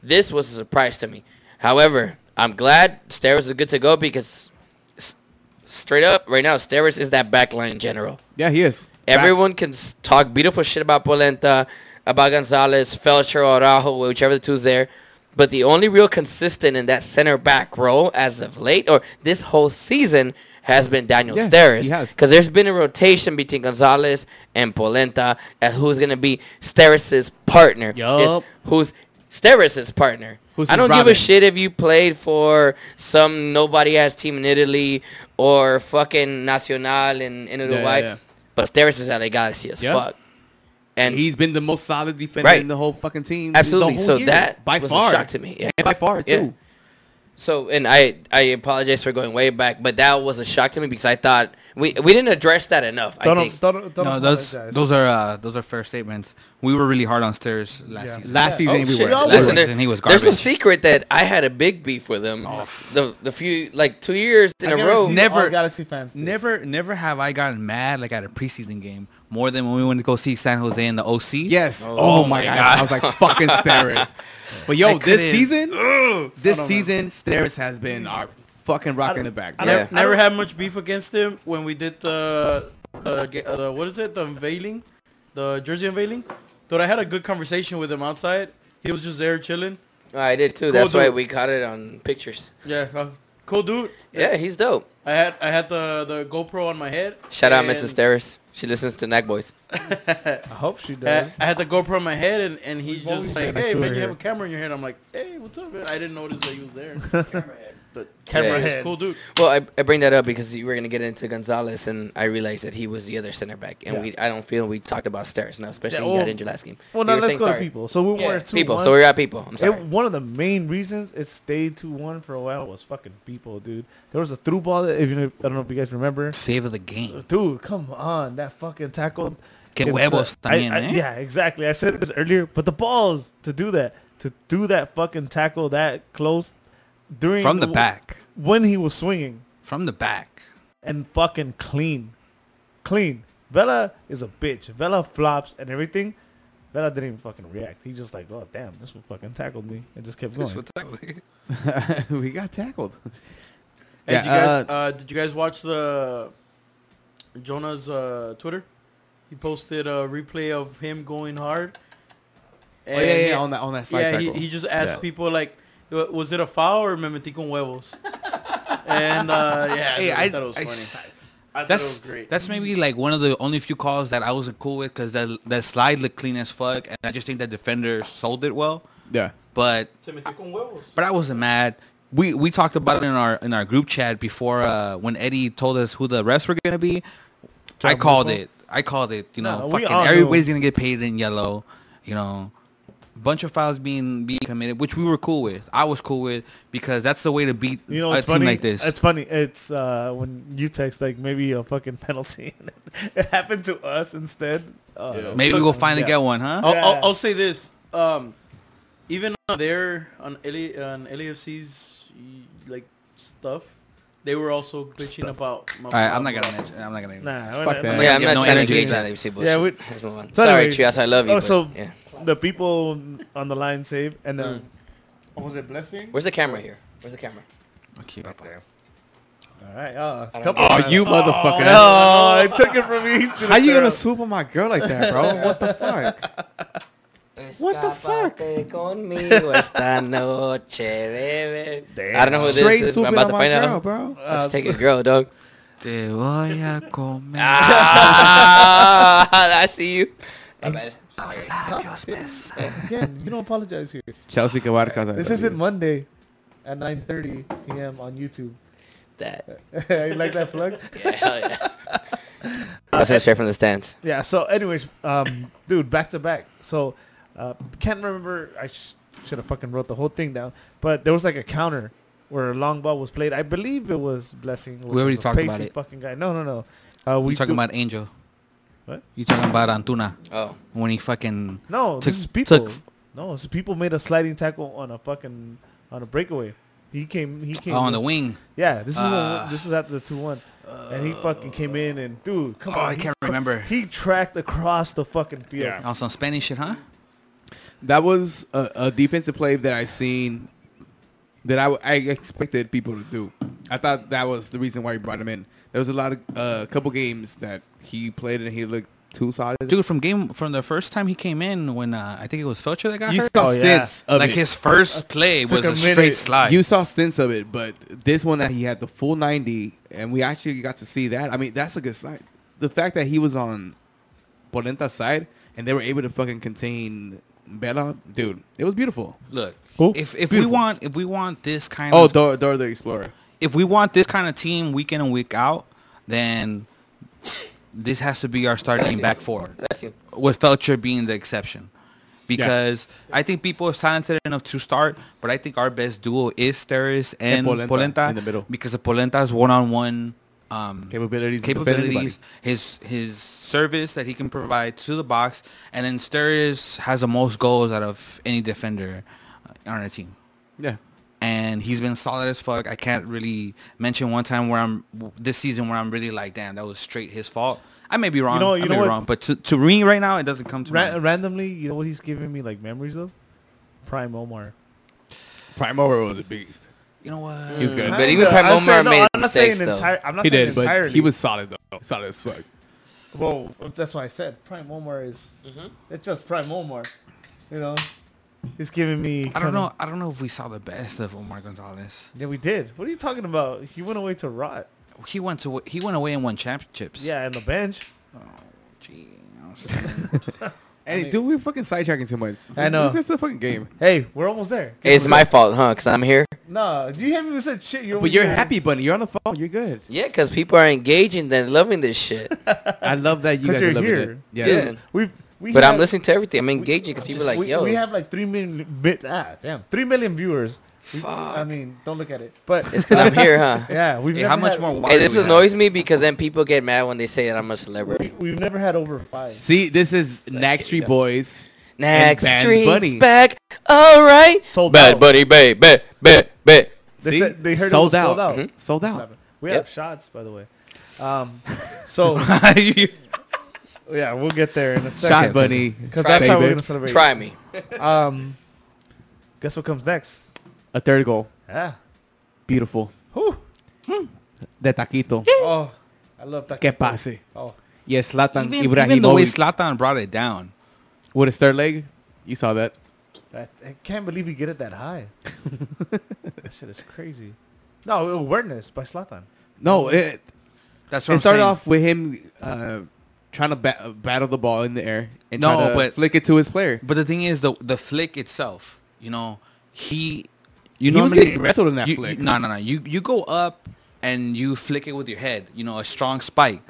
This was a surprise to me. However, I'm glad Steris is good to go because s- straight up right now, Steris is that back line in general. Yeah, he is. Everyone can s- talk beautiful shit about Polenta, about Gonzalez, Felcher, or Araujo, whichever the two's there. But the only real consistent in that center back role as of late or this whole season has been Daniel Yeah, Steris. he has. Because there's been a rotation between Gonzalez and Polenta as who's going to be Steris's partner. Yup. Is Who's Steris's partner. Who's I his don't give a Robin. shit if you played for some nobody-ass team in Italy or fucking Nacional in, in Uruguay. yeah. But Steris is LA Galaxy as Yeah. fuck. And He's been the most solid defender Right. in the whole fucking team. the absolutely. whole so year, that by was far a shock to me. Yeah. and by far too. Yeah. So and I I apologize for going way back, but that was a shock to me because I thought we we didn't address that enough. I Don't, think don't, don't, No, those those are uh, those are fair statements. We were really hard on Stairs last Yeah. Oh, season. Last season we Oh, shit. were. Listen, Last there- season he was there's no garbage. Oh. secret that I had a big beef with him. The the few like two years in a row. never- Galaxy fans. did. Never, never have I gotten mad like at a preseason game more than when we went to go see San Jose in the OC. Yes. Oh, my god. I was like *laughs* *laughs* fucking Steris. But I yo, this couldn't- season, this season, Steris has been our fucking rock in the back. I bro. never, never had much beef against him when we did the, the, ga- uh, the what is it the unveiling, the jersey unveiling. Dude, I had a good conversation with him outside. He was just there chilling. Oh, I did too. That's Cool, why dude. we caught it on pictures. Yeah, uh, cool dude. Yeah, he's dope. I had I had the the GoPro on my head. Shout out and- Mrs. Terrace. She listens to Knack Boys. I hope she I, does. I had the GoPro on my head, and, and he's always just like, been a hey, man, you tour. have a camera in your head. I'm like, hey, what's up, man? I didn't notice that he was *laughs* there. camera head. But camera Yeah. head. Cool dude. Well, I, I bring that up because you were gonna get into Gonzalez, and I realized that he was the other center back, and we I don't feel we talked about stairs now, especially Yeah, he well- got injured last game. Well, You now were let's saying go to sorry. people. So we Yeah, were two people. One. So we're at people. I'm sorry. It, one of the main reasons it stayed 2-1 for a while was fucking people, dude. There was a through ball that, if you know, I don't know if you guys remember. Save of the game. Dude, come on. That fucking tackle. Que It's, huevos uh, I- también, I- eh? Yeah, exactly. I said this earlier, but the balls to do that, to do that fucking tackle that close during From the back. when he was swinging From the back. and fucking clean, clean. Vela is a bitch. Vela flops and everything. Vela didn't even fucking react. He just like, oh damn, this one fucking tackled me and just kept going. *laughs* we got tackled. Hey, Yeah, did you guys uh, did you guys watch the Jonah's uh, Twitter? He posted a replay of him going hard. Oh, yeah, yeah, he- on that on that slide yeah, he, tackle. he just asked Yeah. people like, "Wa- was it a foul or me metí con huevos? *laughs* and uh, yeah, Hey, I, I- thought it was I- funny. I thought it was That's great. that's maybe like one of the only few calls that I wasn't cool with because that that slide looked clean as fuck, and I just think that defender sold it well. yeah. But Se metió con huevos. but I wasn't mad. We we talked about it in our in our group chat before uh, when Eddie told us who the refs were gonna be. I John called Bluthal? it. I called it. You know, No, we fucking all knew. everybody's gonna get paid in yellow. You know, bunch of fouls being being committed, which we were cool with. I was cool with because that's the way to beat You know, a it's team funny. like this. It's funny. It's uh, when you text like maybe a fucking penalty. *laughs* it happened to us instead. Uh, maybe we'll finally Yeah. get one, huh? I'll, Yeah. I'll, I'll say this. Um, even on their on LA, on LAFC's like stuff, they were also bitching about. My, All right, I'm not gonna mention. I'm not gonna. Nah, we're Fuck not- that. yeah, I'm give not no trying to energy engage to that that. MC bullshit. Yeah, we- Let's move on. So Sorry, anyway- Trias, I love you. Oh, but- so- yeah. Mm. the people on the line save and then what was it blessing? where's the camera here? Where's the camera? Okay, All right, oh, I don't a couple. know. Oh, you motherfucker. Oh, it took it from me. He's to the How you gonna third. swoop on my girl like that, bro? what the fuck? *laughs* What the fuck? Escápate conmigo esta noche, baby. I don't know who Straight this is. but I'm swooping about on to my find girl, out. bro. Uh, Let's take a girl, dog. Te voy a comer. *laughs* *laughs* ah, I see you. My bad. Again, you don't apologize here. *laughs* Chelsea Cabarcas. This isn't Monday at 9:30 p.m. on YouTube. That. *laughs* you like that plug? Yeah, hell yeah. I was straight from the stands. *laughs* Yeah. So, anyways, um, dude, back to back. So, uh, can't remember. I sh- should have fucking wrote the whole thing down. But there was like a counter where a long ball was played. I believe it was Blessing. which already was a talked about pacey it. Fucking guy. No, no, no. Uh, we We talking do- about Angel? What? You talking about Antuna Oh, when he fucking No, Took- this is people. took- no, this is people made a sliding tackle on a fucking on a breakaway. He came. He came oh, on the wing? Yeah, this is Ah. when, this is after the two one, and he fucking came in and dude, come Oh, on, I he can't cr- remember. He tracked across the fucking field. Yeah. On some Spanish shit, huh? That was a, a defensive play that I seen that I, w- I expected people to do. I thought that was the reason why you brought him in. There was a lot of a couple games that he played and he looked too solid. Dude, from game from the first time he came in, when uh, I think it was Felcher that got you hurt. saw Oh, yeah. stints of like it. his first play was a, a straight minute. slide. You saw stints of it, but this one that he had the full 90, and we actually got to see that. I mean, that's a good sign. The fact that he was on Polenta's side and they were able to fucking contain Bella, dude, it was beautiful. Look, Who? if if we Beautiful. want if we want this kind Oh, of Dora, Dora the Explorer. if we want this kind of team week in and week out, then this has to be our starting back four, bless you. with Felcher being the exception. Because I think people are talented enough to start, but I think our best duo is Steris and, And Polenta Polenta, in the middle. because of Polenta's one-on-one um, Capabilities. capabilities, his his service that he can provide to the box, and then Steris has the most goals out of any defender on our team Yeah. and he's been solid as fuck. I can't really mention one time where I'm this season where I'm really like, damn, that was straight his fault. I may be wrong. know- you I know may be what- wrong, but to, to me right now, it doesn't come to Ra- mind. randomly, you know what he's giving me like memories of? Prime Omar. Primora was a beast. You know He what? was good. But even I'm Prime saying- Omar no, made I'm not saying mistakes though. entire. I'm not he saying did, but entirely. he was solid though. Solid as fuck. Well, that's why I said Prime Omar is. It's just Prime Omar, you know. He's giving me. I don't kinda- know. I don't know if we saw the best of Omar Gonzalez. Yeah, we did. What are you talking about? He went away to rot. He went to he went away and won championships. Yeah, and the bench. Oh, Gee, I was- Hey, dude, we're fucking sidetracking too much. I know. It's just a fucking game. Hey, we're almost there. It's my fault, Oh, huh? Because I'm here. No, you haven't even said shit. You're But you're over here. happy, bunny. You're on the phone. You're good. Yeah, because people are engaging, they're loving this shit. *laughs* I love that you 'Cause guys you're are loving here. it. Yeah. We, we But I'm have- listening to everything. I'm engaging because people are like, we, yo, we have like three million bit ah damn three million viewers. We- I mean, don't look at it. But it's because I'm here, huh? *laughs* yeah, we've Hey, never how much had- more? water Hey, do this we have? annoys me because then people get mad when they say that I'm a We, celebrity. we've never had over five. See, this is Nack Street Boys. Next Bad street's Bunny. back, all right. Sold out. Bunny, babe, babe, babe, babe. They See? said- they heard it sold, was out. sold out. Mm-hmm. Mhm. Sold out. We Yep. have shots, by the way. *laughs* Um, so You- yeah, we'll get there in a second. Shot bunny. because that's how we're gonna celebrate. Try me. Um, guess what comes next? Ah. A third goal. Yeah. Beautiful. Whew. Hmm. De taquito. Oh, I love that. Que pase. Oh, Yes, Latan even, even the way Ibrahimovic Slatan brought it down. with his third leg. You saw that. I, I can't believe you get it that high. *laughs* that shit is crazy. No awareness by Slatan. No, it, That's what it I'm started saying. off with him uh, trying to ba- battle the ball in the air and No, try to but- flick it to his player. But the thing is, the the flick itself, you know, he, you He know, was getting wrestled in that you, flick. you- no, no, no. You you go up and you flick it with your head. You know, a strong spike.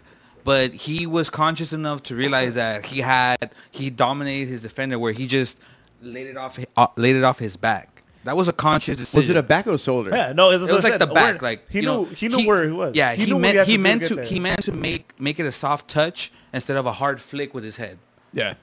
But he was conscious enough to realize that he had he dominated his defender where he just laid it off uh, laid it off his back. That was a conscious decision. Was it a back or shoulder? Yeah, no, it was, It was I like said, the back, aware- like he you knew know, he knew where he was. Yeah, he, knew what meant had he do meant get to there. he meant to make make it a soft touch instead of a hard flick with his head. Yeah.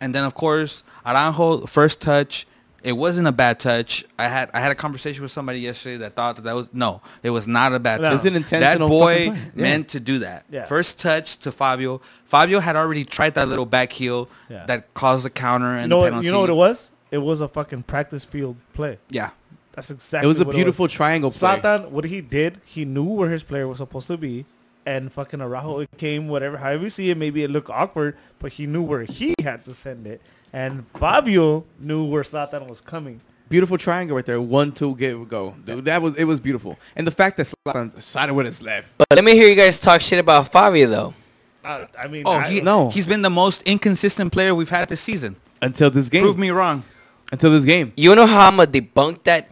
And then of course Aranjo first touch. It wasn't a bad touch. I had I had a conversation with somebody yesterday that thought that, that was no, it was not a bad No. touch. It's an that intentional boy fucking play. Yeah. meant to do that. Yeah. First touch to Fabio. Fabio had already tried that little back heel Yeah. that caused the counter and You know the what? penalty. You know what it was? It was a fucking practice field play. Yeah. That's exactly. It was a what beautiful triangle play. Slatan, what he did, he knew where his player was supposed to be, and fucking Araujo it came, whatever, however you see it, maybe it looked awkward, but he knew where he had to send it, and Fabio knew where Slatan was coming. Beautiful triangle right there. One, two, get go. Dude, that was it was beautiful. And the fact that Slatan sided with his left. But let me hear you guys talk shit about Fabio though. Uh, I mean, Oh, I- he, no. *laughs* he's been the most inconsistent player we've had this season. Until this game. Prove me wrong. Until this game. You know how I'm gonna debunk that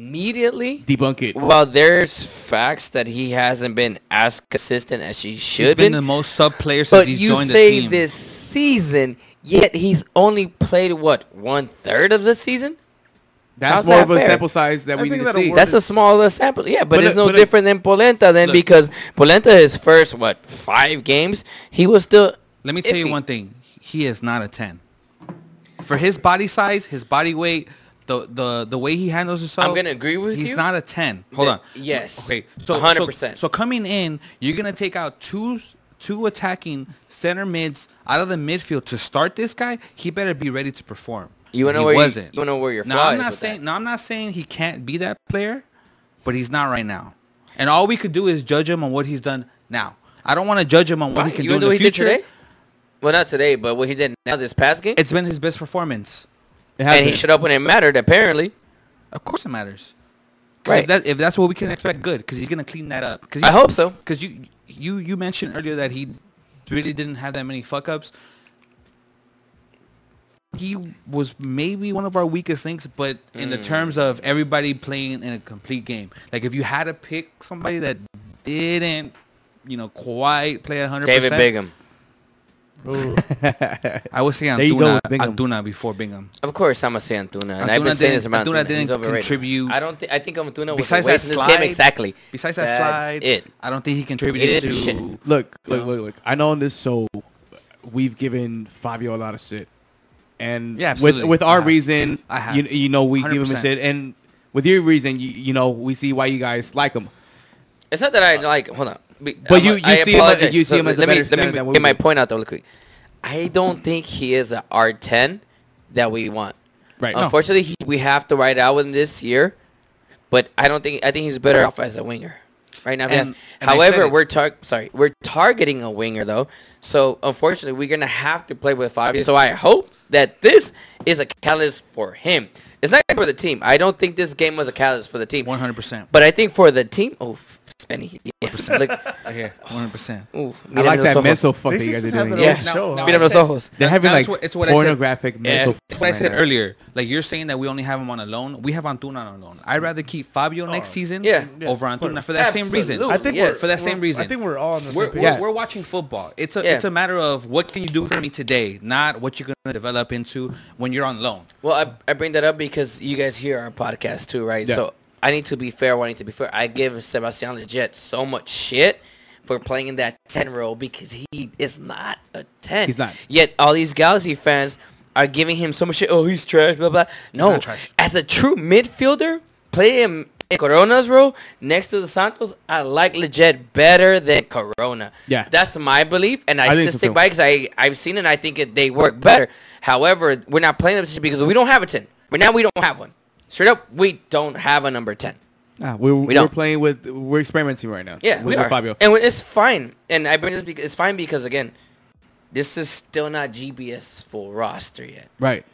immediately? Debunk it. Well, there's facts that he hasn't been as consistent as he He's should been been. the most sub player since but he's you joined say the team. this season, yet he's only played what one third of the season. That's How's more that of a fair? sample size that I we think need to that'll see. work. That's a smaller sample. Yeah, but, But it's it- no but it- different than Polenta then Look. because Polenta his first what five games he was still Let me tell you Iffy. one thing. He is not a 10. For his body size, his body weight, the the the way he handles himself. I'm gonna agree with he's you. He's not a 10. Hold The- on. yes. Okay. So 100%. So, so coming in, you're gonna take out two two attacking center mids out of the midfield to start this guy. He better be ready to perform. You wanna He know where you- wasn't. you wanna know where your No, flaw I'm is not with saying. that. No, I'm not saying he can't be that player, but he's not right now. And all we could do is judge him on what he's done now. I don't want to judge him on what Why? he can You do wanna in know the what he did future. today? Well, not today, but what he did now this past game, It's been his best performance. It has and he been. showed up when it mattered. Apparently, Of course it matters. 'Cause Right. If, that, if that's what we can expect, good. Because he's gonna clean that up. 'Cause I he's- hope so. Because you you you mentioned earlier that he really didn't have that many fuck ups. He was maybe one of our weakest links, but in Hmm. the terms of everybody playing in a complete game, like if you had to pick somebody that didn't, you know, quite play a hundred David percent, Bigham, I would say There you go Antuna, with Bingham. Antuna before Bingham. of course, I'm gonna say Antuna, and I've Antuna been saying didn't- this about Antuna Antuna. He's didn't overrated. contribute. I don't think. I think Antuna was Besides Besides that waste in this game. slide- Exactly. Besides that That's slide, it. I don't think he He contributed didn't to. Look, look, look, look. I know on this show, we've given Fabio a lot of shit, and Yeah, with absolutely. with I our have. reason, I have. you you know we give him 100%. shit, and with your reason, you, you know we see why you guys like him. It's not that I like. Hold on. Be- But I'm you- a- you I see him as- apologize. you see him as a let me better let center me than we get my do. point out though, really quick. I don't think he is a R ten that we want. Right. No. Unfortunately, he, we have to ride out with him this year. But I don't think I think he's better off as a winger. Right now, And- and I said however, it. we're tar- sorry, we're targeting a winger though. So unfortunately, we're gonna have to play with Fabio. So I hope that this is a catalyst for him. It's not for the team. I don't think this game was a catalyst for the team. 100%. But I think for the team, oh, Spenny, yes, look, I hear 100%. ooh, I mírame like los that ojos. mental fuck that should you guys are just have doing. it Yeah. on the No, show. no, huh? Mírame I los said- ojos. They're having That's like what- it's what I said. pornographic mental. It's what I fucking said right now. earlier. Like you're saying that we only have him on a loan. We have Antuna on a loan. Mm. I'd rather keep Fabio Oh. next season yeah. over Yeah, Antuna for that same reason. Absolutely, I think yes. we're, For that same we're- reason. I think we're all on We're, the same we're, page. Yeah. we're watching football. It's a Yeah. it's a matter of what can you do for me today, not what you're gonna develop into when you're on loan. Well, I, I bring that up because you guys hear our podcast too, right? So I need to be fair. Where I need to be fair. I give Sebastian Leggett so much shit for playing in that 10 role because he is not a 10. He's not. Yet all these Galaxy fans are giving him so much shit. Oh, he's trash, blah, blah. No. not trash. As a true midfielder, play him in Corona's role next to the Santos. I like Leggett better than Corona. Yeah. That's my belief. And I, I think still so, stick too. by because I I've seen it. and I think it, they work better. However, we're not playing them this year because we don't have a ten. Right now, we don't have one. Straight up, we don't have a number ten. Nah, we're, we are we are don't. playing with we're experimenting right now. Yeah, with, we with are. Fabio. And when- it's fine. And I bring this because it's fine because again, this is still not GBS full roster yet, Right.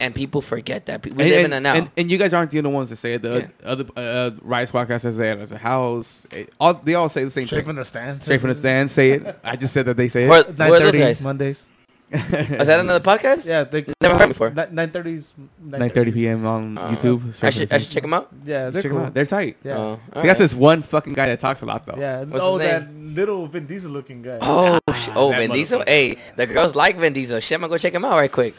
and people forget that. Pe- We and, live in and- it now. And, and you guys aren't the only ones that say it. The Yeah. other uh, uh, Rise podcast says that. There's a house. It- all they all say the same Straight thing. from the stands. Straight from the stand, say it. I just said that they say it. Where- where are those 9:30 guys? Mondays. *laughs* Is that another podcast? Yeah, they Never heard before. 9:30s. 9:30 p.m. on Uh, YouTube. I Straight from should the I Stand. should check them out. Yeah, they're Check 'em cool. out. They're tight. Yeah. Oh, They alright. got this one fucking guy that talks a lot though. Yeah. What's oh, his that little Vin Diesel looking guy. Ah, Oh, Ah, sh- oh, Vin Diesel. *laughs* Hey, the girls like Vin Diesel. Shit, I'm gonna go check him out right *laughs* quick.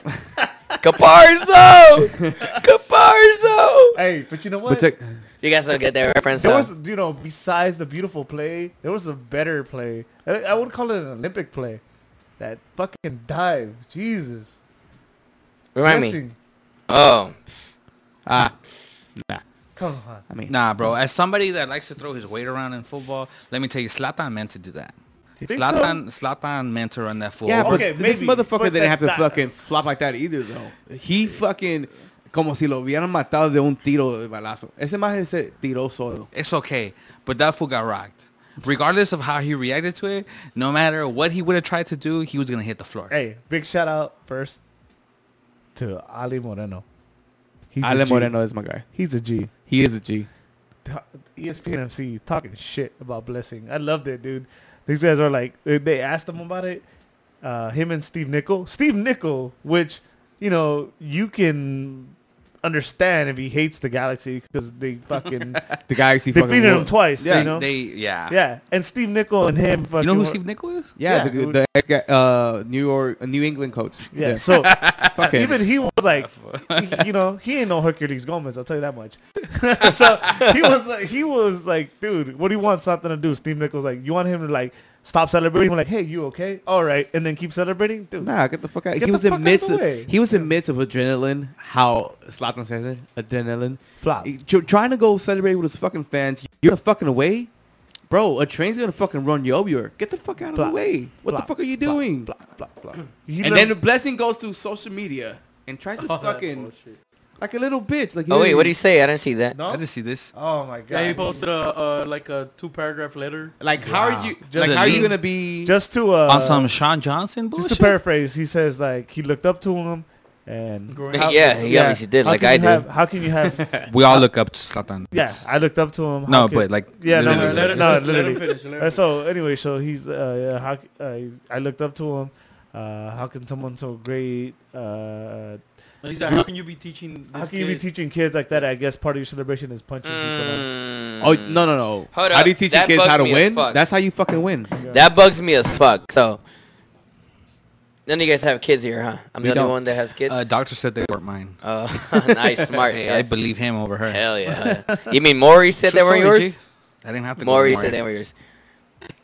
Caparzo, Caparzo. Hey, but you know what? But check. You guys don't get that reference. There huh? was, you know, besides the beautiful play, there was a better play. I, I would call it an Olympic play. That fucking dive, Jesus. Remind me. Missing. Oh, Ah, Come on. I mean, Nah, Ah, bro. As somebody that likes to throw his weight around in football, let me tell you, Slatan meant to do that. think Slatan Slatan meant to run that full. Yeah, but Okay, this maybe, motherfucker but didn't have to that's not- fucking flop like that either, though. He fucking como si lo hubieran matado de un tiro de balazo. Ese más se tiró solo. it's okay. But that fool got rocked. Regardless of how he reacted to it, no matter what he would have tried to do, he was gonna hit the floor. Hey, big shout out first to Ali Moreno. He's a Ale G. Moreno is my guy. He's a G. He is a G. Ta- ESPNFC talking shit about Blessing. I loved it, dude. These guys are like, they- they asked him about it. Uh, him and Steve Nickel. Steve Nickel, which, you know, you can understand if he hates the Galaxy because they *laughs* fucking, The guy actually they fucking beat him whooped- twice, They- you know? they yeah. yeah, and Steve Nickel and him fucking. You know who were- Steve Nickel is? Yeah, Yeah. the, the ex guy, uh, New York, uh, New England coach. *laughs* *laughs* Yeah, so fuck him. even he was like, you know, he ain't no Hercules Gomez. I'll tell you that much. *laughs* so he was like, he was like, dude, what do you want something to do? Steve Nichols like, you want him to like stop celebrating. We're like, hey, you okay? All right, and then keep celebrating. Dude, Nah, get the fuck out. Get he the was fuck out in midst the of way. he was in midst of adrenaline. How Slapman says it, adrenaline. Flop. He- tr- trying to go celebrate with his fucking fans. You're fucking away, bro. A train's gonna fucking run you over. Here. Get the fuck out of Flop. the way. What Flop. the fuck are you doing? Flop, flop, flop. And You learn- then the blessing goes to social media and tries *laughs* Oh, to fucking like a little bitch. Like Oh wait, what do you say? I didn't see that. No? I just see this. oh my god, Yeah, he posted a, uh, like a two paragraph letter. Like how are you? Just like a how are you lean- gonna be? just to uh, on some Sean Johnson just bullshit. to paraphrase, he says like he looked up to him and. Growing Yeah, up. he obviously did, how like can I you did. have- how can you have? we all look up to Slatan. yeah, I looked up to him. no, how can- but like yeah, no, Let, no, literally. let, no, it- no, let, literally. him finish. Let him Uh, so anyway, so he's uh, yeah, how, c- uh, I looked up to him. Uh, how can someone so great? Uh, finish. He's like, how can you be teaching how this can you be kid? teaching kids like that? I guess part of your celebration is punching Oh no no no! Mm. Hold how up, do you teach your that kids bugs how to me as win? fuck. That's how you fucking win. That bugs me as fuck. So none of you guys have kids here, huh? I'm We the only don't. one that has kids. Uh, doctor said they weren't mine. oh, *laughs* nice, smart. Hey, yeah. I believe him over her. Hell *laughs* yeah. hell yeah. You mean Maury said True they were story, yours? G. I didn't have to. go to Maury Maury. said they were yours.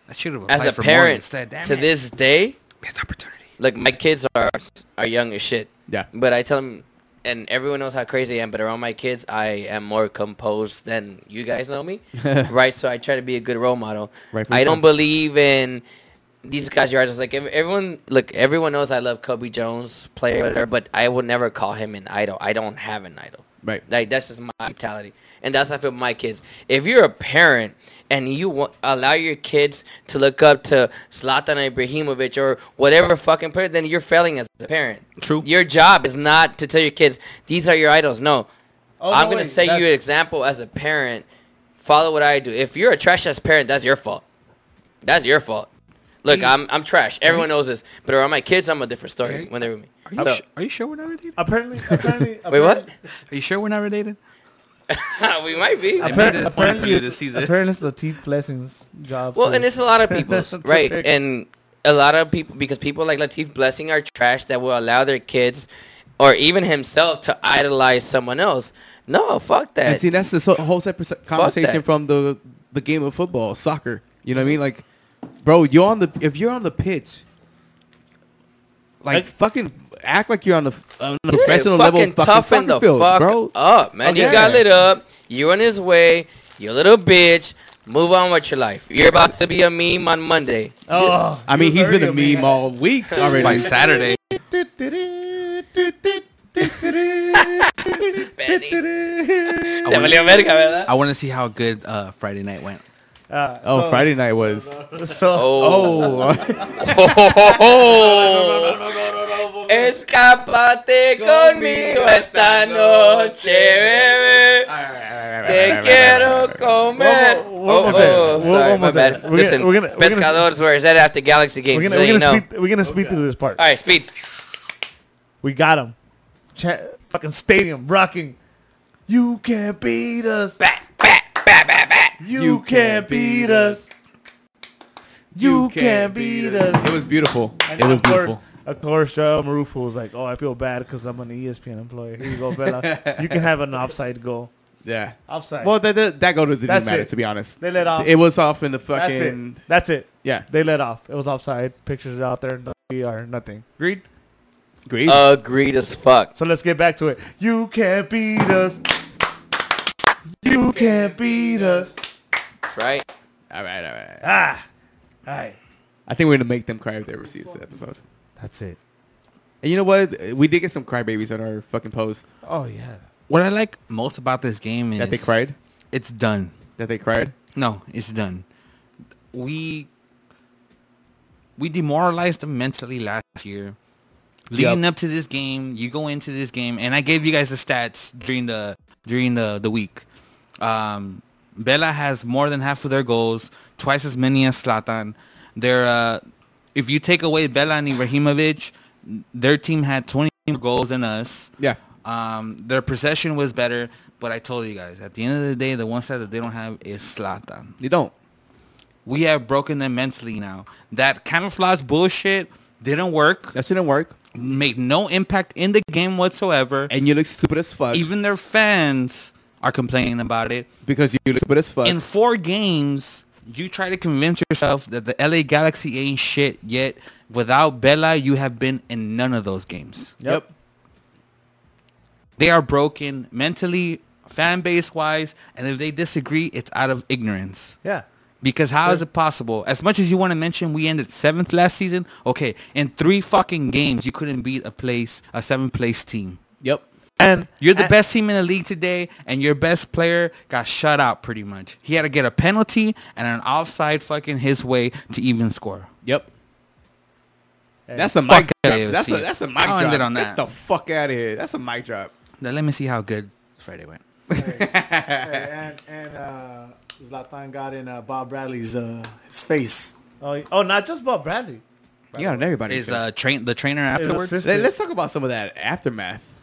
I should have As applied a for Maury parent, instead. Damn to it. this day, missed opportunity. like my kids are are young as shit. Yeah. But I tell them, and everyone knows how crazy I am. But around my kids, I am more composed than you guys know *laughs* me, right? So I try to be a good role model. Rightfully I so. don't believe in these guys. You're just like ev- everyone. Look, everyone knows I love Kobe Jones, player, whatever, but I will never call him an idol. I don't have an idol. Right. Like that's just my mentality, and that's how I feel with my kids. If you're a parent and you want, allow your kids to look up to Zlatan Ibrahimovic or whatever fucking player, then you're failing as a parent. True. Your job is not to tell your kids these are your idols. No, Oh, I'm no, gonna wait, set you an that's- example as a parent. Follow what I do. If you're a trash ass parent, that's your fault. That's your fault. Look, I'm I'm trash. Everyone knows this. But around my kids, I'm a different story Hey, when they're with me. Are you, So- su- are you sure we're not related? *laughs* Apparently, apparently, wait, what? Are you sure we're not related? *laughs* we might be. I made Apparently, this point apparently, earlier it's, this season. apparently it's Latif Blessing's *laughs* job. Well, too. and it's a lot of people's, That's a right? pick. And a lot of people, because people like Latif Blessing are trash that will allow their kids or even himself to idolize someone else. No, fuck And that. see, that's the so- whole separate conversation that. from the the game of football, soccer. You know what I mean? Like, bro, you're on the if you're on the pitch, like, Like- fucking act like you're on the on a Yeah, professional level fucking toughen soccer field, fuck bro. up, man. You Okay. got lit up. You on his way. You little bitch. Move on with your life. You're about to be a meme on Monday. oh, I mean, you he's been a heard him, meme man. all week By already. Saturday. Te valió verga, ¿verdad? I want to see how good uh, Friday night went. Uh, Oh, so- Friday night was. So Oh, *laughs* Oh. Escápate conmigo esta noche, bebé. Te quiero comer. We're almost there. oh, We're sorry, my almost bad. there. We're Listen, gonna- we're gonna- we're gonna- Pescadores were is that after Galaxy Games. we're so gonna you we're know. gonna speed we're gonna speed through this part. All right, speeds. We got him. Cha- fucking stadium rocking. You can't beat us. Bat, bat, bat, bat, bat. You, can't beat us. You can't beat us. it was beautiful. And It was of course, beautiful. Of course, Joel Marufo was like, "Oh, I feel bad because I'm an E ESPN employee. Here you go, *laughs* Bella. you can have an offside goal. Yeah. Offside. Well, that that, that goal doesn't That's even matter it. to be honest. they let off. It was off in the That's fucking. it. That's it. Yeah. They let off. It was offside. Pictures are out there. No VR. Nothing. Agreed. Great. Agreed Uh, as fuck. So let's get back to it. You can't beat us. You can't beat us. That's right. all right. All right. Ah. All right. I think we're gonna make them cry if they ever see this episode. That's it. And you know what? We did get some crybabies on our fucking post Oh yeah. What I like most about this game is that they cried. It's done. That they cried. No, it's done. We we demoralized them mentally last year. Leading up to this game, you go into this game, and I gave you guys the stats during the during the the week. Um, Bella has more than half of their goals, twice as many as Slatan. They're uh, if you take away Bella and Ibrahimovic, their team had 20 more goals than us. Yeah. Um, their possession was better, but I told you guys at the end of the day, the one side that they don't have is Slatan. You don't. We have broken them mentally now. That camouflage bullshit didn't work, That shouldn't work. made no impact in the game whatsoever. And you look stupid as fuck Even their fans are complaining about it. because you look stupid as fuck. In four games, You try to convince yourself that the LA Galaxy ain't shit yet. Without Bella, you have been in none of those games. Yep. They are broken mentally, fan base wise, and if they disagree, it's out of ignorance. Yeah. Because how is it possible? As much as you want to mention, we ended seventh last season. Okay, in three fucking games, you couldn't beat a place, a seventh place team. Yep. And You're the and- best team in the league today, and your best player got shut out pretty much. He had to get a penalty and an offside fucking his way to even score. Yep. That's a Fuck mic outta drop. here, That's a, see. that's a mic I'll drop. end it on that. Get the fuck out of here. That's a mic drop. Now let me see how good Friday *laughs* went. *laughs* and and uh, Zlatan got in uh, Bob Bradley's uh, his face. Oh, y- oh, not just Bob Bradley. You got on everybody. Is uh train the trainer afterwards? assist- Let's talk about some of that aftermath.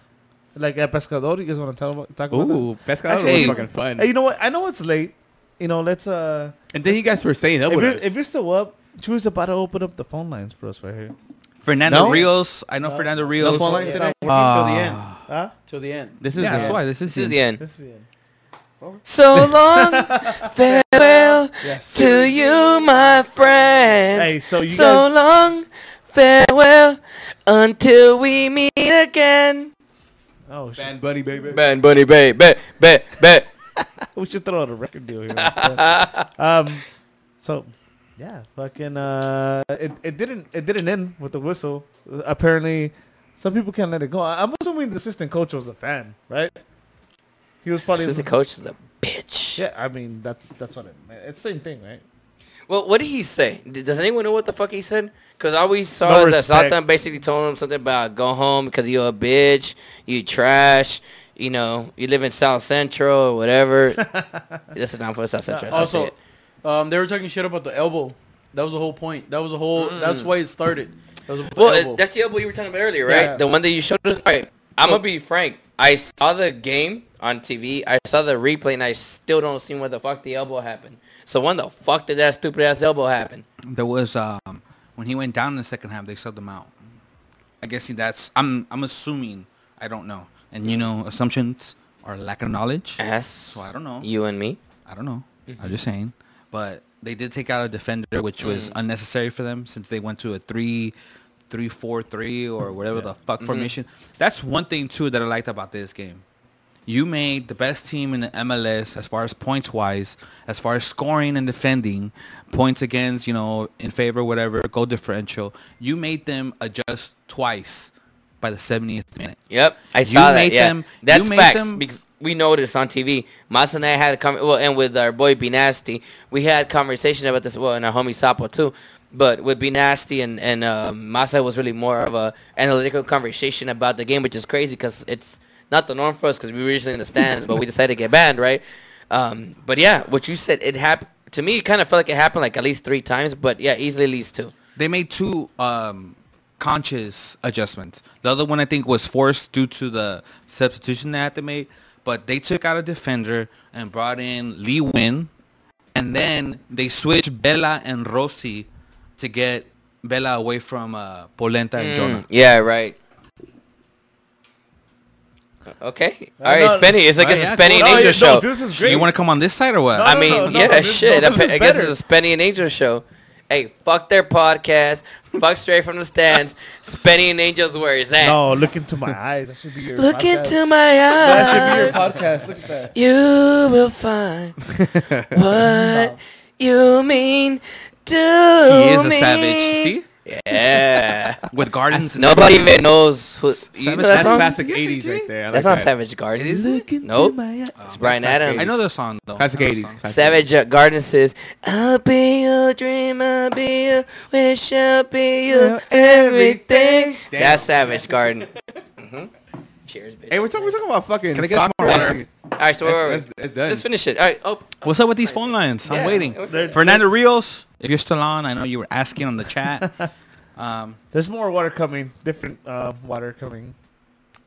Like at Pescador, you guys want to tell about, talk about Ooh, Pescado Actually- was fucking fun. that? Hey, you know what? I know it's late. You know, let's uh. and then you guys were saying up If with you're, us. if you're still up, Drew's about to open up the phone lines for us right here. Fernando No? Rios. I know Fernando Rios. Uh, phone lines Yeah. today? Till the end. Huh? Till the end. This is yeah, that's the- why Ah. this is, This is the end. This is it. So *laughs* *laughs* long, farewell to you, my friend. Hey, so you so guys- long, farewell until we meet again. Oh shit! Bad buddy, baby. Ben, bunny, babe, bet, bet, *laughs* bet. We should throw out a record deal *laughs* here. instead. um, so yeah, fucking uh, it, it didn't it didn't end with the whistle. Apparently, some people can't let it go. I- I'm assuming the assistant coach was a fan, right? He was probably Since the coach is a bitch. yeah. I mean, that's that's what it meant. It's the same thing, right? Well, what did he say? D- Does anyone know what the fuck he said? Because all we saw No is respect. that Zlatan basically told him something about go home because you're a bitch, you trash, you know, you live in South Central or *laughs* whatever. That's a non for South Central. that's also, it. um, they were talking shit about the elbow. That was the whole point. That was the whole. That's why it started. That was about Well, the it- elbow. that's the elbow you were talking about earlier, right? Yeah. The one that you showed us. All right, I'm gonna be frank. I saw the game on TV. I saw the replay, and I still don't see where the fuck the elbow happened. So when the fuck did that stupid ass elbow happen? There was um when he went down in the second half, they subbed him out. I guess that's I'm I'm assuming I don't know, and you know assumptions are lack of knowledge. Ass. So I don't know. You and me. I don't know. Mm-hmm. I'm just saying, but they did take out a defender, which was Mm. unnecessary for them since they went to a three, three four three or whatever the fuck Mm-hmm. formation. That's one thing too that I liked about this game. You made the best team in the MLS as far as points wise, as far as scoring and defending, points against, you know, in favor, whatever, goal differential. You made them adjust twice by the 70th minute. Yep, I You saw that. made Yeah, them- that's you made facts them- because we noticed on TV. Mas and I had a com- well, and with our boy Be Nasty, we had conversation about this. Well, and our homie Sapo too. But with Be Nasty and and uh, Masa was really more of a analytical conversation about the game, which is crazy because it's not the norm for us because we were usually in the stands, but we decided to get banned, right? Um, but yeah, what you said, it happened to me. It kind of felt like it happened like at least three times, but yeah, easily at least two. They made two um, conscious adjustments. The other one I think was forced due to the substitution they had to make. But they took out a defender and brought in Lee Win, and then they switched Bella and Rossi to get Bella away from uh, Polenta Mm. and Jonah. Mm. Yeah, right. Okay. All right, no, Spenny. It's like Oh, it's yeah, a Spenny cool. and Oh, yeah, Angel show. no, this is great. You want to come on this side or what? No, I no, mean, no, no, yeah, this- no, shit. this I, is I guess better. it's a Spenny and Angel show. Hey, fuck their podcast. fuck straight from the stands. Spenny and Angel's where is that? No, look into my eyes. That should be your Eh. Look podcast. into my eyes. podcast. Look at that. You will *laughs* find what you mean to he is a me. savage. See, Yeah. with gardens. and Nobody everything. even knows who. You know Savage- that that's song? Classic 80s right there. I That's like not that. Savage Garden. It is. it? Nope. It's Brian Adams. Oh, I know the song though. Classic I know the 80s. song. classic Savage uh, Garden says, I'll be your dream, I'll be your wish, I'll be uh, your everything. Damn. That's Savage Garden. *laughs* Mhm. Cheers, bitch. 80s. Hey, we're talking, we're talking about fucking. Can I get some soccer. more water? All right, so where were we? That's, that's, that's done. Let's finish it. All right. Oh, What's up with these phone lines? I'm yeah. waiting. Okay. Fernando Rios, if you're still on, I know you were asking on *laughs* the chat. um, There's more water coming. Different uh, water coming.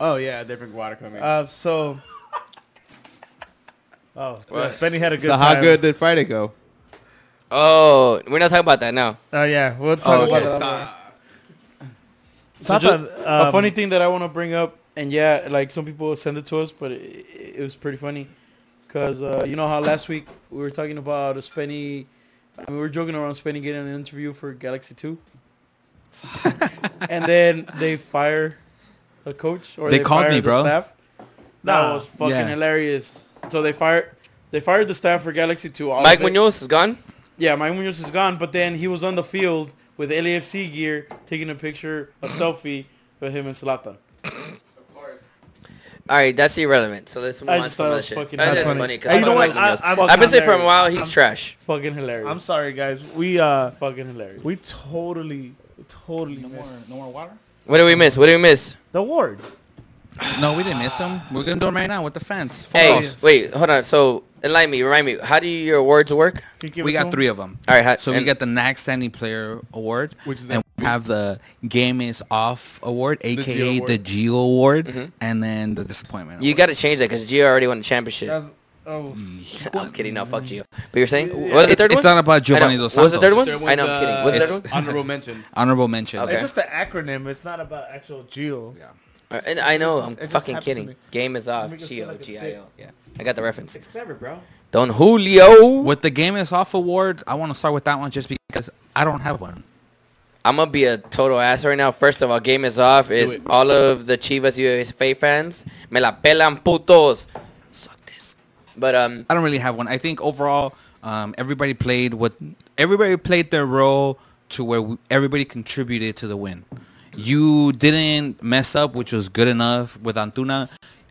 oh, yeah, different water coming. Uh, so. Oh, What? Spenny had a good so, time. how good did Friday go? Oh, we're not talking about that now. Oh yeah, we'll talk about that. So Stop just- on, a um, funny thing that I want to bring up, and yeah, like some people send it to us, but it, it was pretty funny, cause uh, you know how last week we were talking about Spenny I mean, we were joking around spending getting an interview for Galaxy Two, and then they fire the coach or They they, called fire me, the bro. Staff. That was fucking Yeah. hilarious. So they fired they fired the staff for Galaxy Two. all Mike of it. Munoz is gone. Yeah, Mike Munoz is gone, but then he was on the field with LAFC gear, taking a picture, *laughs* a selfie with him and Zlatan. All right, that's irrelevant. So let's move I on to just thought it some other was Oh, shit. fucking- That's that's funny. funny. because I I thought don't it like was Munoz. just I- I'm- I've been saying for a hilarious. while he's trash. Fucking hilarious. I'm sorry, guys. We uh, fucking hilarious. we totally, totally missed no more water. What did we miss? What did we miss? the awards. No, we didn't miss him. We're gonna do it right now with the fans. Oh, Hey, Photos. wait, hold on. So enlighten me, remind me. How do your awards work? Can you give we it to got him? three of them. All right, how, So we got the NAC Standing Player Award, Which is and that we have the Game Is Off Award, aka Award. the Geo Award, Mm-hmm. and then the Disappointment. You Award. got to change that because Gio already won the championship. That's- oh, *laughs* I'm kidding. No, fuck Gio. But you're saying what was the Mm. It's, third it's one? not about I know. Giovanni Dos What was Santos. the third one? There I know. I'm was, kidding. What's the It's- third one? Honorable *laughs* mention. Honorable mention. Okay. it's just the acronym. It's not about actual geo. Yeah. Uh, And I know. It just- I'm it just fucking happens to kidding. me. Game is off. me just feel Gio. like a G I O. dick. Yeah, I got the reference. It's clever, bro. Don Julio. With the Game Is Off Award, I want to start with that one just because I don't have one. I'm gonna be a total ass right now. First of all, game is off. Is all of the Chivas USA fans me la pelan putos. Suck this. But um, I don't really have one. I think overall, um, everybody played what everybody played their role to where we, everybody contributed to the win. You didn't mess up, which was good enough with Antuna.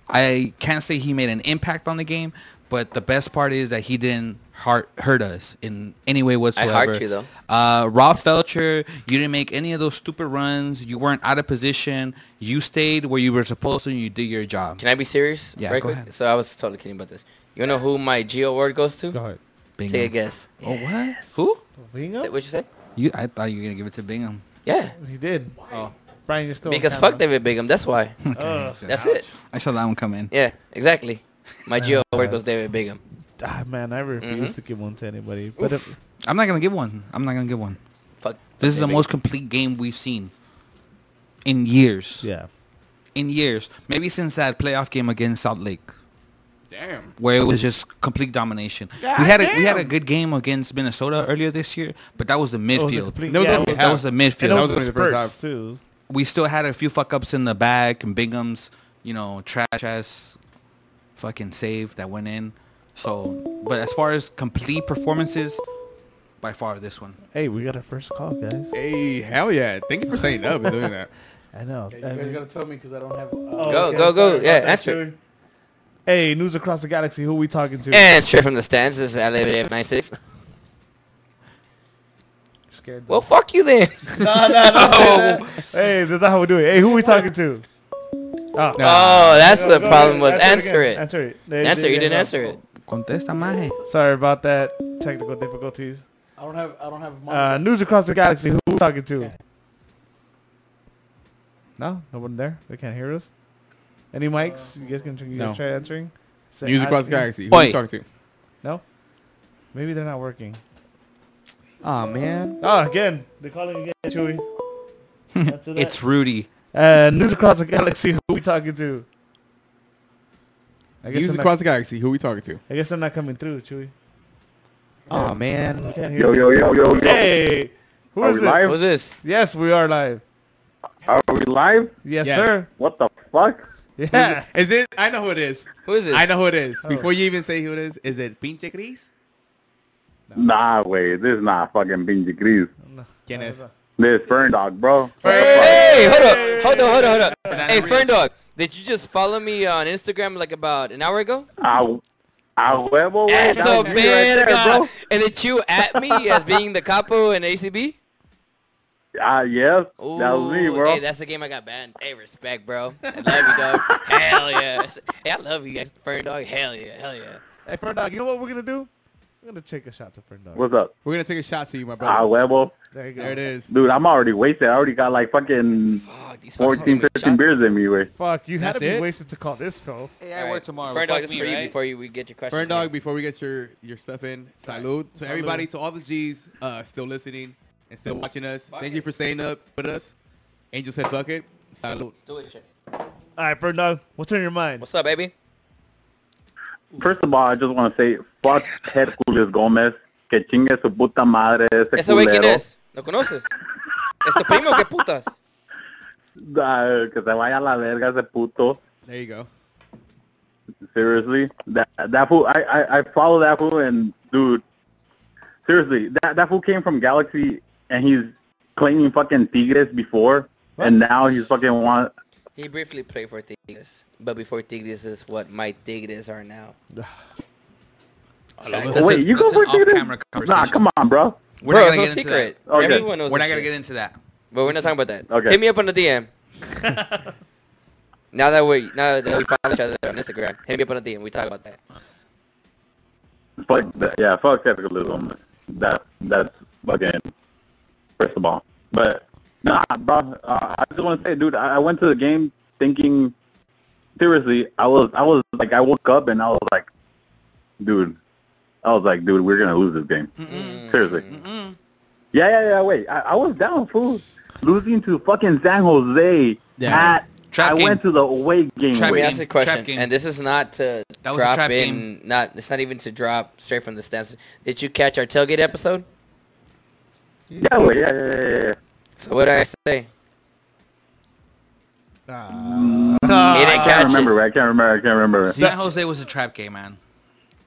I can't say he made an impact on the game, but the best part is that he didn't hurt, hurt us in any way whatsoever. you, though. Uh, Rob Felcher, you didn't make any of those stupid runs. You weren't out of position. You stayed where you were supposed to, and you did your job. can I be serious? Yeah, right go quick? ahead. So I was totally kidding about this. You know who my Geo award goes to? Go ahead. Bingham. Take a guess. Oh, what? Who? Say Bingo? What you say? You? I thought you were gonna give it to Bingham. Yeah. He did. Oh. Brian, you're still on Because camera. fuck *laughs* David Bingham. *laughs* That's why. *laughs* That's it. I saw that one come in. Yeah. Exactly. My Geo award goes David Bingham. Mm-hmm. Ah, man, I refuse to give one to anybody. But uh, if, I'm not gonna give one. I'm not gonna give one. Fuck. This is the David most complete game we've seen in years. yeah, In years, maybe since that playoff game against Salt Lake, Damn. where it was just complete domination. we had a, we had a good game against Minnesota earlier this year, but that was the It was a midfield. complete- That was yeah, only it that was the and it midfield. was was only the first spurts too. we still had a few fuck ups in the back and Bingham's, you know, trash ass fucking save that went in. So, but as far as complete performances, by far this one. Hey, we got our first call, guys. Hey, hell yeah! Thank you for saying up and doing that. *laughs* I know. You I guys mean- gotta tell me because I don't have. uh, Oh, Go, okay. go, go. Sorry about Yeah, that, answer it. dude. hey, news across the galaxy. Who we talking to? And straight from the stands, this is Elevated 96. Scared Well, fuck you *laughs* then. Oh. Hey, that's not how we do it. Hey, who we talking to? Oh, Oh, that's what the Go problem ahead, was. Answer again. it. Answer it. They- Answer. they- You they- didn't answer it. Contesta maje. Sorry about that. Technical difficulties. I don't have. I don't have. Money. Uh, news across the galaxy. Who we talking to? No, no one there. They can't hear us. Any mics? You guys can you guys No. try answering. Say- News across the galaxy. Who asking? you Oi. talk to? No. Maybe they're not working. Oh man. Oh, again. They're calling again, *laughs* Chewy. Answer that. *laughs* It's Rudy. uh, news across the galaxy. Who we talking to? I guess, News I'm across not, the galaxy. Who we talking to? I guess I'm not coming through, Chewy. Oh man. I can't hear yo, yo, yo, yo, Hey! Who is it? What's this? Yes, we are live. Are we live? Yes, Yes. sir. What the fuck? Yeah. *laughs* Is it? I know who it is. Who is this? I know who it is. Oh. Before you even say who it is, is it Pinche Gris? Nah, wait, this is not fucking Benji Gris. Oh, ¿Quién es? This is Fern Dog, bro. Hey, hold up, hold on, hold on, hold on. Hey, Ferndog, did you just follow me on Instagram like about an hour ago? A, a huevo, güey. That's that was a me right there, verga. bro. And did you at me as being the capo in ACB? Ah, yes, that was me, Ooh, bro. Hey, that's the game I got banned. Hey, respect, bro. I love you, dog. hell yeah. Hey, I love you, guys. Ferndog. Hell yeah, hell yeah. Hey, Ferndog, you know what we're going to do? We're going to take a shot to Ferndog. What's up? We're gonna take a shot to you, my Ah, brother. huevo. There you go. There it is. Dude, I'm already wasted. I already got like fucking Fuck, these fuckers 14, gave me 15 shots. beers in me, güey. Fuck, you had That's to be it? wasted to call this, bro. Hey, All right. Ferndog, this is for you before you, we get your questions. Burn dog. here. Before we get your your stuff in, salud to everybody, to all the G's uh, still listening and still watching us. Thank you for staying up with us. Angel said, "Fuck it." Salud. Do it, shit. All right, Ferndog, what's on your mind? What's up, baby? First of all, I just want to say, fuck Ted Julio Gomez. que chingue su puta madre ese ¿Ese güey quién es? ¿Lo conoces? ¿Es tu primo o qué putas? Ay, que se vaya a la verga ese puto. There you go. Seriously, that that fool. I I, I follow that fool and dude. Seriously, that that fool came from Galaxy and he's claiming fucking Tigres before, and now he's fucking want. He briefly played for Tigres, but before Tigres is what my Tigres are now. Wait, Wait, you go for Tigres? Nah, come on, bro. We're Bro, not gonna it's get no into that. secret. Okay. Everyone knows We're this not gonna shit. get into that. But we're not talking about that. Okay. Hit me up on the DM. *laughs* now that we now that we follow each other on Instagram, hit me up on the DM. We talk about that. Fuck that. Yeah, fuck capitalism. That that's fucking first of all. But nah, bro. Uh, I just want to say, dude, I, I went to the game thinking seriously. I was I was like, I woke up and I was like, dude, I was like, dude, we're gonna lose this game. Mm-hmm. Seriously. Yeah, yeah, yeah. Wait, I, I was down, fool. Losing to fucking San Jose Yeah. at. Trap I game. went to the away game. Trap with- Let me game. ask you a question, Trap game. and this is not to That was a drop trap in. game. Not it's not even to drop straight from the stands. Did you catch our tailgate episode? Yeah, wait, yeah, yeah, yeah, yeah, yeah. So what did I say? he Ah. didn't I catch can't remember. I can't remember. I can't remember. San Jose was a trap game, man.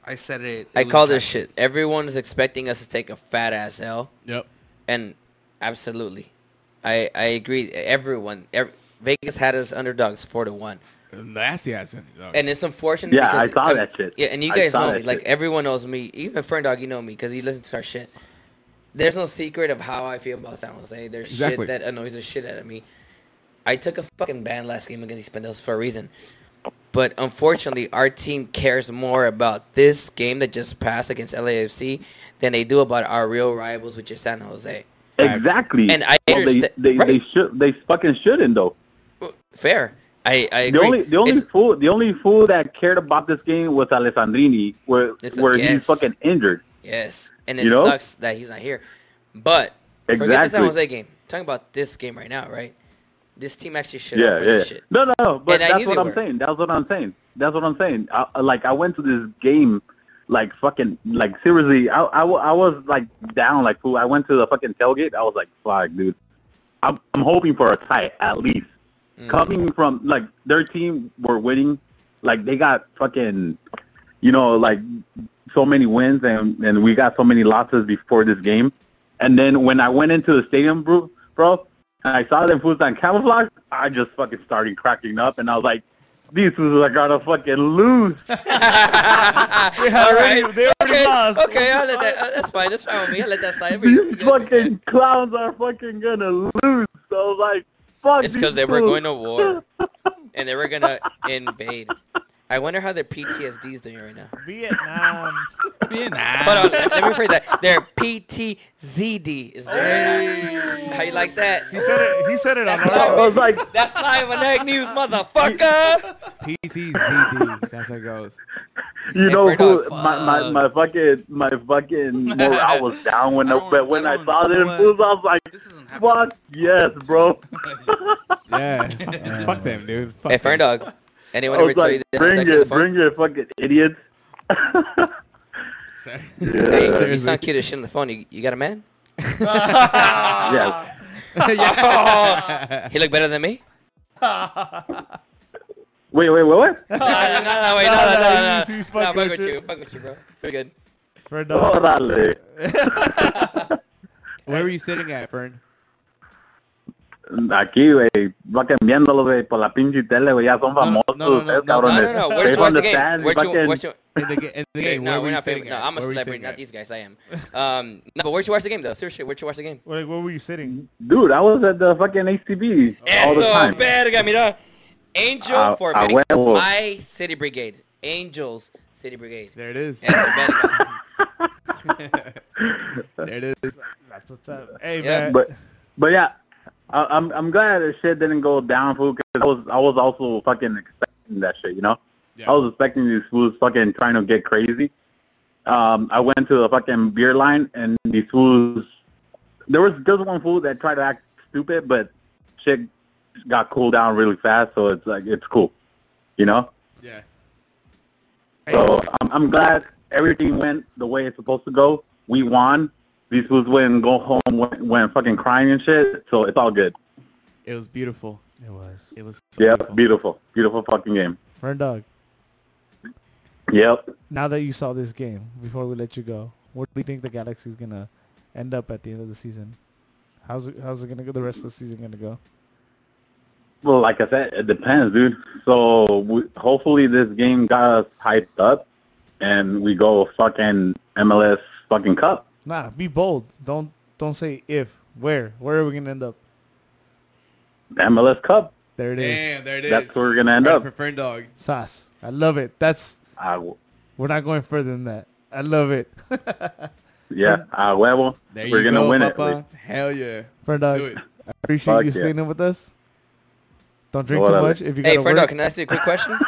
I said it. it it. I was a call trap this shit. Everyone is expecting us to take a fat ass L. Yep. And absolutely, I I agree. Everyone, ev- Vegas had us underdogs four to one, Nasty ass. and it's unfortunate. Yeah, because, I saw um, that shit. Yeah, and you I guys saw know that me. Like shit. everyone knows me. Even friend dog, you know me because you listen to our shit. There's no secret of how I feel about San Jose. There's Exactly. shit that annoys the shit out of me. I took a fucking ban last game against Expendables for a reason. But unfortunately, our team cares more about this game that just passed against LAFC than they do about our real rivals, which is San Jose. Exactly. And I they understa- they, they right. should they fucking shouldn't though. Fair. I, I The agree. only the only It's- fool the only fool that cared about this game was Alessandrini, where It's a- where yes. he's fucking injured. yes, and it you know? sucks that he's not here. But forget the San Exactly. Jose game. Talking about this game right now, right? This team actually should yeah, have yeah. shit. No, no, no. But And I that's knew what they I'm were. saying. That's what I'm saying. That's what I'm saying. I, I- like I went to this game, like fucking, like seriously, I, I, wa- I was like down, like fool. I went to the fucking tailgate. I was like, fuck, dude. I'm, I'm hoping for a tie at least. Mm. Coming from like their team were winning, like they got fucking, you know, like so many wins and and we got so many losses before this game. And then when I went into the stadium, bro, bro and I saw them fools on camouflage, I just fucking started cracking up, and I was like, these fools are gonna *laughs* fucking lose. All right. They already Okay, lost. okay, I'll let that. uh, That's fine. That's fine with me. I'll let that slide. We- we These good. fucking clowns are fucking gonna lose. So *laughs* I was like, fuck It's these because they were fools. going *laughs* to war, and they were gonna invade. I wonder how their PTSD is doing right now. Vietnam. *laughs* Hold on, let me rephrase that. Their PTZD is doing right now. How you like that? He said it. He said it on That's our I live. was like, That's live on Egg News, motherfucker. PTZD. That's how it goes. *laughs* you know, Hey, Bird who, my, my uh, my fucking my fucking morale was down when *laughs* I I, don't- but when I I, don't saw know them fools, I was like, This isn't happening. fuck yes, *laughs* bro. Yeah. *laughs* Fuck them, dude. Fuck Hey, them. Fern Dog. I Anyone ever was tell you like, this? on bring Sex on the it, Phone? bring your fucking idiots. Hey, you sound cute as shit on the phone. You, you got a *laughs* man? Yes. *laughs* He look better than *laughs* me? Wait, wait, wait, what? *laughs* no, no, no, no, wait, no, no, no, no. Nah, fuck with you, fuck with you, bro. *laughs* We're good. Fern Dog. Órale. Where were you sitting at, Fern? Aquí, güey, va cambiándolo, güey, por la pinche tele, güey, ya son famosos no, no, ustedes, no, No, cabrones. no, no. Where'd They you watch the game? understand, Where'd you, fucking- where'd you, *laughs* In the, ga- in the game. where no, were we're you not sitting famous. No, at? I'm a Where were you celebrity, sitting not at? these guys. I am. *laughs* Um, no, but where'd you watch the game though? Seriously, where'd you watch the game? Like, where were you sitting? Dude, I was at the fucking HTB all the Eso, time. verga, mira. Angel A- for a Vegas. huevo. My City Brigade. Angels City Brigade. There it is. Eso, verga. *laughs* There it is. That's what's up. Hey, Yeah, man. But, but yeah, I, I'm I'm glad that shit didn't go down, fool, 'cause I was I was also fucking expecting that shit, you know. I was expecting these fools fucking trying to get crazy. Um, I went to the fucking beer line, and these fools. There was there was one fool that tried to act stupid, but shit got cooled down really fast, so it's like it's cool, you know. Yeah. So I'm, I'm glad everything went the way it's supposed to go. we won. These was when go home went, went fucking crying and shit. So it's all good. It was beautiful. It was. It was. So Yeah, beautiful. beautiful, beautiful fucking game. Fern Dog, Yep. now that you saw this game, before we let you go, where do you think the Galaxy's gonna end up at the end of the season? How's it, how's it gonna go? The rest of the season gonna go? Well, like I said, it depends, dude. So we, hopefully this game got us hyped up, and we go fucking MLS fucking cup. Nah, be bold. Don't don't say if, where, where are we gonna end up? MLS cup. There it is. Damn, there it is. That's where we're gonna end up. Preferred dog. Sauce. I love it. That's Ah, w- we're not going further than that. I love it. *laughs* yeah, ah, huevo. There we're you gonna go, win it. Papa. Hell yeah. *laughs* Fern Dog, Do it. I appreciate Fuck you yeah. staying in with us. Don't drink too Whatever. much. If you Hey, gotta Ferdo, work, can I ask you a quick question?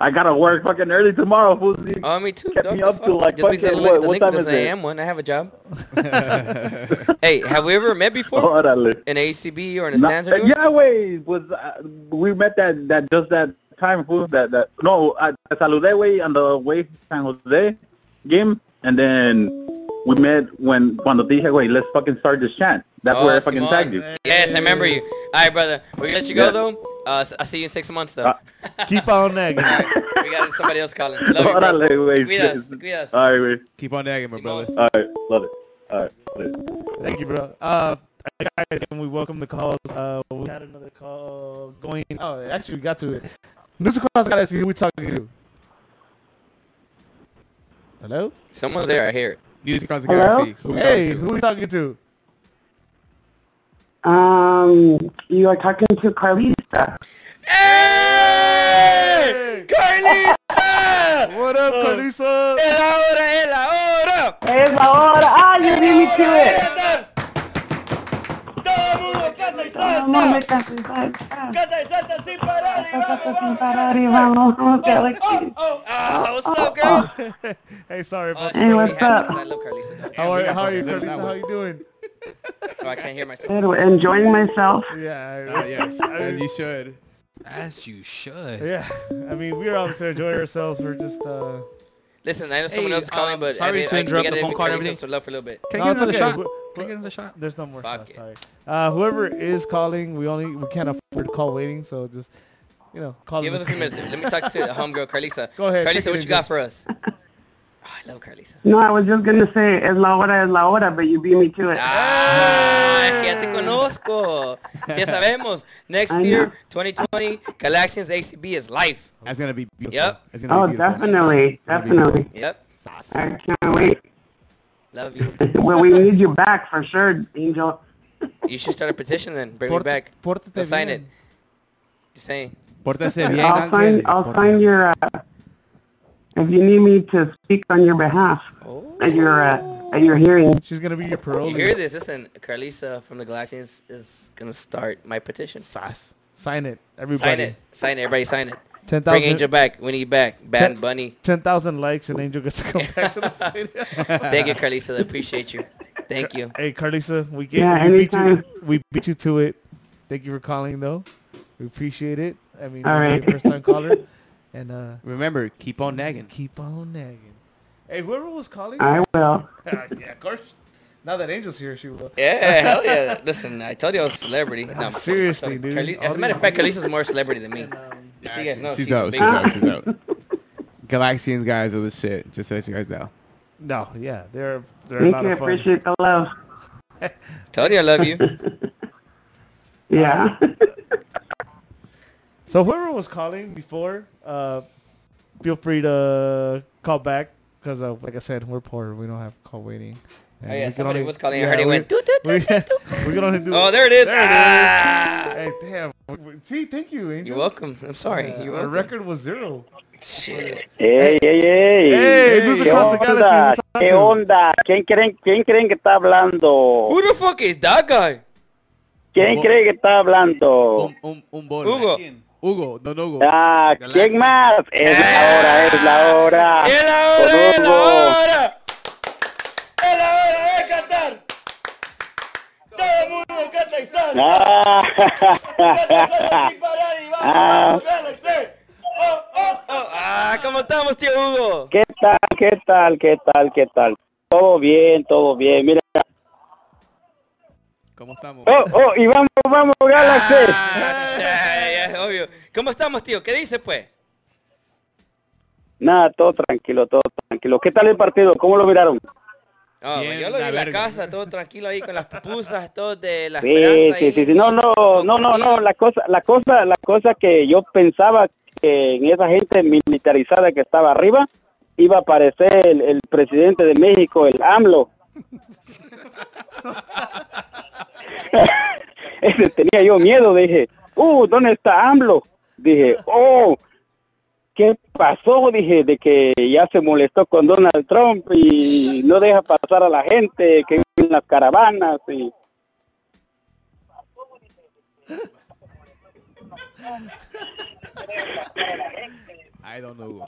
I gotta work fucking early tomorrow. Fool. You Oh, me too. kept dog, me the up fuck? till *laughs* like Just because I fucking look at what? the What link time doesn't is say I it? am one. I have a *laughs* job. hey, have we ever met before? Órale. In a ACB or in a No, stands or anything? yeah, wait. Was uh, we met that that just that time? Fool. That that no. I, I saludé way on the way to San Jose game, and then we met when cuando te dije, wait, let's fucking start this chant. That's Oh, where I fucking Simón. tagged you. Yes, I remember you. All right, brother. We're gonna let you go Yeah. though. Uh, s- I'll see you in six months though. Ah. keep on *laughs* nagging. we got somebody else calling. Love you, bro. Órale, güey. Cuidas, cuidas. All right, wait. Keep on nagging, my brother. All right, love it. All right. love it. Thank you, bro. Uh, guys, and we welcome the calls. Uh, we had another call going. Oh, actually, we got to it. News across galaxy. Who we talking to? Hello. Someone's there. I hear it. Music across the Hello? galaxy. Who we Hey, talking who we talking to? Um, you are talking to Carlista. Hey, Carlita! What up, Carlisa? Uh, Es la hora, es la hora. Es ahora. Ah, you beat me to it. Todo el mundo canta y No, no me canses. Ah, ah. canta y salta sin parar. y Cásate vamos, sin vamos. parar y vamos, vamos, Galaxy. Oh, ah, what's up, girl? hey, sorry, bro. Oh, Hey, what's she happy up? 'cause I love Carlisa. dog. How are how are you, Carlisa? How you doing? Oh, I can't hear myself. Good, Enjoying myself. Yeah. Ah, I- yes, as you should. As you should. Yeah, I mean, we are obviously enjoying ourselves. We're just, uh, Listen, I know someone Hey, else is calling, um, but sorry I, did- to I, interrupt we the gotta phone be call and Carlisa everything. for- love for a little bit. Can I No, get it's another okay. shot? We're- Can I get another shot? there's no more Fuck shots. it. Sorry. Uh, whoever is calling, we only we can't afford to call waiting, so just, you know, call. Give them us a few *laughs* if- minutes. Let me talk to homegirl Carlisa. Go ahead, take Carlisa, it what you in, got Jeff. for us? Oh, I love Carlisa. No, I was just gonna say es la hora, es la hora, but you beat me to it. Ah, es que ya te conozco. Ya sabemos. Next I year, know. 2020, Galaxians ACB is life. That's gonna be beautiful. Yep. That's gonna Oh, be beautiful. definitely, definitely. Yep. I can't wait. Love you. well, we need you back for sure, Angel. You should start a petition then. Bring me Port- back. pórtate They'll sign it. bien. Just saying. Pórtase bien, I'll sign. Ángel. I'll Pórtase- sign your. Uh, if you need me to speak on your behalf at your uh, at your hearing. She's gonna be your parole. You hear this? Listen, Carlisa from the Galaxians is going to start my petition. Sass. Sign it, everybody. Sign it. Sign it. Everybody sign it. Ten Bring Angel thousand. back. We need you back. Bad Ten- Bunny. Ten thousand likes, and Angel gets to come back *laughs* to the Thank you, Carlisa. I appreciate you. Thank you. Hey, Carlisa, we get Yeah, we beat you. anytime. We beat you to it. Thank you for calling, though. We appreciate it. I mean, All you're right. a first time caller, *laughs* and uh, Remember, keep on nagging. keep on nagging. Hey, whoever was calling, I will. *laughs* yeah, of course. Now that Angel's here, she will. Yeah, hell yeah. Listen, I told you I was a celebrity. No, I'm fucking seriously, sorry. dude. Carli- All as a matter of these- um, fact, Carlisa's more a celebrity than me. Just so you guys know, She's Oh, she's a out, big she's one. out, *laughs* she's out. Galaxians guys are the shit. Just to let you guys know. No, yeah, they're they're a Thank lot you. of fun. Appreciate the *laughs* love. *laughs* Told you I love you. Yeah. Uh, So whoever was calling before, uh, feel free to call back because, uh, like I said, we're poor. We don't have call waiting. And Oh yeah, we can somebody only- was calling. yeah, I heard it *laughs* we- went. Doot, doot, We, doot, we doot, doot. can only do. Oh, there it is. There it is. Ah! Hey, damn. We- we- See, thank you, Angel. You're welcome. I'm sorry. Uh, You're our welcome. record was zero. Shit. Hey, hey, hey. Hey, Luz ¿Qué Across the onda? Galaxy, what's ¿Qué up, onda? ¿Quién creen, ¿Quién creen que está hablando? Who the fuck is that guy? ¿Quién cree que está hablando? Un, un, un bolo. Hugo. Hugo, don Hugo. Ah, ¿quién más? Es la hora, es la hora. ¡Es la hora! ¡Es la Hugo. hora! ¡Es la hora de cantar! ¡Todo el mundo canta y salta! *laughs* Ah. ¡Oh, Ah, ¿cómo estamos, tío Hugo? ¿Qué tal, qué tal, qué tal, qué tal? Todo bien, todo bien. Mira. ¿Cómo estamos? Ah. Oh, oh, y vamos, vamos, Galaxy. Ya, ya, obvio. ¿Cómo estamos, tío? ¿Qué dice, pues? Nada, todo tranquilo, todo tranquilo. ¿Qué tal el partido? ¿Cómo lo miraron? No, pues, yo lo vi en la casa, todo tranquilo ahí con las pupusas, todo de la Sí, esperanza sí, ahí. sí, sí. No, no, no, no, no. La cosa, la cosa, la cosa que yo pensaba que en esa gente militarizada que estaba arriba iba a aparecer el, el presidente de México, el AMLO. *laughs* Ese Tenía yo miedo, dije, uh, ¿dónde está AMLO? Dije, oh, ¿qué pasó? Dije, de que ya se molestó con Donald Trump y no deja pasar a la gente, que viven las caravanas y... I don't *laughs* *laughs* know.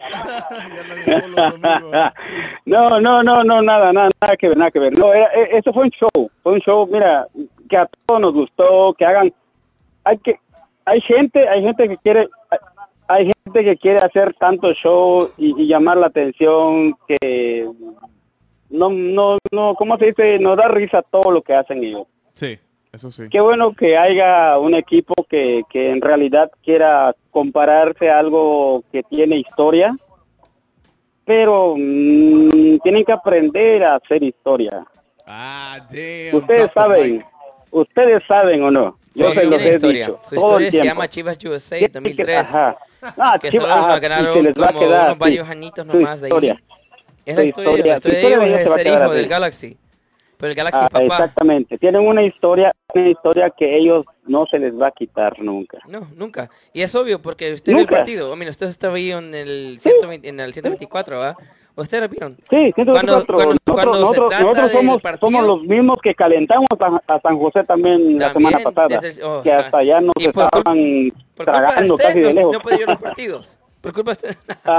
*laughs* no, no, no, no, nada, nada, nada que ver, nada que ver. No, era, e- eso fue un show, fue un show, mira, que a todos nos gustó, que hagan, hay que, hay gente, hay gente que quiere, hay- hay gente que quiere hacer tanto show y, y llamar la atención que no, no, no, ¿cómo se dice? Nos da risa todo lo que hacen ellos. Sí, eso sí. Qué bueno que haya un equipo que, que en realidad quiera compararse a algo que tiene historia, pero mm, tienen que aprender a hacer historia. Ah, damn. Ustedes saben, ustedes saben o no. Yo Sí, se tiene los he historia. dicho Su todo el historia se tiempo. llama Chivas USA Tienen que- 2003. ajá. Ah, que Chivas, solo ajá, nos y ganaron se les va a como quedar, unos sí, varios añitos su nomás de ahí. historia. Es la Su historia, historia, la historia su de historia ellos de ellos es se va a ser quedar hijo del así. Galaxy. Pero el Galaxy Ah, papá. exactamente. Tienen una historia, una historia que ellos no se les va a quitar nunca. No, nunca. Y es obvio porque usted vio el Nunca. partido. I mean, usted estaba ahí en el, 120 en el 124, ¿verdad? Ustedes lo vieron. Sí, 124. Cuando- cuando- nosotros cuando se nosotros, trata nosotros del somos, partido- somos los mismos que calentamos a, a San José también, la También, semana pasada. desde- oh, que ajá. hasta allá nos por cul- estaban Por culpa de tragando usted casi de no, lejos. no podía ir a los partidos. Por culpa de usted.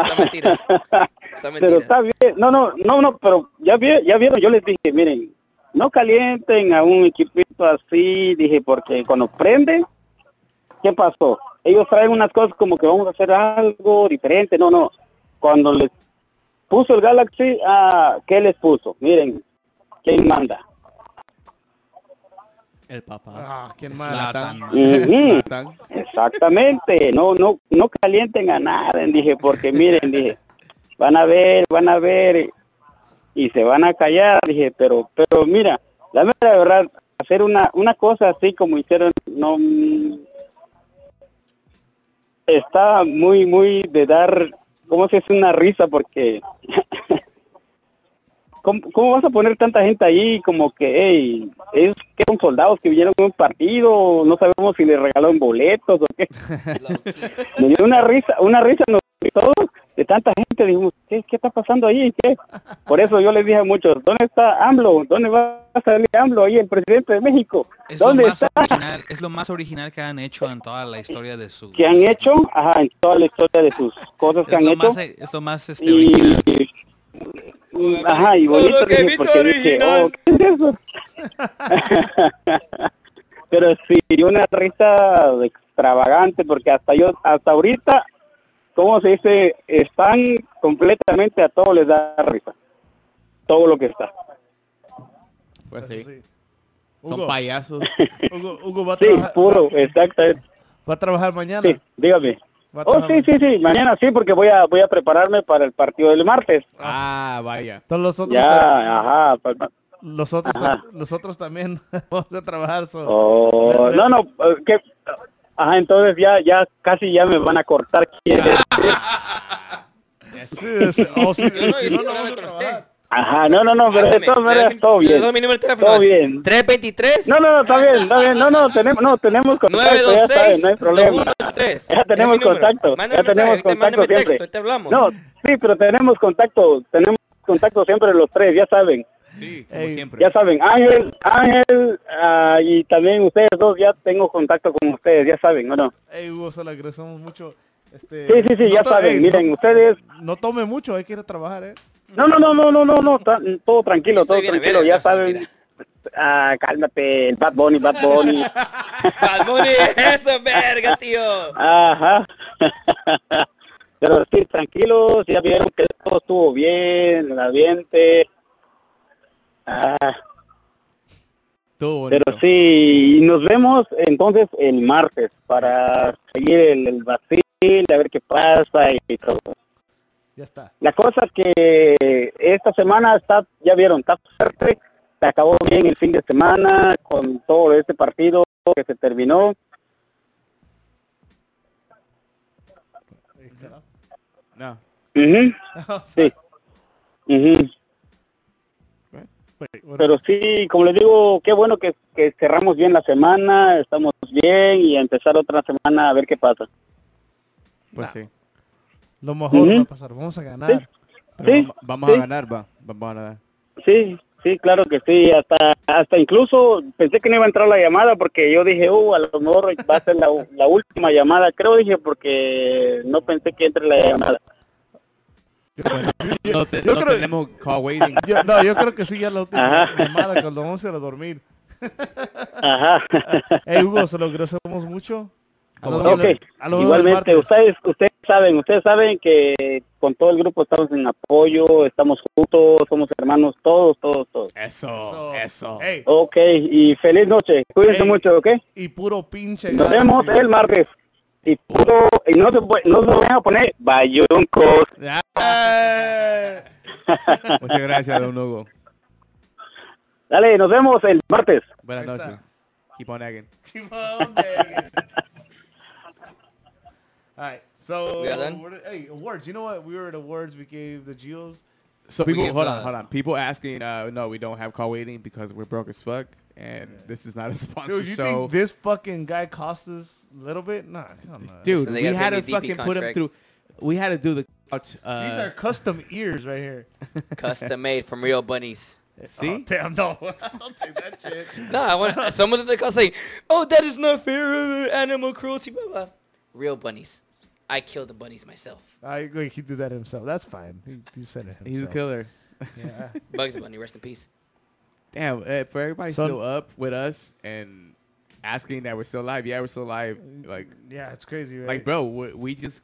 Son mentiras. Son pero mentiras. está bien. No, no, no, no, pero ya, vi- ya vieron, yo les dije, miren, no calienten a un equipito así, dije, porque cuando prende, ¿qué pasó? Ellos traen unas cosas como que vamos a hacer algo diferente. No, no. Cuando les puso el Galaxy, ah, ¿qué les puso? Miren, ¿quién manda? El papá. Ah, ¿quién más? Zlatan. Ujú. *laughs* Exactamente, no, no, no calienten a nada, dije, porque miren, dije, van a ver, van a ver y se van a callar, dije, pero, pero mira, la mera verdad, hacer una, una cosa así como hicieron, no mm, está muy, muy de dar, ¿cómo se dice una risa? Porque *laughs* ¿Cómo, cómo vas a poner tanta gente ahí como que, hey, ellos que son soldados que vinieron a un partido, no sabemos si les regalaron boletos o qué? Me dio una risa, una risa nos dio a todos de tanta gente, dijimos, ¿qué, qué está pasando ahí? ¿Qué? Por eso yo les dije a muchos, ¿dónde está AMLO? ¿Dónde va a salir AMLO ahí, el presidente de México? Es lo, ¿Dónde más está? original, es lo más original que han hecho en toda la historia de su... ¿Qué han hecho? Ajá, en toda la historia de sus cosas que Es han lo hecho. más, es lo más este, original. y, y- ajá, y bonito que dije, evito porque dije, oh, ¿qué es eso? *laughs* Pero sí, una risa extravagante, porque hasta yo, hasta ahorita, ¿cómo se dice? Están completamente a todos les da risa. Todo lo que está. Pues sí. Hugo. Son payasos. *laughs* Hugo, *laughs* Hugo va, a Sí, trabajar, puro, exactamente. va a trabajar mañana. Sí, dígame. Va a Oh, trabajar sí, sí, sí, mañana sí, porque voy a, voy a prepararme para el partido del martes. Ah, vaya. Entonces los otros, Ya, ajá, pa- los otros, Ajá. los otros también *laughs* vamos a trabajar. so- Oh, no, no, eh, que ajá, entonces ya ya casi ya me van a cortar quién es. Sí, es- oh, sí, Yo no, sí, yo no, sí no, hablaba con usted. Ajá, no, no, no, pero de Háblame, todas le doy maneras mi- todo le bien. doy mi número de teléfono, Todo es bien. 323 No, no, no, está bien, está bien. No, no, tenemos no, tenemos contacto, ya saben, no hay problema. 2183. Ya tenemos Es mi número. contacto, Mándame ya mensaje, tenemos ahorita contacto mándame texto, siempre. ahorita hablamos. No, sí, pero tenemos contacto, tenemos contacto siempre los tres, ya saben. Sí, como siempre. Ya saben, Ángel, Ángel ah, y también ustedes dos ya tengo contacto con ustedes, ya saben, ¿o no? Ey, Hugo, se lo agradecemos mucho. Este, Sí, sí, sí, no ya to- saben, ey, miren, ustedes No, no tome mucho, hay que ir a trabajar, eh. No, no, no, no, no, no, no, ta- todo tranquilo, todo Estoy bien, tranquilo, bien, ya entonces, saben. Ah, cálmate, el Bad Bunny, Bad Bunny. Balmuni, eso, verga, tío. Ajá. *laughs* Pero sí, tranquilos, ya vieron que todo estuvo bien, el ambiente. Ah. Pero sí, nos vemos entonces el martes para seguir el, el vacil, a ver qué pasa y todo. "Oh, Ya está. La cosa que esta semana está, ya vieron, está fuerte, se acabó bien el fin de semana con todo este partido que se terminó. No. Ujú. *laughs* Sí. Ujú. Wait, what- Pero sí, como les digo, qué bueno que, que cerramos bien la semana, estamos bien y a empezar otra semana a ver qué pasa. Pues sí. Lo mejor Ujú. va a pasar. Vamos a ganar. Pero Sí, vam- Vamos a sí. ganar, va. Vamos a ganar. Sí, sí, claro que sí. Hasta, hasta incluso pensé que no iba a entrar la llamada porque yo dije, uh, a lo mejor va a ser la, u- la última llamada, creo, dije, porque no pensé que entre la llamada. No, te- no tenemos call waiting. Yo- no, yo creo que sí, ya la última Ajá. llamada cuando vamos a ir a dormir. *laughs* Ajá. Hey, Hugo, se lo agradecemos mucho. A los- Ok, a los- Igualmente, ustedes, ustedes saben, ustedes saben que con todo el grupo estamos en apoyo, estamos juntos, somos hermanos, todos, todos, todos. Eso, eso. Hey, Ok, y feliz noche. Cuídense Ey. mucho, ¿ok? y puro pinche. Nos vemos Galaxy. el *laughs* martes. Y, puro- y no, se, pue- no se vayan a poner bayuncos. *laughs* Muchas gracias, don Hugo. Dale, nos vemos el martes. Buenas noches. Keep on nagging. Chimón, baby. All right, so We are done? we're- hey, awards. You know what? We were at awards. We gave the geos. So We people, give hold the- on, hold on. People asking, uh, no, we don't have call waiting because we're broke as fuck, and this is not a *laughs* sponsor Dude, you show. think this fucking guy cost us a little bit? Nah, hell no. Dude, So they we gotta had pay to me DP fucking put him contract. through. We had to do the couch. These Uh, are custom ears right here. *laughs* Custom made from real bunnies. see, Oh, *laughs* damn, no. Don't take that shit. No, I want someone at the call saying, "Oh, that is not fair! uh, Animal cruelty!" Blah blah. Real bunnies. I killed the bunnies myself. I, wait, he did that himself. That's fine. He, he said it himself. he's a killer. *laughs* Yeah. *laughs* Bugs Bunny, rest in peace. Damn, eh, for everybody Son- still up with us and asking that we're still live. Yeah, we're still live. Like, yeah, it's crazy, right? like, bro, we, we just,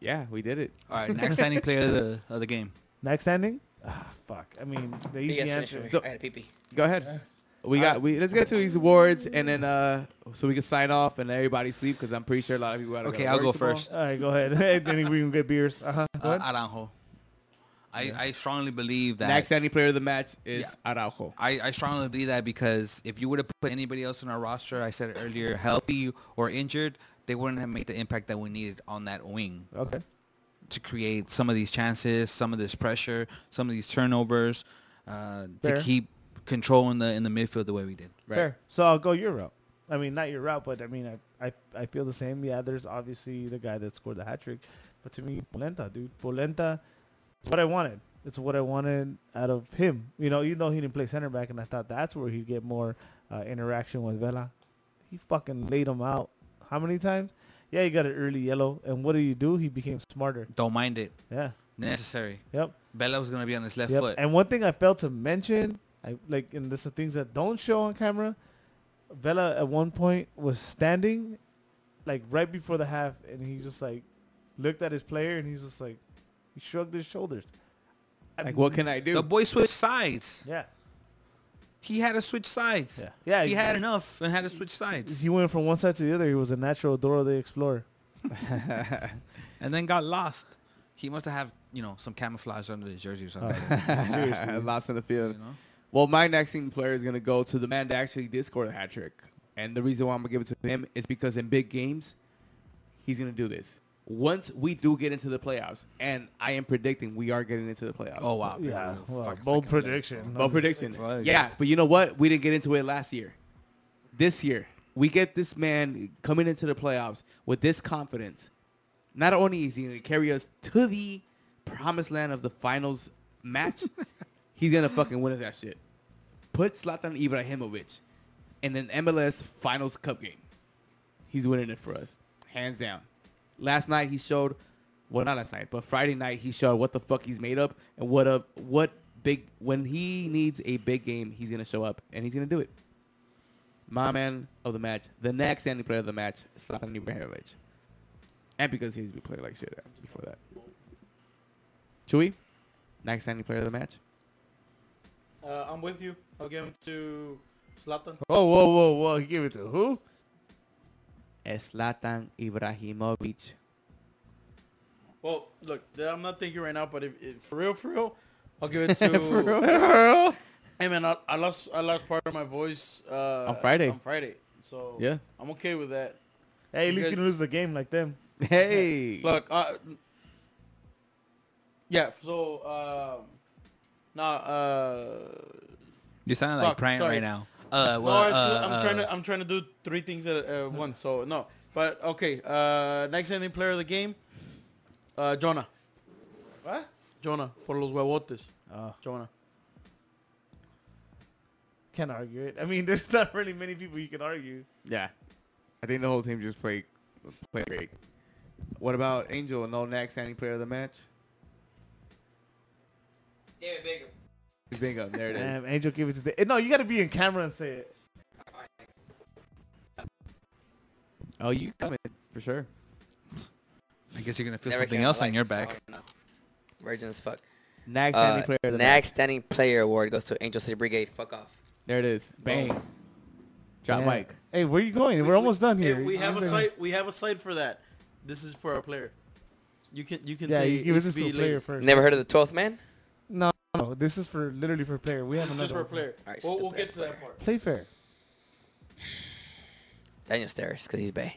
yeah, we did it. All right, next standing player of the, of the game. Next standing? Ah, fuck. I mean, the You easy guys finish answer. with me. So- I had a pee pee. Go ahead. We Uh, got. We let's get to these awards and then uh, so we can sign off and everybody sleep because I'm pretty sure a lot of people. gotta Okay, to I'll work go tomorrow. first. All right, go ahead. *laughs* Hey, then we can get beers. Uh-huh. Go Uh, ahead. Aranjo. I, I strongly believe that. Next standing player of the match is Araujo. I, I strongly believe that because if you would have put anybody else on our roster, I said it earlier, healthy or injured, they wouldn't have made the impact that we needed on that wing Okay. to create some of these chances, some of this pressure, some of these turnovers, uh, Fair. to keep controlling the in the midfield the way we did. Fair. So I'll go your route. I mean, not your route, but I mean, I, I, I feel the same. Yeah, there's obviously the guy that scored the hat trick, but to me, Polenta, dude, Polenta, is what I wanted. It's what I wanted out of him. You know, even though he didn't play center back, and I thought that's where he'd get more uh, interaction with Vela. He fucking laid him out. How many times? Yeah, he got an early yellow, and what did he do? He became smarter. Don't mind it. Yeah. Necessary. Yep. Bella was going to be on his left Yep. foot. And one thing I failed to mention, I like, and this are things that don't show on camera. Vela at one point was standing, like right before the half, and he just like looked at his player, and he's just like, he shrugged his shoulders. I- Like, what can I do? The boy switched sides. Yeah, He had to switch sides. yeah, yeah. He he, had enough and had to switch sides. he went from one side to the other. He was a natural Dora *laughs* the Explorer. *laughs* And then got lost. He must have, you know, some camouflage under his jersey or Oh, *laughs* something. *laughs* Seriously. Lost in the you field. know? Well, my next team player is gonna go to the man that actually did score the hat trick, and the reason why I'm gonna give it to him is because in big games, he's gonna do this. Once we do get into the playoffs, and I am predicting we are getting into the playoffs. Oh, wow. yeah, Fucking well, second bold place. prediction. Well, prediction. Fuck. Yeah, but you know what? We didn't get into it last year. This year, we get this man coming into the playoffs with this confidence. Not only is he going to carry us to the promised land of the finals match, he's going to fucking win us that shit. Put Zlatan Ibrahimovic in an MLS Finals Cup game. He's winning it for us, hands down. Last night he showed, well, not last night, but Friday night he showed what the fuck he's made up and what a what big when he needs a big game he's gonna show up and he's gonna do it. My man of the match, the next standing player of the match, Slatan Ibrahimovic, and because he's been playing like shit before that. Chewy, next standing player of the match. Uh, I'm with you. I'll give him to Slatan. Oh, whoa, whoa, whoa. He gave it to who? Slatan Ibrahimovic. Well, look, I'm not thinking right now, but if, if for real, for real, I'll give it to. For real, for real. Hey man, I, I lost I lost part of my voice uh, On Friday. On Friday, so Yeah. I'm okay with that. Hey, at You least guys- you didn't lose the game like them. Hey. Look, uh, yeah. So, um, nah. Uh, You sound like Fuck, Prime sorry. right now. Uh, well, no, I was- uh, I'm uh, trying to I'm trying to do three things at *laughs* uh, once. So no, but okay. Uh, next ending player of the game, uh, Jonah. What? Jonah por los huevotes. Oh. Jonah. Can't argue it. I mean, *laughs* there's not really many people you can argue. Yeah. I think the whole team just played played great. What about Angel? No next standing player of the match? David Baker. Bingo. There *laughs* it is. Damn, Angel gave it to the. eh, No, you got to be in camera and say it. Oh, you coming for sure. I guess you're gonna feel Never something came else alive. on your back. Oh, no. Virgin as fuck. Nag Uh, standing player of the next standing player award goes to Angel City Brigade. Fuck off. There it is. Bang. Drop Damn. mic. Hey, where you going? We're almost done Hey, here. we have a Almost done. site. We have a site for that. This is for our player. You can you can Yeah, say you give it's this to be a player later. first. Never heard of the 12th man? No, no, this is for literally for player. We have Just another for a one. player. All right, we'll stupid we'll get ass to that part. Play fair. Daniel Stairs, because he's Bay.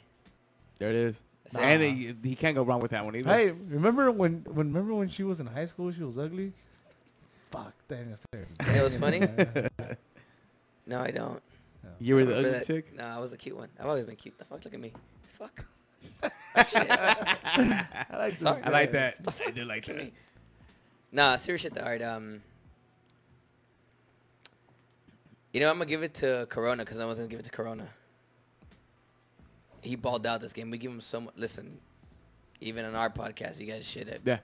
There it is. Nah. And he, he can't go wrong with that one either. Hey, remember when, when remember when she was in high school? She was ugly. Fuck, Daniel Stairs. It was *laughs* funny. no, I don't. You were the Remember ugly that- chick. No, I was the cute one. I've always been cute. The fuck, look at me. *laughs* Fuck. I like this. Sorry. guy. I like that. I do like Look at that. me. Nah, serious shit. All right, um, you know I'm gonna give it to Corona because I was gonna give it to Corona. He balled out this game. We give him so much. Listen, even on our podcast, you guys shit it. Yeah.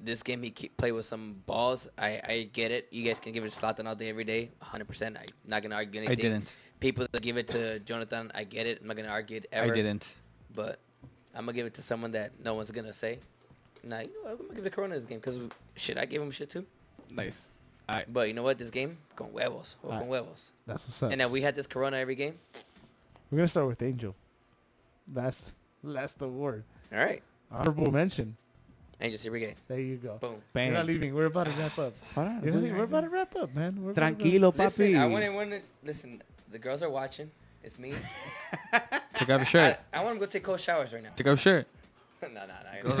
This game he keep play with some balls. I I get it. You guys can give it to Slatan all day every day, 100. percent I'm not gonna argue anything. didn't. People that give it to Jonathan, I get it. I'm not gonna argue it I ever didn't. but I'm gonna give it to someone that no one's gonna say. Nah, you know what? I'm gonna give it to Corona this game because shit, I gave him shit too. Nice. But you know what? This game con huevos, o con huevos. That's what's up. And then we had this Corona every game. We're gonna start with Angel. Last last award. All right, Honorable mention. Angel City Brigade. There you go. Boom. We're Bang. not leaving. We're about to wrap up. Hold on. You know, we're about to wrap up, man. We're about to wrap Tranquilo, Listen, papi. I want to listen. The girls are watching. It's *laughs* me. Took off your I, *laughs* shirt. I want to go take cold showers right now. Took off your shirt. no, no, no. Girls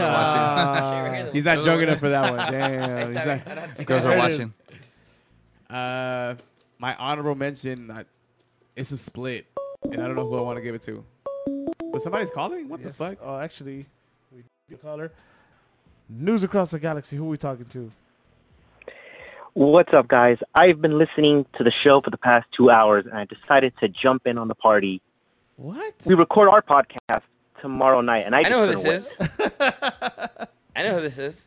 *laughs* are watching. *laughs* watching. Uh, He's not drunk enough for *laughs* that *laughs* one. Damn. he's not- Girls are watching. Uh, my honorable mention, I, it's a split, and I don't know who I want to give it to. But somebody's calling. What up. Yes. the fuck? Oh, actually, we do call her. News across the galaxy. Who we talking to? What's up, guys? I've been listening to the show for the past two hours, and I decided to jump in on the party. What? We record our podcast tomorrow night, and I, I know who just this couldn't is. I know who this is.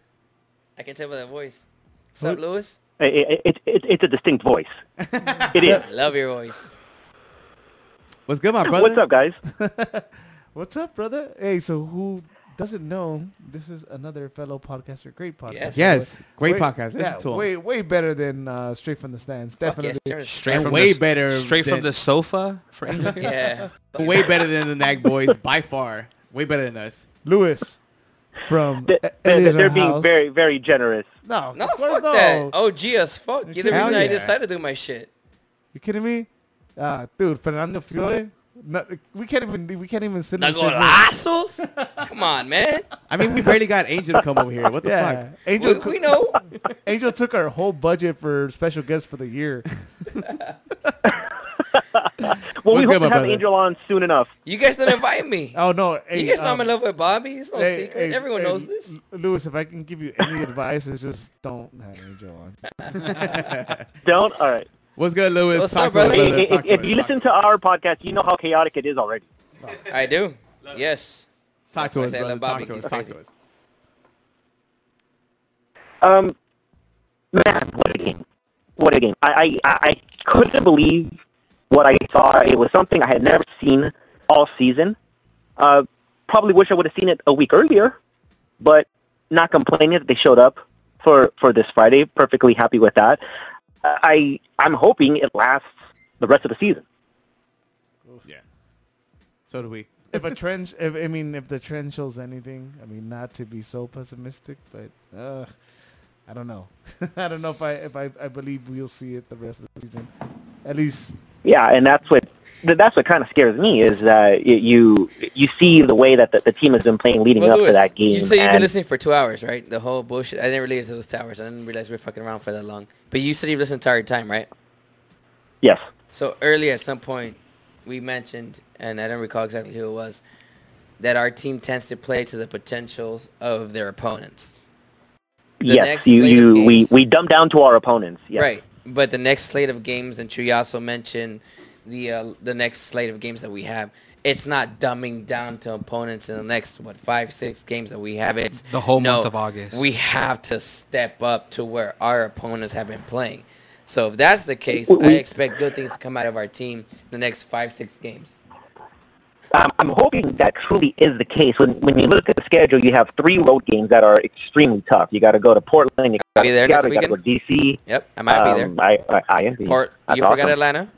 I can tell by that voice. What's up, Who- Lewis? wait. It, it, it, it's a distinct *laughs* voice. it is. Love your *laughs* voice. What's good, my brother? What's up, guys? What's up, brother? Hey, so who doesn't know? This is another fellow podcaster, great podcaster. Yes. Yes, great Way- podcast. Listen Yeah, to 'em. way way better than uh, straight from the stands. Fuck yes, Definitely. turn it. Straight And from way the, s- better Straight than- from the sofa for Angel. Hill? Yeah. Way better than the Nag Boys by far. Way better than us. Lewis from They- E- They're, Eliezer they're being House. very, very generous. no No, of course fuck no. that. OG as fuck. You're the Hell reason I yeah. decided to do my shit. You kidding me? Uh, dude, Fernando Fiore. No, we can't even we can't even send him. Nagolazos? Come on, man. I mean, we barely got Angel to come over here. What the Yeah, fuck? We, Angel. co- we know. *laughs* Angel took our whole budget for special guests for *laughs* the year. Well, What's we hope good, my to have brother? Angel on soon enough. You guys don't invite *laughs* me. Oh no, hey, you guys know I'm um, in love with Bobby. It's no hey, secret. hey, Everyone hey, knows this. L- Lewis, if I can give you any advice, it's just don't have Angel on. *laughs* Don't? All right. What's good, Lewis? What's Talk up, to us, brother? Hey, brother. if, Talk to if us. you Talk- listen to our podcast, you know how chaotic it is already. I do. Yes. talk to I us, said, brother. let Talk Bobby to us. keep Talk crazy. to us. Um, man, what a game! What a game! I, I, I couldn't believe what I saw. It was something I had never seen all season. Uh, probably wish I would have seen it a week earlier, but not complaining that they showed up for for this Friday. Perfectly happy with that. I I'm hoping it lasts the rest of the season. Yeah. So do we. If a trend, if, I mean, if the trend shows anything, I mean, not to be so pessimistic, but uh, I don't know. *laughs* I don't know if I if I, I believe we'll see it the rest of the season. At least Yeah, and that's what th- that's what kind of scares me is uh, y- you you see the way that the, the team has been playing leading Well, up Louis, to that game. You say you've and- been listening for two hours, right? The whole bullshit. I didn't realize it was two hours. I didn't realize we were fucking around for that long. But you said you've listened the entire time, right? Yes. So early at some point, we mentioned, and I don't recall exactly who it was, that our team tends to play to the potentials of their opponents. the yes, next you, slate of you we we dumb down to our opponents. Yes. Right. But the next slate of games, and Chuy also mentioned the uh, the next slate of games that we have. It's not dumbing down to opponents in the next what five six games that we have. It's The whole no, month of August. We have to step up to where our opponents have been playing. So if that's the case, I expect good things to come out of our team the next five six games. Um, I'm hoping that truly is the case. When when you look at the schedule, you have three road games that are extremely tough. You got to go to Portland. You got be to there Seattle. next You got to go to DC. Yep, I might be there. Um, I, I, I am. being- Port, that's you forgot awesome. Atlanta.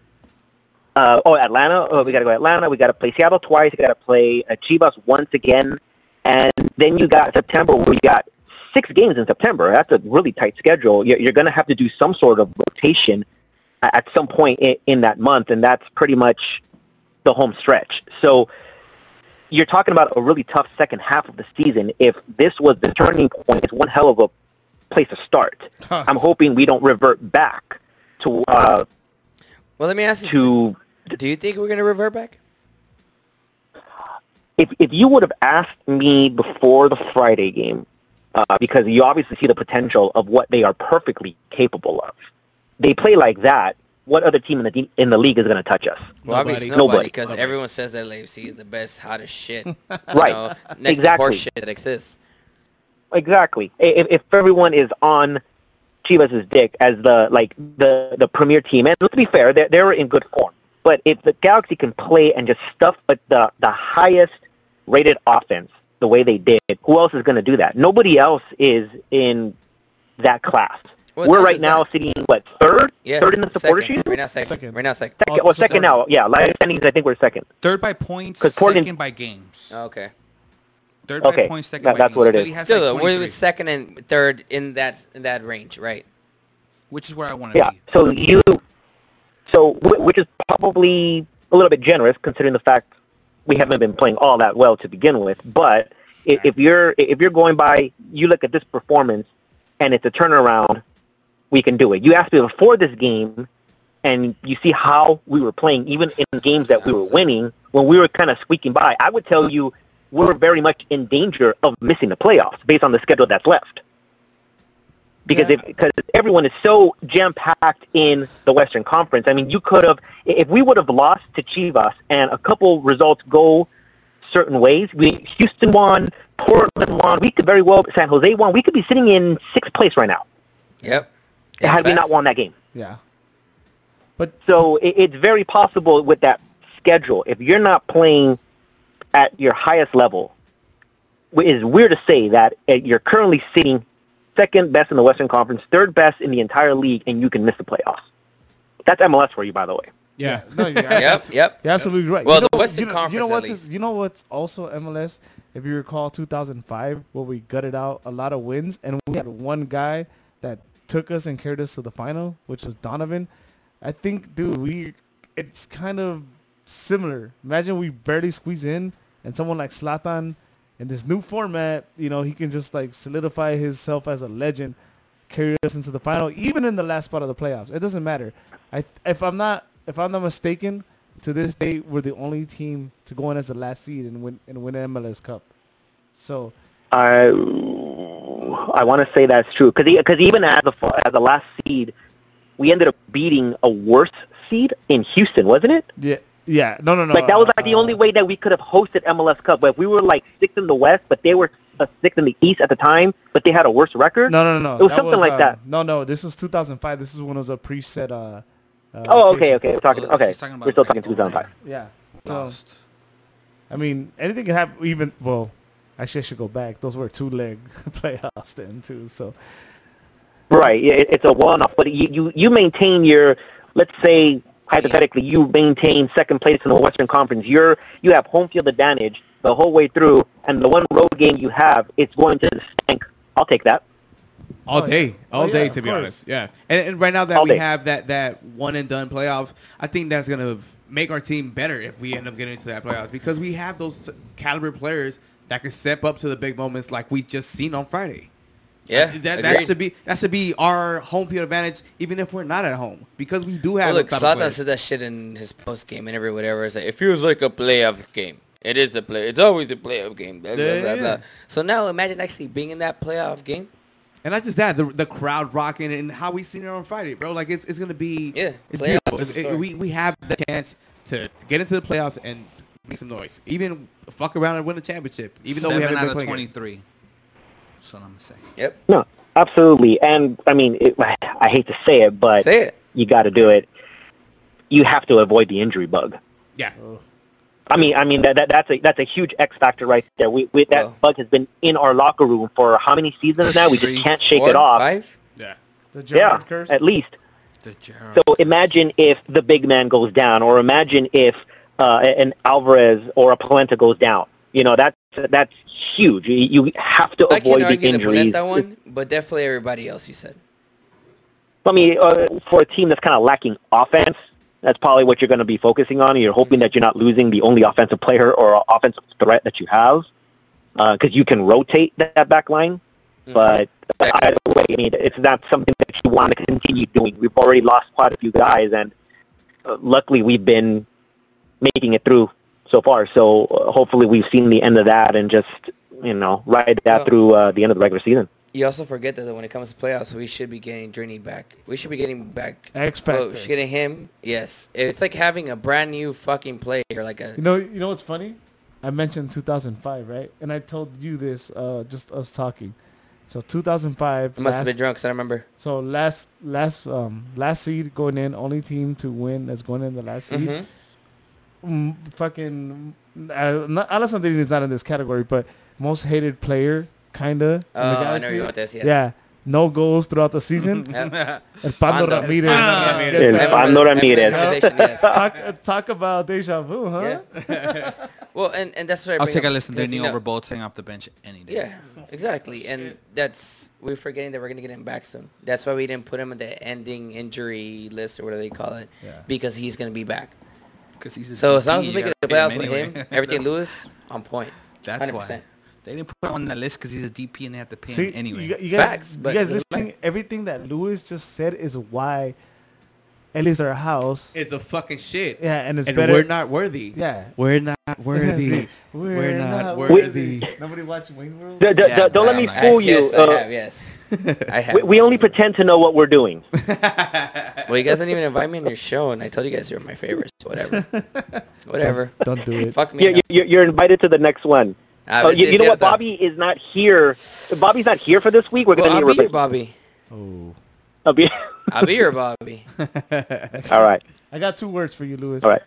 Uh, oh, Atlanta. Oh, we got to go to Atlanta. We got to play Seattle twice. We got to play uh, Chivas once again, and then you got September. where you got six games in September. That's a really tight schedule. You're, you're going to have to do some sort of rotation a- at some point in, in that month, and that's pretty much the home stretch. So you're talking about a really tough second half of the season. If this was the turning point, it's one hell of a place to start. I'm hoping we don't revert back to uh, Well, let me ask you. to Do you think we're gonna revert back? if if you would have asked me before the Friday game, uh, because you obviously see the potential of what they are perfectly capable of. They play like that. What other team in the de- in the league is going to touch us? Well, obviously nobody, nobody. because everyone says that LAFC is the best, hottest shit. you *laughs* Right. know, next to Exactly. horse shit that exists. Exactly. I- If, if everyone is on Chivas's dick as the like the the premier team, and let's be fair, they they were in good form. But if the Galaxy can play and just stuff like the the highest rated offense the way they did, who else is going to do that? Nobody else is in that class. Well, we're not right just now sitting what Oh, third? Yeah. Third in the supporter second. sheet? Right now, second. second. Right now, second. Second, well, second now. Yeah, last standings, I think we're second. Third by points, Because Portland second by games. Oh, Okay. Third by Okay, points, second that- by that's games. what it Philly is. has Still, like though, we're 23, second and third in that in that range, right? which is where I want to Yeah. be. So you, so wh- which is probably a little bit generous considering the fact we haven't been playing all that well to begin with. But i- if you're if you're going by, you look at this performance and it's a turnaround. We can do it. You asked me before this game, and you see how we were playing, even in games that we were winning when we were kind of squeaking by. I would tell you we're very much in danger of missing the playoffs based on the schedule that's left because if, because everyone is so jam packed in the Western Conference. I mean, you could have if we would have lost to Chivas and a couple results go certain ways. We Houston won, Portland won. We could very well San Jose won. We could be sitting in sixth place right now Yep. had we not won that game. Yeah. But so it, it's very possible with that schedule if you're not playing at your highest level. It is weird to say that uh, you're currently sitting second best in the Western Conference, third best in the entire league, and you can miss the playoffs. That's MLS for you, by the way. Yeah. No, you're, *laughs* Yep, yep. You're absolutely right. Well, You the know- Western you know, You Conference, know at what's least. you know what's also MLS? If you recall, 2005, where we gutted out a lot of wins, and we had one guy that took us and carried us to the final, which was Donovan. I think, dude, we it's kind of similar. Imagine we barely squeeze in, and someone like Slatan, in this new format, you know, he can just like solidify himself as a legend carry us into the final, even in the last spot of the playoffs. It doesn't matter. I if I'm not if I'm not mistaken, to this day we're the only team to go in as the last seed and win and win an MLS Cup. So I I want to say that's true because because even as the fu- as the last seed, we ended up beating a worse seed in Houston, wasn't it? yeah, yeah, no, no, no. like that was like uh, the only way that we could have hosted MLS Cup. But if we were like sixth in the West, but they were uh, sixth in the East at the time, but they had a worse record. No, no, no, no. It was something like uh, that. No, no. This was 2005. This is when it was a preset. Uh, uh, Oh, okay, location. okay. We're talking. Okay, we're still talking 2005. Yeah. Lost. I mean, anything can happen. Even *laughs* well, actually, I should go back. Those were two leg playoffs then too. So, Right. Yeah, it, it's a one-off, but you, you, you maintain your, let's say, hypothetically, you maintain second place in the Western Conference. You're, you have home field advantage the whole way through, and the one road game you have, it's going to stink. I'll take that. all day, all Oh, yeah, day of to be course. honest. Yeah, and, and right now that All we day. have that that one and done playoff, I think that's gonna make our team better if we end up getting into that playoffs because we have those caliber players that can step up to the big moments like we just seen on Friday. Yeah, that, that agreed. should be that should be our home field advantage even if we're not at home because we do have Well, look, those caliber Slatan players. said that shit in his post game interview, whatever. It's like, it feels like a playoff game. It is a play. It's always a playoff game. Blah, blah, Yeah, blah, yeah. blah. So now imagine actually being in that playoff game. And not just that, the, the crowd rocking and how we seen it on Friday, bro. Like it's, it's gonna be yeah, it's playoffs beautiful. is It- the it- story. we we have the chance to get into the playoffs and make some noise, even fuck around and win the championship, even though we Seven haven't out been of playing. it. 23. That's what I'm gonna say. Yep. No, absolutely. And I mean, it, *sighs* I hate to say it, but you got to do it. You have to avoid the injury bug. Yeah. Oh. I mean, I mean that, that that's a that's a huge X factor right there. We, we that bug has been in our locker room for how many seasons now? We just can't shake Four, it off. Five? Yeah. The yeah, Gerard curse? at least. The Gerald. So imagine if the big man goes down, or imagine if uh, an Alvarez or a Polenta goes down. You know, that's that's huge. You, you have to I can avoid the argue the injuries. Polenta one, but definitely everybody else you said. I mean, uh, for a team that's kind of lacking offense, that's probably what you're going to be focusing on. You're hoping that you're not losing the only offensive player or offensive threat that you have, because you can rotate that, that back line. But either way, I mean, it's not something that you want to continue doing. We've already lost quite a few guys, and uh, luckily we've been making it through so far. So uh, hopefully we've seen the end of that and just you know ride that Yeah. through uh, the end of the regular season. You also forget that when it comes to playoffs, we should be getting Drini back. We should be getting back. Oh, X Well, factor. Getting him, yes. It's like having a brand new fucking player, like a You know, you know what's funny? I mentioned 2005, right? And I told you this, uh, just us talking. So 2005. I must have last- been drunk, so I *laughs* remember. So last, last, um, last seed going in, only team to win that's going in the last seed. Mhm. Mm, fucking uh, not, Alessandro is not in this category, but most hated player, kinda. in the Oh, I know Galaxy. where you're going with this, yes. Yeah, no goals throughout *laughs* the season. Yep. El Pando Pando. Ramirez. Ah, Yes, El man. Pando Ramirez. Conversation, yes. Talk, talk about deja vu, huh? Well, and, and that's what I I'll bring take up, a listen to because, you Neil know- over Boateng off the bench any day. Yeah, exactly. And that's we're forgetting that we're gonna get him back soon. That's why we didn't put him in the ending injury list or whatever they call it, Yeah. because he's gonna be back. 'Cause he's a so as long as DP, we make you it to the gotta playoffs pay him with anyway. him, *laughs* everything That's- Lewis on point. That's why 100%. they didn't put him on the list because he's a DP and they have to pay See, him anyway. you, gu- you guys, you guys listening? Everything that Lewis just said is why Ellis our house. It's the fucking shit. Yeah, and it's and better- We're not worthy. Yeah. we're not worthy. *laughs* We're we're, not not, worthy. worthy. Nobody watch Wayne World. D- d- d- don't let me fool you. yes, I uh, have, *laughs* *laughs* yes. I have. we, we only pretend to know what we're doing. Well, you guys didn't even invite me on your show, and I told you guys you were my favorites. *laughs* Whatever. *laughs* Whatever. Don't do it. Fuck me. You're, up. you're, you're invited to the next one. Ah, Oh, it's- you, you it's know what? cierto. Bobby is not here. Bobby's not here for this week. We're Well, going to I'll need be a your replacement. Bobby. Oh. I'll be. I'll be your *laughs* Bobby. All right. I got two words for you, Lewis. All right.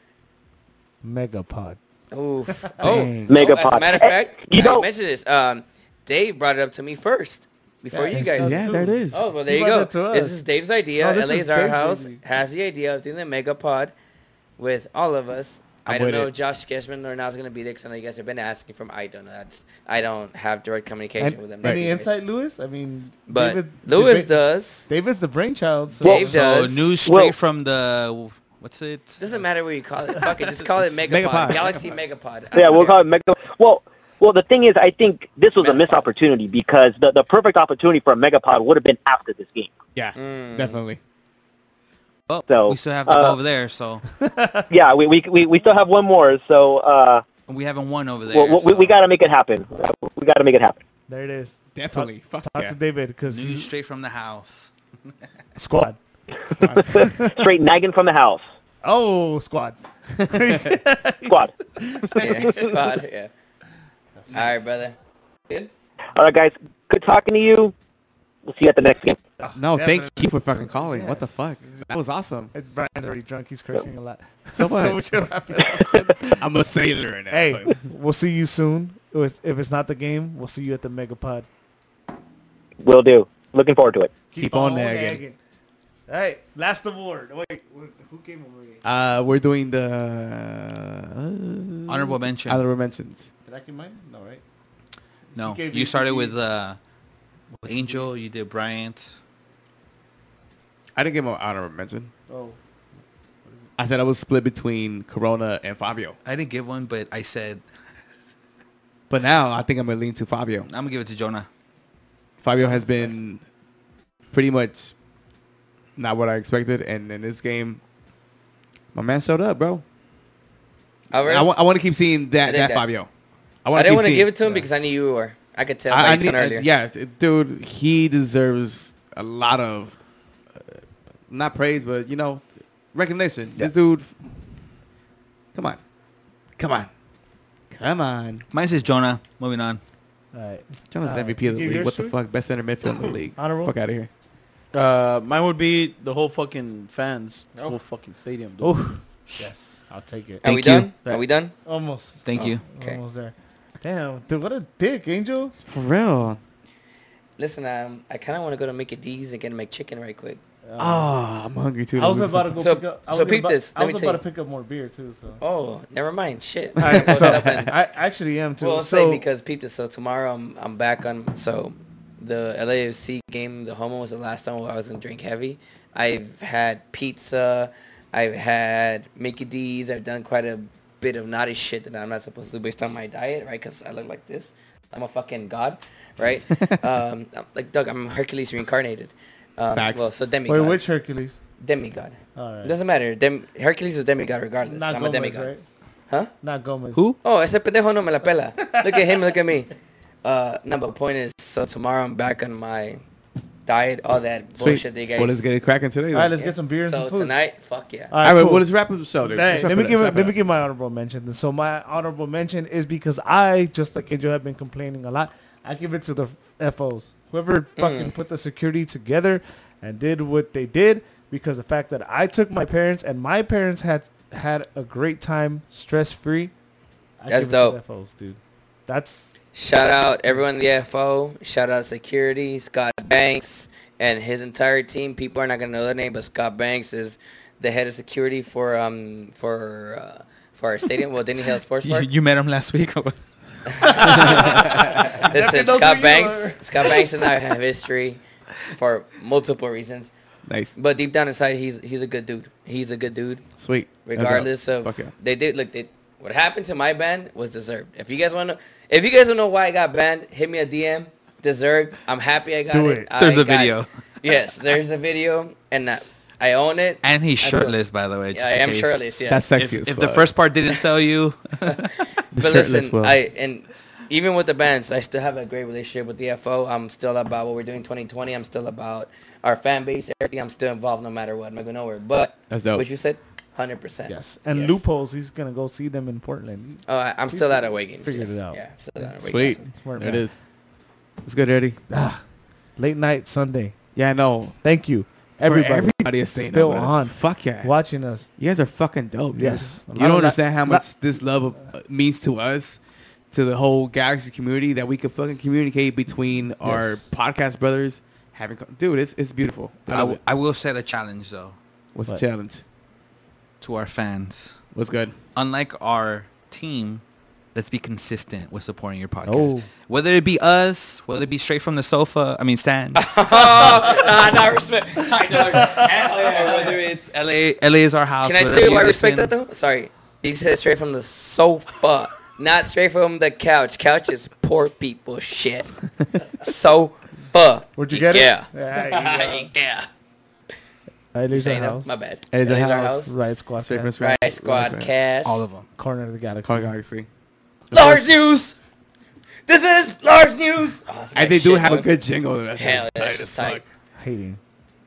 Megapod. *laughs* Oof. Oh, Dang. oh, Megapod. As a matter of Eh, fact, you you know- I mentioned this. Um, Dave brought it up to me first before Yeah, you it's guys. us Yeah, too. there it is. Oh, well, He there you brought go. that to us. This is Dave's idea. No, this LA's is our Dave's house has the idea of doing the mega pod with all of us. I'm I don't with know it. if Josh Geshman or Nas going to be there because I know you guys have been asking from I don't know. That's I don't have direct communication And, with them. any insight, Lewis? I mean, But David- Lewis David- does. David's the brainchild. So Dave So does. news straight from the what's it? Doesn't matter what you call it. Fuck it. Just call *laughs* it It's Megapod. Megapod. Galaxy Megapod. Yeah, we'll call it Mega. Well, well, the thing is, I think this was a missed opportunity because the, the perfect opportunity for a megapod would have been after this game. Yeah, Hmm. definitely. Well, So, we still have to uh, go over there, so yeah, we, we, we, we still have one more, so uh, we haven't won over there. we, we, we got to make it happen. We got to make it happen. *laughs* there it is. Definitely. Talk, Fuck talk yeah. to David because News straight from the house. squad. *laughs* Straight nagging from the house. Oh, squad. *laughs* Squad. *laughs* yeah, spot, yeah. All right, brother. Good. All right, guys. Good talking to you. We'll see you at the next game. No, thank you for fucking calling. Oh, What the fuck? That was awesome. Brian's already drunk. He's cursing a lot. So *laughs* what? we should wrap it up. *laughs* I'm a sailor in that Hey, fuck. we'll see you soon. If it's- If it's not the game, we'll see you at the Megapod. Will do. Looking forward to it. Keep, on, nagging. All right, last award. Wait, who gave him already? Uh, we're doing the uh, Honorable mention. Honorable mentions. Did I give mine? No, right? No, gave you started ACG. with uh, with Angel. You did Bryant. I didn't give him an honorable mention. Oh. I said I was split between Corona and Fabio, I didn't give one, but I said but now I think I'm gonna lean to Fabio. I'm gonna give it to Jonah. Fabio has been pretty much not what I expected, and in this game, my man showed up, bro. Alvarez? I want to keep seeing that Oh, I dig that, that. Fabio. I, wanna didn't keep want to seeing- give it to him Yeah. because I knew you were. I could tell. I- I, I could tell need- uh, earlier. yeah, t- dude, he deserves a lot of uh, not praise, but you know, recognition. This dude, come on, come on, come on. Mine says Jonah. Moving on. All right. Jonah's Uh, MVP of you the give league. yours, What the Shui? fuck? Best center midfield in the league. *clears throat* Honorable? Fuck out of here. Uh, mine would be the whole fucking fans, the whole fucking stadium. Dude. Oh. Yes, I'll take it. Are we done? Are we done? Almost. Thank you. Okay. Oh, Almost there. Damn, dude, what a dick, Angel. For real. Listen, um, I kind of want to go to Mickey D's and get make chicken right quick. Ah, I'm hungry too. Uh, I was about to go So- pick up. I so was peep about, this. I Let was me about tell to you. pick up more beer too. So. Oh, never mind. Shit. All right, Well, so that went- I actually am too. Well, I'll so say because peep this. So tomorrow I'm I'm back on. So the LAFC game, the home one was the last time where I was gonna drink heavy. I've had pizza. I've had Mickey D's. I've done quite a bit of naughty shit that I'm not supposed to do based on my diet, right? Because I look like this. I'm a fucking god, *laughs* right? um, I'm- like Doug, I'm Hercules reincarnated. Um, Facts. Well, so demigod. wait, which Hercules? demigod? All right. It doesn't matter. Dem- Hercules is demigod regardless. Not I'm Gomez, a demigod. right? Huh? Not Gomez. Who? Oh, ese pendejo no me la pela. Look at him, look at me. Uh, no, but point is, so tomorrow I'm back on my diet, all that Sweet. bullshit they guys. Well, let's get it cracking today. All then. right, let's Yeah. get some beer and so some food. tonight, fuck yeah. All right, well, let's wrap up the show, dude. Hey, Let's wrap let it me up, give let's wrap it let me up. give my honorable mention. So my honorable mention is because I, just like Angel, have been complaining a lot. I give it to the FOs. Whoever Mm. fucking put the security together and did what they did, because the fact that I took my parents and my parents had had a great time, stress free. That's To dope. the FOs, dude. That's Shout out everyone in the FO. Shout out security, Scott Banks, and his entire team. People are not gonna know their name, but Scott Banks is the head of security for um for uh, for our stadium. Well, Denny Hill *laughs* Sports You, Park. you met him last week. *laughs* Listen, knows Scott who you are. Banks, Scott Banks and I have *laughs* history for multiple reasons. Nice, But deep down inside, he's he's a good dude. He's a good dude, sweet. That's all. regardless of Fuck yeah. they did look. They, what happened to my band was deserved. If you guys want to, if you guys don't know why I got banned, hit me a DM. Deserved. I'm happy I got Do it. it. I There's a got- video. Yes, there's a video, and I, I own it. And he's I feel- shirtless, by the way. just I in am case. shirtless. Yes. That's If, sexy. as if the fuck. first part didn't sell you, The *laughs* but shirtless listen, will. I and even with the bands, I still have a great relationship with the FO. I'm still about what we're doing 2020. I'm still about our fan base, everything. I'm still involved no matter what. I'm not going nowhere. But That's dope. what you said, 100%. yes. And Yes. loopholes, he's gonna go see them in Portland. Oh, I, I'm still out of away games. Figured yes. it out. Yeah, I'm still out of away sweet. games. Smart There it man. is. It's good, Eddie. Ah, Late night Sunday. Yeah, I know. Thank you, For everybody, everybody is staying still up with us. on. Fuck yeah. watching us. You guys are fucking dope. dude. Yes. You A lot don't of- understand how lot- much this love of, uh, means to us, to the whole galaxy community, that we can fucking communicate between our Yes. podcast brothers. Having, co- dude, it's it's beautiful. I, w- I will set a challenge though What's What? the challenge? to our fans. What's good? Unlike our team, let's be consistent with supporting your podcast. Oh. Whether it be us, whether it be straight from the sofa, I mean stand, Nah, nah, respect. *laughs* Tight dollars. or oh, whether it's LA, LA is our house. Can I whether tell you you why I respect listen- that though? Sorry. You said straight from the sofa, not straight from the couch. Couch is poor people *laughs* shit. *laughs* Sofa. Where'd you get yeah. it? Yeah. Yeah. *laughs* yeah. Hey, Laser Say no, House. my bad. Eddie's Laser house. Riot Squad. Straight fans. from the Right, squad cast. All of them. Corner of the Galaxy. Call Galaxy. Large news. This is large news. Oh, that's And my they do shit, have a dog. good jingle. That's Hell, tight that's as just tight. fuck. Hating.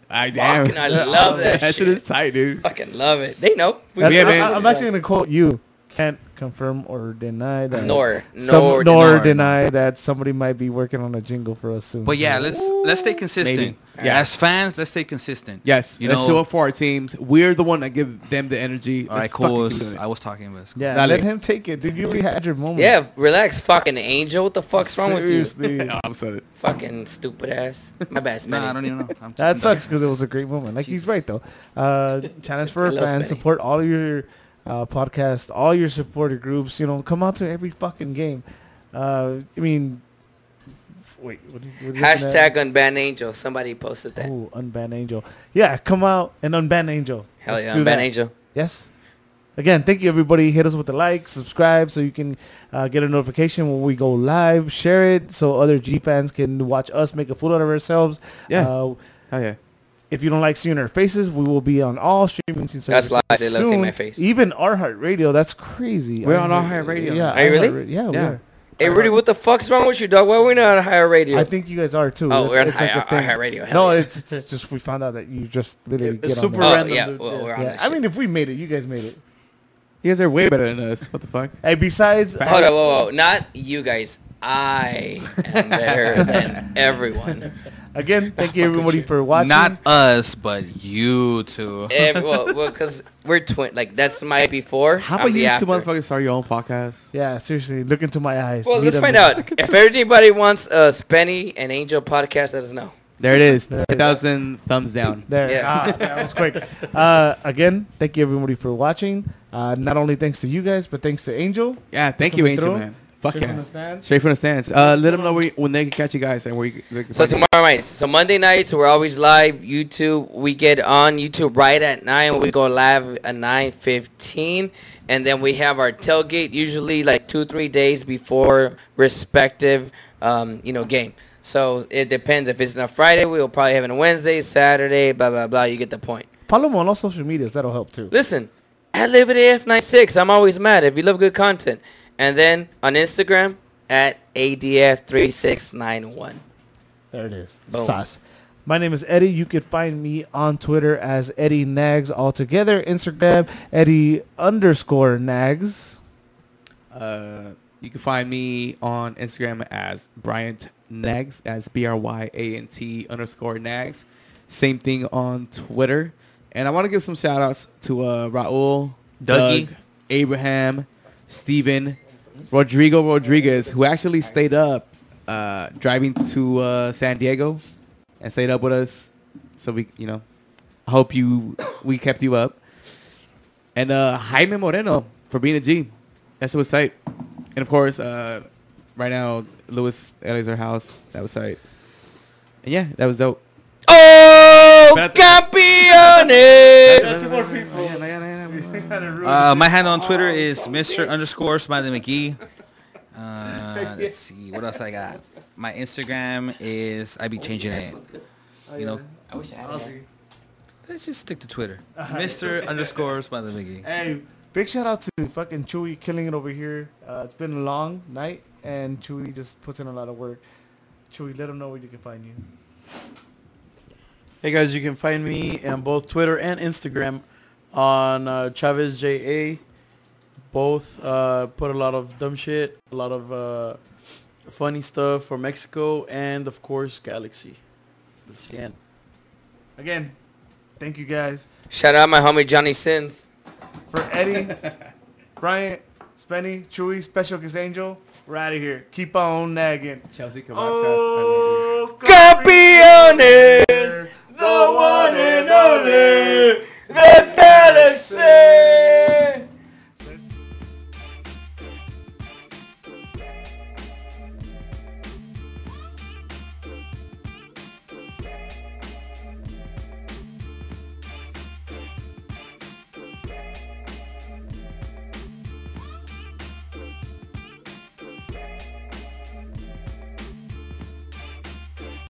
I damn. Fucking, I love that That shit. shit is tight, dude. Fucking love it. They know. We That's- Yeah, I- man. I, am actually gonna quote you. Can't confirm or deny that Nor- some- nor nor deny. deny that somebody might be working on a jingle for us soon. But yeah, let's let's stay consistent. Maybe. Yeah. Yeah. As fans, let's stay consistent. Yes, You let's know, show up for our teams. We're the one that give them the energy. All right, cool. I was talking about. Yeah, Dale. let him take it, dude. You already had your moment. Yeah, relax, fucking angel. What the fuck's wrong with you? *laughs* Seriously. Oh, I'm sorry. Fucking stupid ass. My bad, Smitty. I don't *laughs* even know. I'm That sucks because it was a great moment. Like he's right though. *laughs* Uh, challenge for I our love fans. Smitty. Support all your uh, podcasts, all your supporter groups. You know, come out to every fucking game. Uh, I mean, wait. What, are you- what are you looking at? Hashtag unbanned angel. Somebody posted that. Ooh, unban Angel. Yeah, come out and unban Angel. Hell Let's yeah, do unban that. Angel. Yes. Again, thank you everybody. Hit us with a like, subscribe so you can uh, get a notification when we go live. Share it so other G fans can watch us make a fool out of ourselves. Yeah. Uh, Oh yeah. if you don't like seeing our faces, we will be on all streaming services That's why I did love soon. seeing my face. Even our Heart Radio, that's crazy. We're I on mean, iHeart Radio. Yeah, Are you really? iHeartRadio. Yeah, we Yeah. are. Hey Rudy, what the fuck's wrong with you, dog? Why are we not on higher radio? I think you guys are too. Oh, It's- we're on it's like Hi- a thing. Hi- Radio, hell No, yeah. it's, it's just we found out that you just literally it's get super on that. random, yeah, dude. well, we're on Yeah, that I mean, if we made it, you guys made it. You guys are way better than us. What the fuck? Hey, besides, Hold on, whoa, whoa, not you guys. I am *laughs* better than everyone. again, thank you everybody for watching. Not us, but you two. Every, Eh, *laughs* well, because we're twin. Like that's my before. How I'm about the you after. two motherfuckers start your own podcast? yeah, seriously, look into my eyes. Well, Meet let's them. find out. *laughs* If anybody wants a Spenny and Angel podcast, let us know. There it is. There it is. 10,000 thumbs down. There, Yeah. ah, *laughs* that was quick. Uh, again, thank you everybody for watching. Uh, not only thanks to you guys, but thanks to Angel. Yeah, thank you, Coming Angel, through. man. Fuck Straight from yeah. the stands. Straight from the stands. Uh, let them know where, when they can catch you guys and where you, they can So find you. tomorrow night, so Monday nights, we're always live. YouTube, we get on YouTube right at nine. We go live at nine fifteen, and then we have our tailgate usually like two three days before respective, um, you know, game. So it depends. If it's on a Friday, we'll probably have it on Wednesday, Saturday, blah blah blah. You get the point. Follow me on all social medias. That'll help too. Listen, at Liberty F96, I'm always mad if you love good content. And then on Instagram at ADF3691. There it is. Boom. Sauce. My name is Eddie. You can find me on Twitter as Eddie Nags altogether. Instagram Eddie underscore Nags. Uh, you can find me on Instagram as Bryant Nags, as B-R-Y-A-N-T underscore Nags. Same thing on Twitter. And I want to give some shout outs to uh, Raul, Dougie. Doug, Abraham, Steven, Rodrigo Rodriguez, who actually stayed up uh, driving to uh, San Diego and stayed up with us. So we, you know, I hope you, we kept you up. And uh, Jaime Moreno for being a G. That shit was tight. And of course, uh, right now, Lewis Eliezer House. That was tight. And yeah, that was dope. Oh, campeones! Oh, Uh, my handle on Twitter is Mr. underscore Smiley McGee. Uh, let's see what else I got. My Instagram is I be changing it. You know, I wish I had that. let's just stick to Twitter. Mr. underscore Smiley McGee. Hey, big shout out to fucking Chewy killing it over here. Uh, it's been a long night, and Chewy just puts in a lot of work. Chewy, let them know where you can find you. Hey guys, you can find me on both Twitter and Instagram on uh, Chavez JA. Both uh, put a lot of dumb shit, a lot of uh, funny stuff for Mexico, and of course Galaxy. That's the end. Again, thank you guys. Shout out my homie Johnny Sins. For Eddie, Bryant, Spenny, Chewy, Special Kiss Angel, we're out of here. Keep on nagging. Chelsea, come Oh, Campeones!